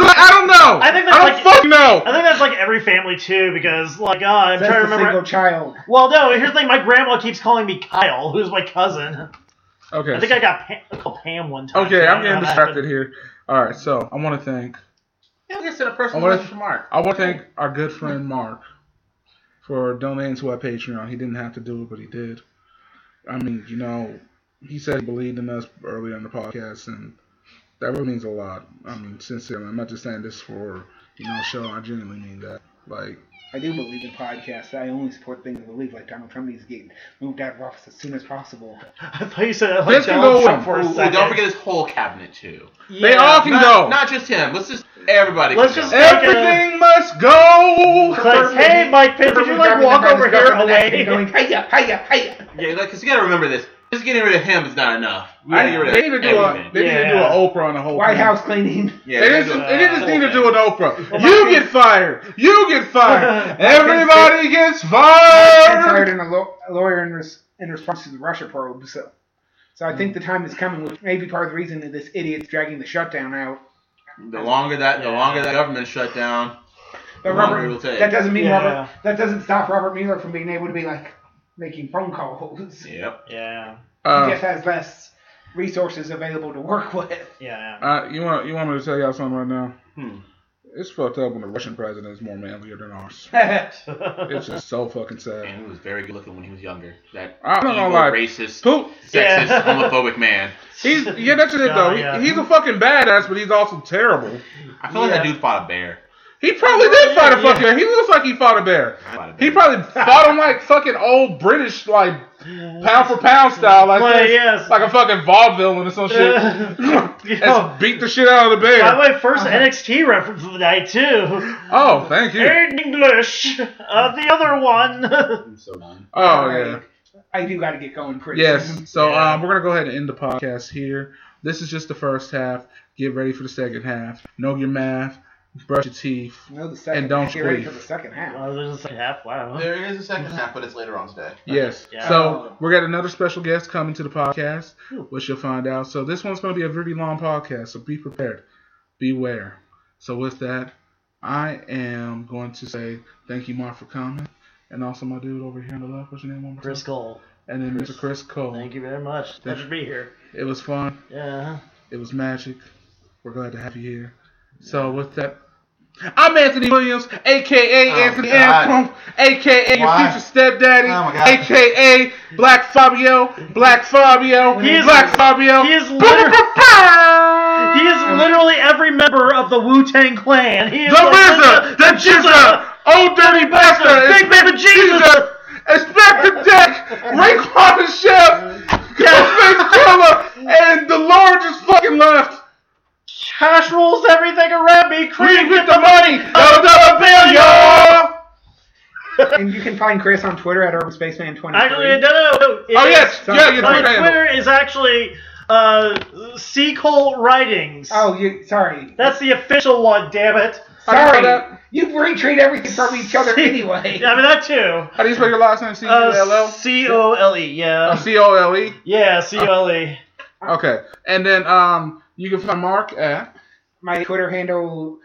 A: like, I don't know.
C: I think that's
A: I don't
C: like-
A: fucking know.
C: I think that's like every family too, because like uh, I'm
D: That's
C: trying to
D: a
C: remember.
D: single child.
C: Well, no, here's the thing. My grandma keeps calling me Kyle, who's my cousin.
A: okay.
C: I think I got Pam, called Pam one time.
A: Okay,
C: I
A: I'm
C: don't know how
A: getting
C: that
A: distracted
C: happened.
A: here. All right, so I want to thank
B: Yeah, I guess a
A: I
B: personal
A: wanna-
B: message from Mark.
A: I want to thank our good friend Mark for donating to our Patreon. He didn't have to do it, but he did. I mean, you know, he said he believed in us earlier in the podcast, and that really means a lot. I mean, sincerely, I'm not just saying this for you know show. I genuinely mean that. Like,
D: I I do believe in podcasts. I only support things I believe, like Donald Trump needs to get moved out of office as soon as possible.
C: I thought you said that
A: This
C: like
A: can
C: Donald
A: go
C: Trump
A: in.
C: for a
B: Ooh, ooh,
C: second.
B: don't forget his whole cabinet too.
A: They all can
B: not,
A: go.
B: Not just him. Let's just everybody.
C: Let's
B: can
C: just-
B: go.
A: Everything must go.
C: Like, hey, Mike Pitt, did you like walk over here
D: Going,
C: away?
D: hiya, hiya, hiya.
B: Yeah, like, cause you gotta remember this. Just getting rid of him is not enough. We
A: I-
B: gotta get rid of
A: they need to do a
B: everything.
A: they need to do
C: Oh, Yeah.
A: an Oprah on the whole
D: White
A: thing.
D: House cleaning.
B: Yeah,
A: They
B: gotta
A: just,
B: do a
A: they just need to do
B: whole
A: an Oprah.
C: Well,
A: you
C: my-
A: get fired. You get fired. Everybody gets
D: I'm hired
A: fired.
D: in a, lo- a lawyer in, res- in response to the Russia probe. So, so I think
B: Hmm.
D: the time is coming, which may be part of the reason that this idiot's dragging the shutdown out.
B: thing. The longer that, the
C: Yeah.
B: longer that government shut down, the
D: But
B: longer it
D: Robert,
B: will take.
D: that doesn't mean
C: Yeah.
D: Robert. That doesn't stop Robert Mueller from being able to be like making phone calls.
B: Yep.
C: Yeah,
D: he
A: Uh,
D: just has less resources available to work with.
C: yeah.
A: uh, you want you want me to tell y'all something right now?
B: Hmm.
A: It's fucked up when the Russian president is more manlier than ours. It's just so fucking sad.
B: And he was very good looking when he was younger. That
A: I'm not
B: evil,
A: gonna lie.
B: racist,
A: Who?
B: sexist,
C: Yeah.
B: homophobic man.
A: He's yeah, that's it though.
C: Oh, yeah.
A: He, he's a fucking badass, but he's also terrible.
B: I feel like that
C: Yeah.
B: dude fought a bear.
A: He probably did
C: Yeah,
A: fight a fucking
C: yeah.
A: bear. He looks like he fought a bear.
B: Fought a bear.
A: He probably fought him like fucking old British, like pound for pound style, like
C: Well,
A: this,
C: yes.
A: like a fucking vaudevillain or some shit.
C: Yo,
A: Just beat the shit out of the bear.
C: By the way, first NXT reference of the night too.
A: Oh, thank you.
C: In English, uh, the other one.
B: I'm so done.
A: Oh yeah.
D: I do got to get going pretty soon.
A: Yes. So
C: Yeah.
A: um, we're gonna go ahead and end the podcast here. This is just the first half. Get ready for the second half. Know your math. Brush your teeth.
D: No, the second.
A: And don't
D: get ready
A: squeeze.
D: for the second half.
C: oh, there's a second half. Wow.
E: There is a second half, but it's later on today.
A: Yes.
C: Yeah.
A: So we got another special guest coming to the podcast, which you'll find out. So this one's going to be a really long podcast. So be prepared, beware. So with that, I am going to say thank you, Mark, for coming, and also my dude over here on the left. What's your name? One more time?
C: Chris Cole.
A: And then Mr. Chris Cole.
C: Thank you very much. Pleasure to be here.
A: It was fun.
C: Yeah.
A: It was magic. We're glad to have you here. So with that. I'm Anthony Williams, aka
E: Oh,
A: Anthony
E: God.
A: Antrim, aka your
E: Why?
A: future stepdaddy,
E: Oh, my God.
A: aka Black Fabio, Black Fabio,
C: He is-
A: Black Fabio.
C: He is literally, he is literally every member of the Wu Tang Clan. He is
A: the RZA, the Jizza, old dirty bastard,
C: Big Baby Jesus.
A: Caesar, Inspector Deck, Ray Carter Chef, Ghostface Killer, and the Lord just fucking left.
C: Cash rules everything around me. Cream,
A: Cream with
C: get the
A: the money,
C: Oh,
A: the bill, y'all.
D: and you can find Chris on Twitter at UrbanSpaceman23.
C: Actually, no, no, no. it
A: Oh
C: is-
A: yes, yeah, your
C: My
A: Twitter handle.
C: Twitter is actually uh, C Cole Writings.
D: oh, you sorry.
C: That's the official one, damn it.
A: How do you spell
D: Sorry,
A: that?
D: you retreat everything from each other anyway.
C: Yeah, I mean, that too.
A: How do you spell your last name? C U L
C: Uh,
A: L
C: C O L E, yeah.
A: C O L E.
C: Yeah, C O L E.
A: Okay, and then um, you can find Mark at
D: My Twitter handle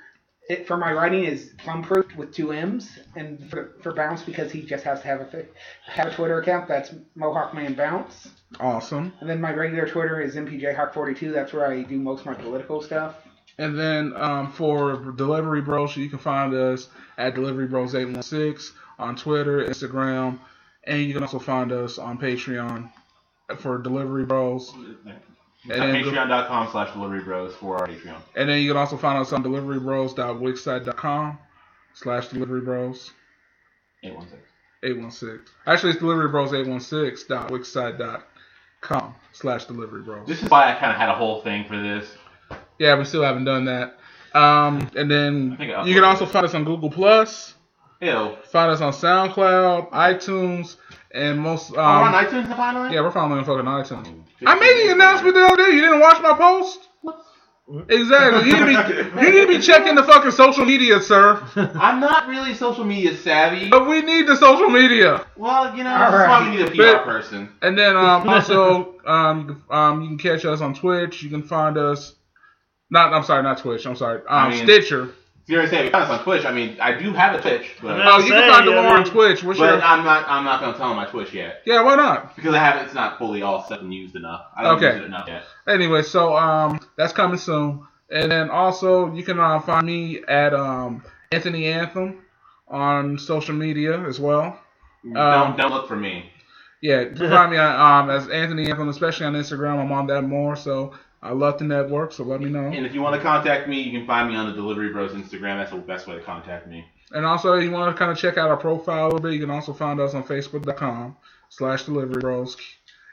D: it, for my writing is plumproofed with two M's, and for, for bounce because he just has to have a fi- have a Twitter account. That's Mohawk Man Bounce.
A: awesome,
D: And then my regular Twitter is MPJHawk42. That's where I do most of my political stuff.
A: and then um, for Delivery Bros, you can find us at Delivery Bros eight one six on Twitter, Instagram, and you can also find us on Patreon for Delivery Bros. And then, go-
B: Patreon.com slash delivery bros for our Patreon.
A: and then you can also find us on deliverybros.wixsite.com slash delivery bros.
B: 816.
A: 816. Actually, it's deliverybros816.wixsite.com slash delivery bros.
B: This is why I kind of had a whole thing for this.
A: Yeah, we still haven't done that. Um, and then
B: I think I
A: you can
B: uploaded
A: also
B: it.
A: find us on Google Plus,
B: Ew.
A: find us on SoundCloud, iTunes, and most.
B: Oh, we're on
A: Um,
B: iTunes Oh, finally?
A: yeah, we're finally on fucking iTunes. I made the announcement the other day. You didn't watch my post. Exactly. You need to be you need to be checking the fucking social media, sir.
B: I'm not really social media savvy.
A: But we need the social media.
B: Well, you know,
D: All
B: that's why we need
D: right.
B: a PR
A: But-
B: person.
A: And then um, also, um, um, you can catch us on Twitch. You can find us. Not, I'm sorry, not Twitch. I'm sorry. Um,
B: I mean-
A: Stitcher.
B: You know what I'm saying? Find us on Twitch. I mean, I do have a Twitch, but,
A: Oh, you can
C: saying,
A: find
C: I
A: Delore on
C: mean-
A: Twitch. What's
B: but
A: your?
B: I'm not. I'm not gonna tell them my Twitch yet
A: Yeah, why not?
B: because I haven't. It's not fully all set and used enough. I don't
A: Okay.
B: use it enough yet.
A: Anyway, so um, that's coming soon. And then also, you can uh, find me at um, Anthony Anthem on social media as well. Um,
B: don't don't look for me.
A: Yeah, you can find me on, um, as Anthony Anthem, especially on Instagram. I'm on that more, so I love the network. So let me know.
B: And if you want to contact me, you can find me on the Delivery Bros Instagram. That's the best way to contact me.
A: And also, you want to kind of check out our profile a little bit. You can also find us on Facebook.com slash Delivery Bros.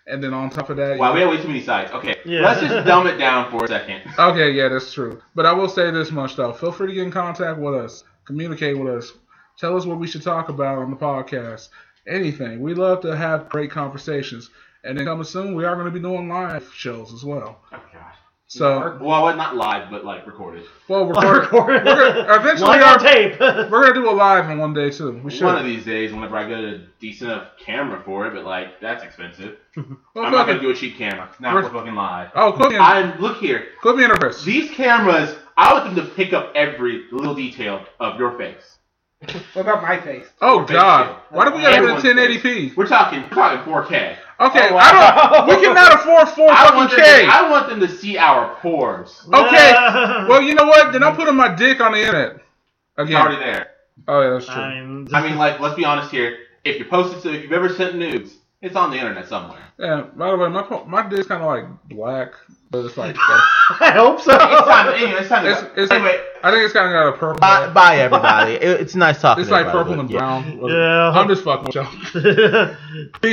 A: And then on top of that, you-
B: Wow, we have way too many sides. Okay,
C: Yeah.
B: let's just dumb it down for a second.
A: okay, yeah, that's true. But I will say this much though: feel free to get in contact with us, communicate with us, tell us what we should talk about on the podcast, anything. We love to have great conversations. And then coming soon, we are going to be doing live shows as well.
B: Oh God.
A: So,
B: Well, not live, but like recorded.
A: well,
C: Live
A: record. we're gonna, eventually,
C: Live
A: we are-
C: on tape.
A: we're gonna do a live on one day too. We should.
B: One of these days, whenever I get a decent enough camera for it, but like that's expensive.
A: Well,
B: I'm
A: fuck
B: not
A: it.
B: gonna do a cheap camera. Not
A: We're-
B: for fucking live.
A: Oh, Cookie and,
B: I look here.
A: Cookie and Chris.
B: These cameras, I want them to pick up every little detail of your face.
D: What about my face?
A: Oh
B: Thank
A: God!
B: you.
A: Why do we gotta
B: Everyone's
A: get a 1080p?
B: We're talking, we're talking 4K.
A: Okay,
C: Oh, wow.
A: I don't. We cannot afford four
B: I want,
A: fucking
B: them to,
A: K.
B: I want them to see our pores.
A: Okay, Well, you know what? Then I'm putting my dick on the internet
B: It's
A: again.
B: already there.
A: Oh yeah, that's true.
C: I mean,
B: I mean, like, let's be honest here. If you posted, so if you've ever sent nudes, it's on the internet somewhere.
A: Yeah. By the way, my po- my dick's kind of like black, but it's like
C: I hope so.
B: It's time. Anyway, it's time to
A: it's,
B: go.
A: it's
B: anyway,
A: I think it's kind of got a purple.
E: Bye, bye everybody. It- It's nice talking.
A: it's
E: to
A: like
E: everybody,
A: purple
E: but
A: and
E: yeah.
A: brown.
C: Yeah.
A: I'm just fucking with y'all.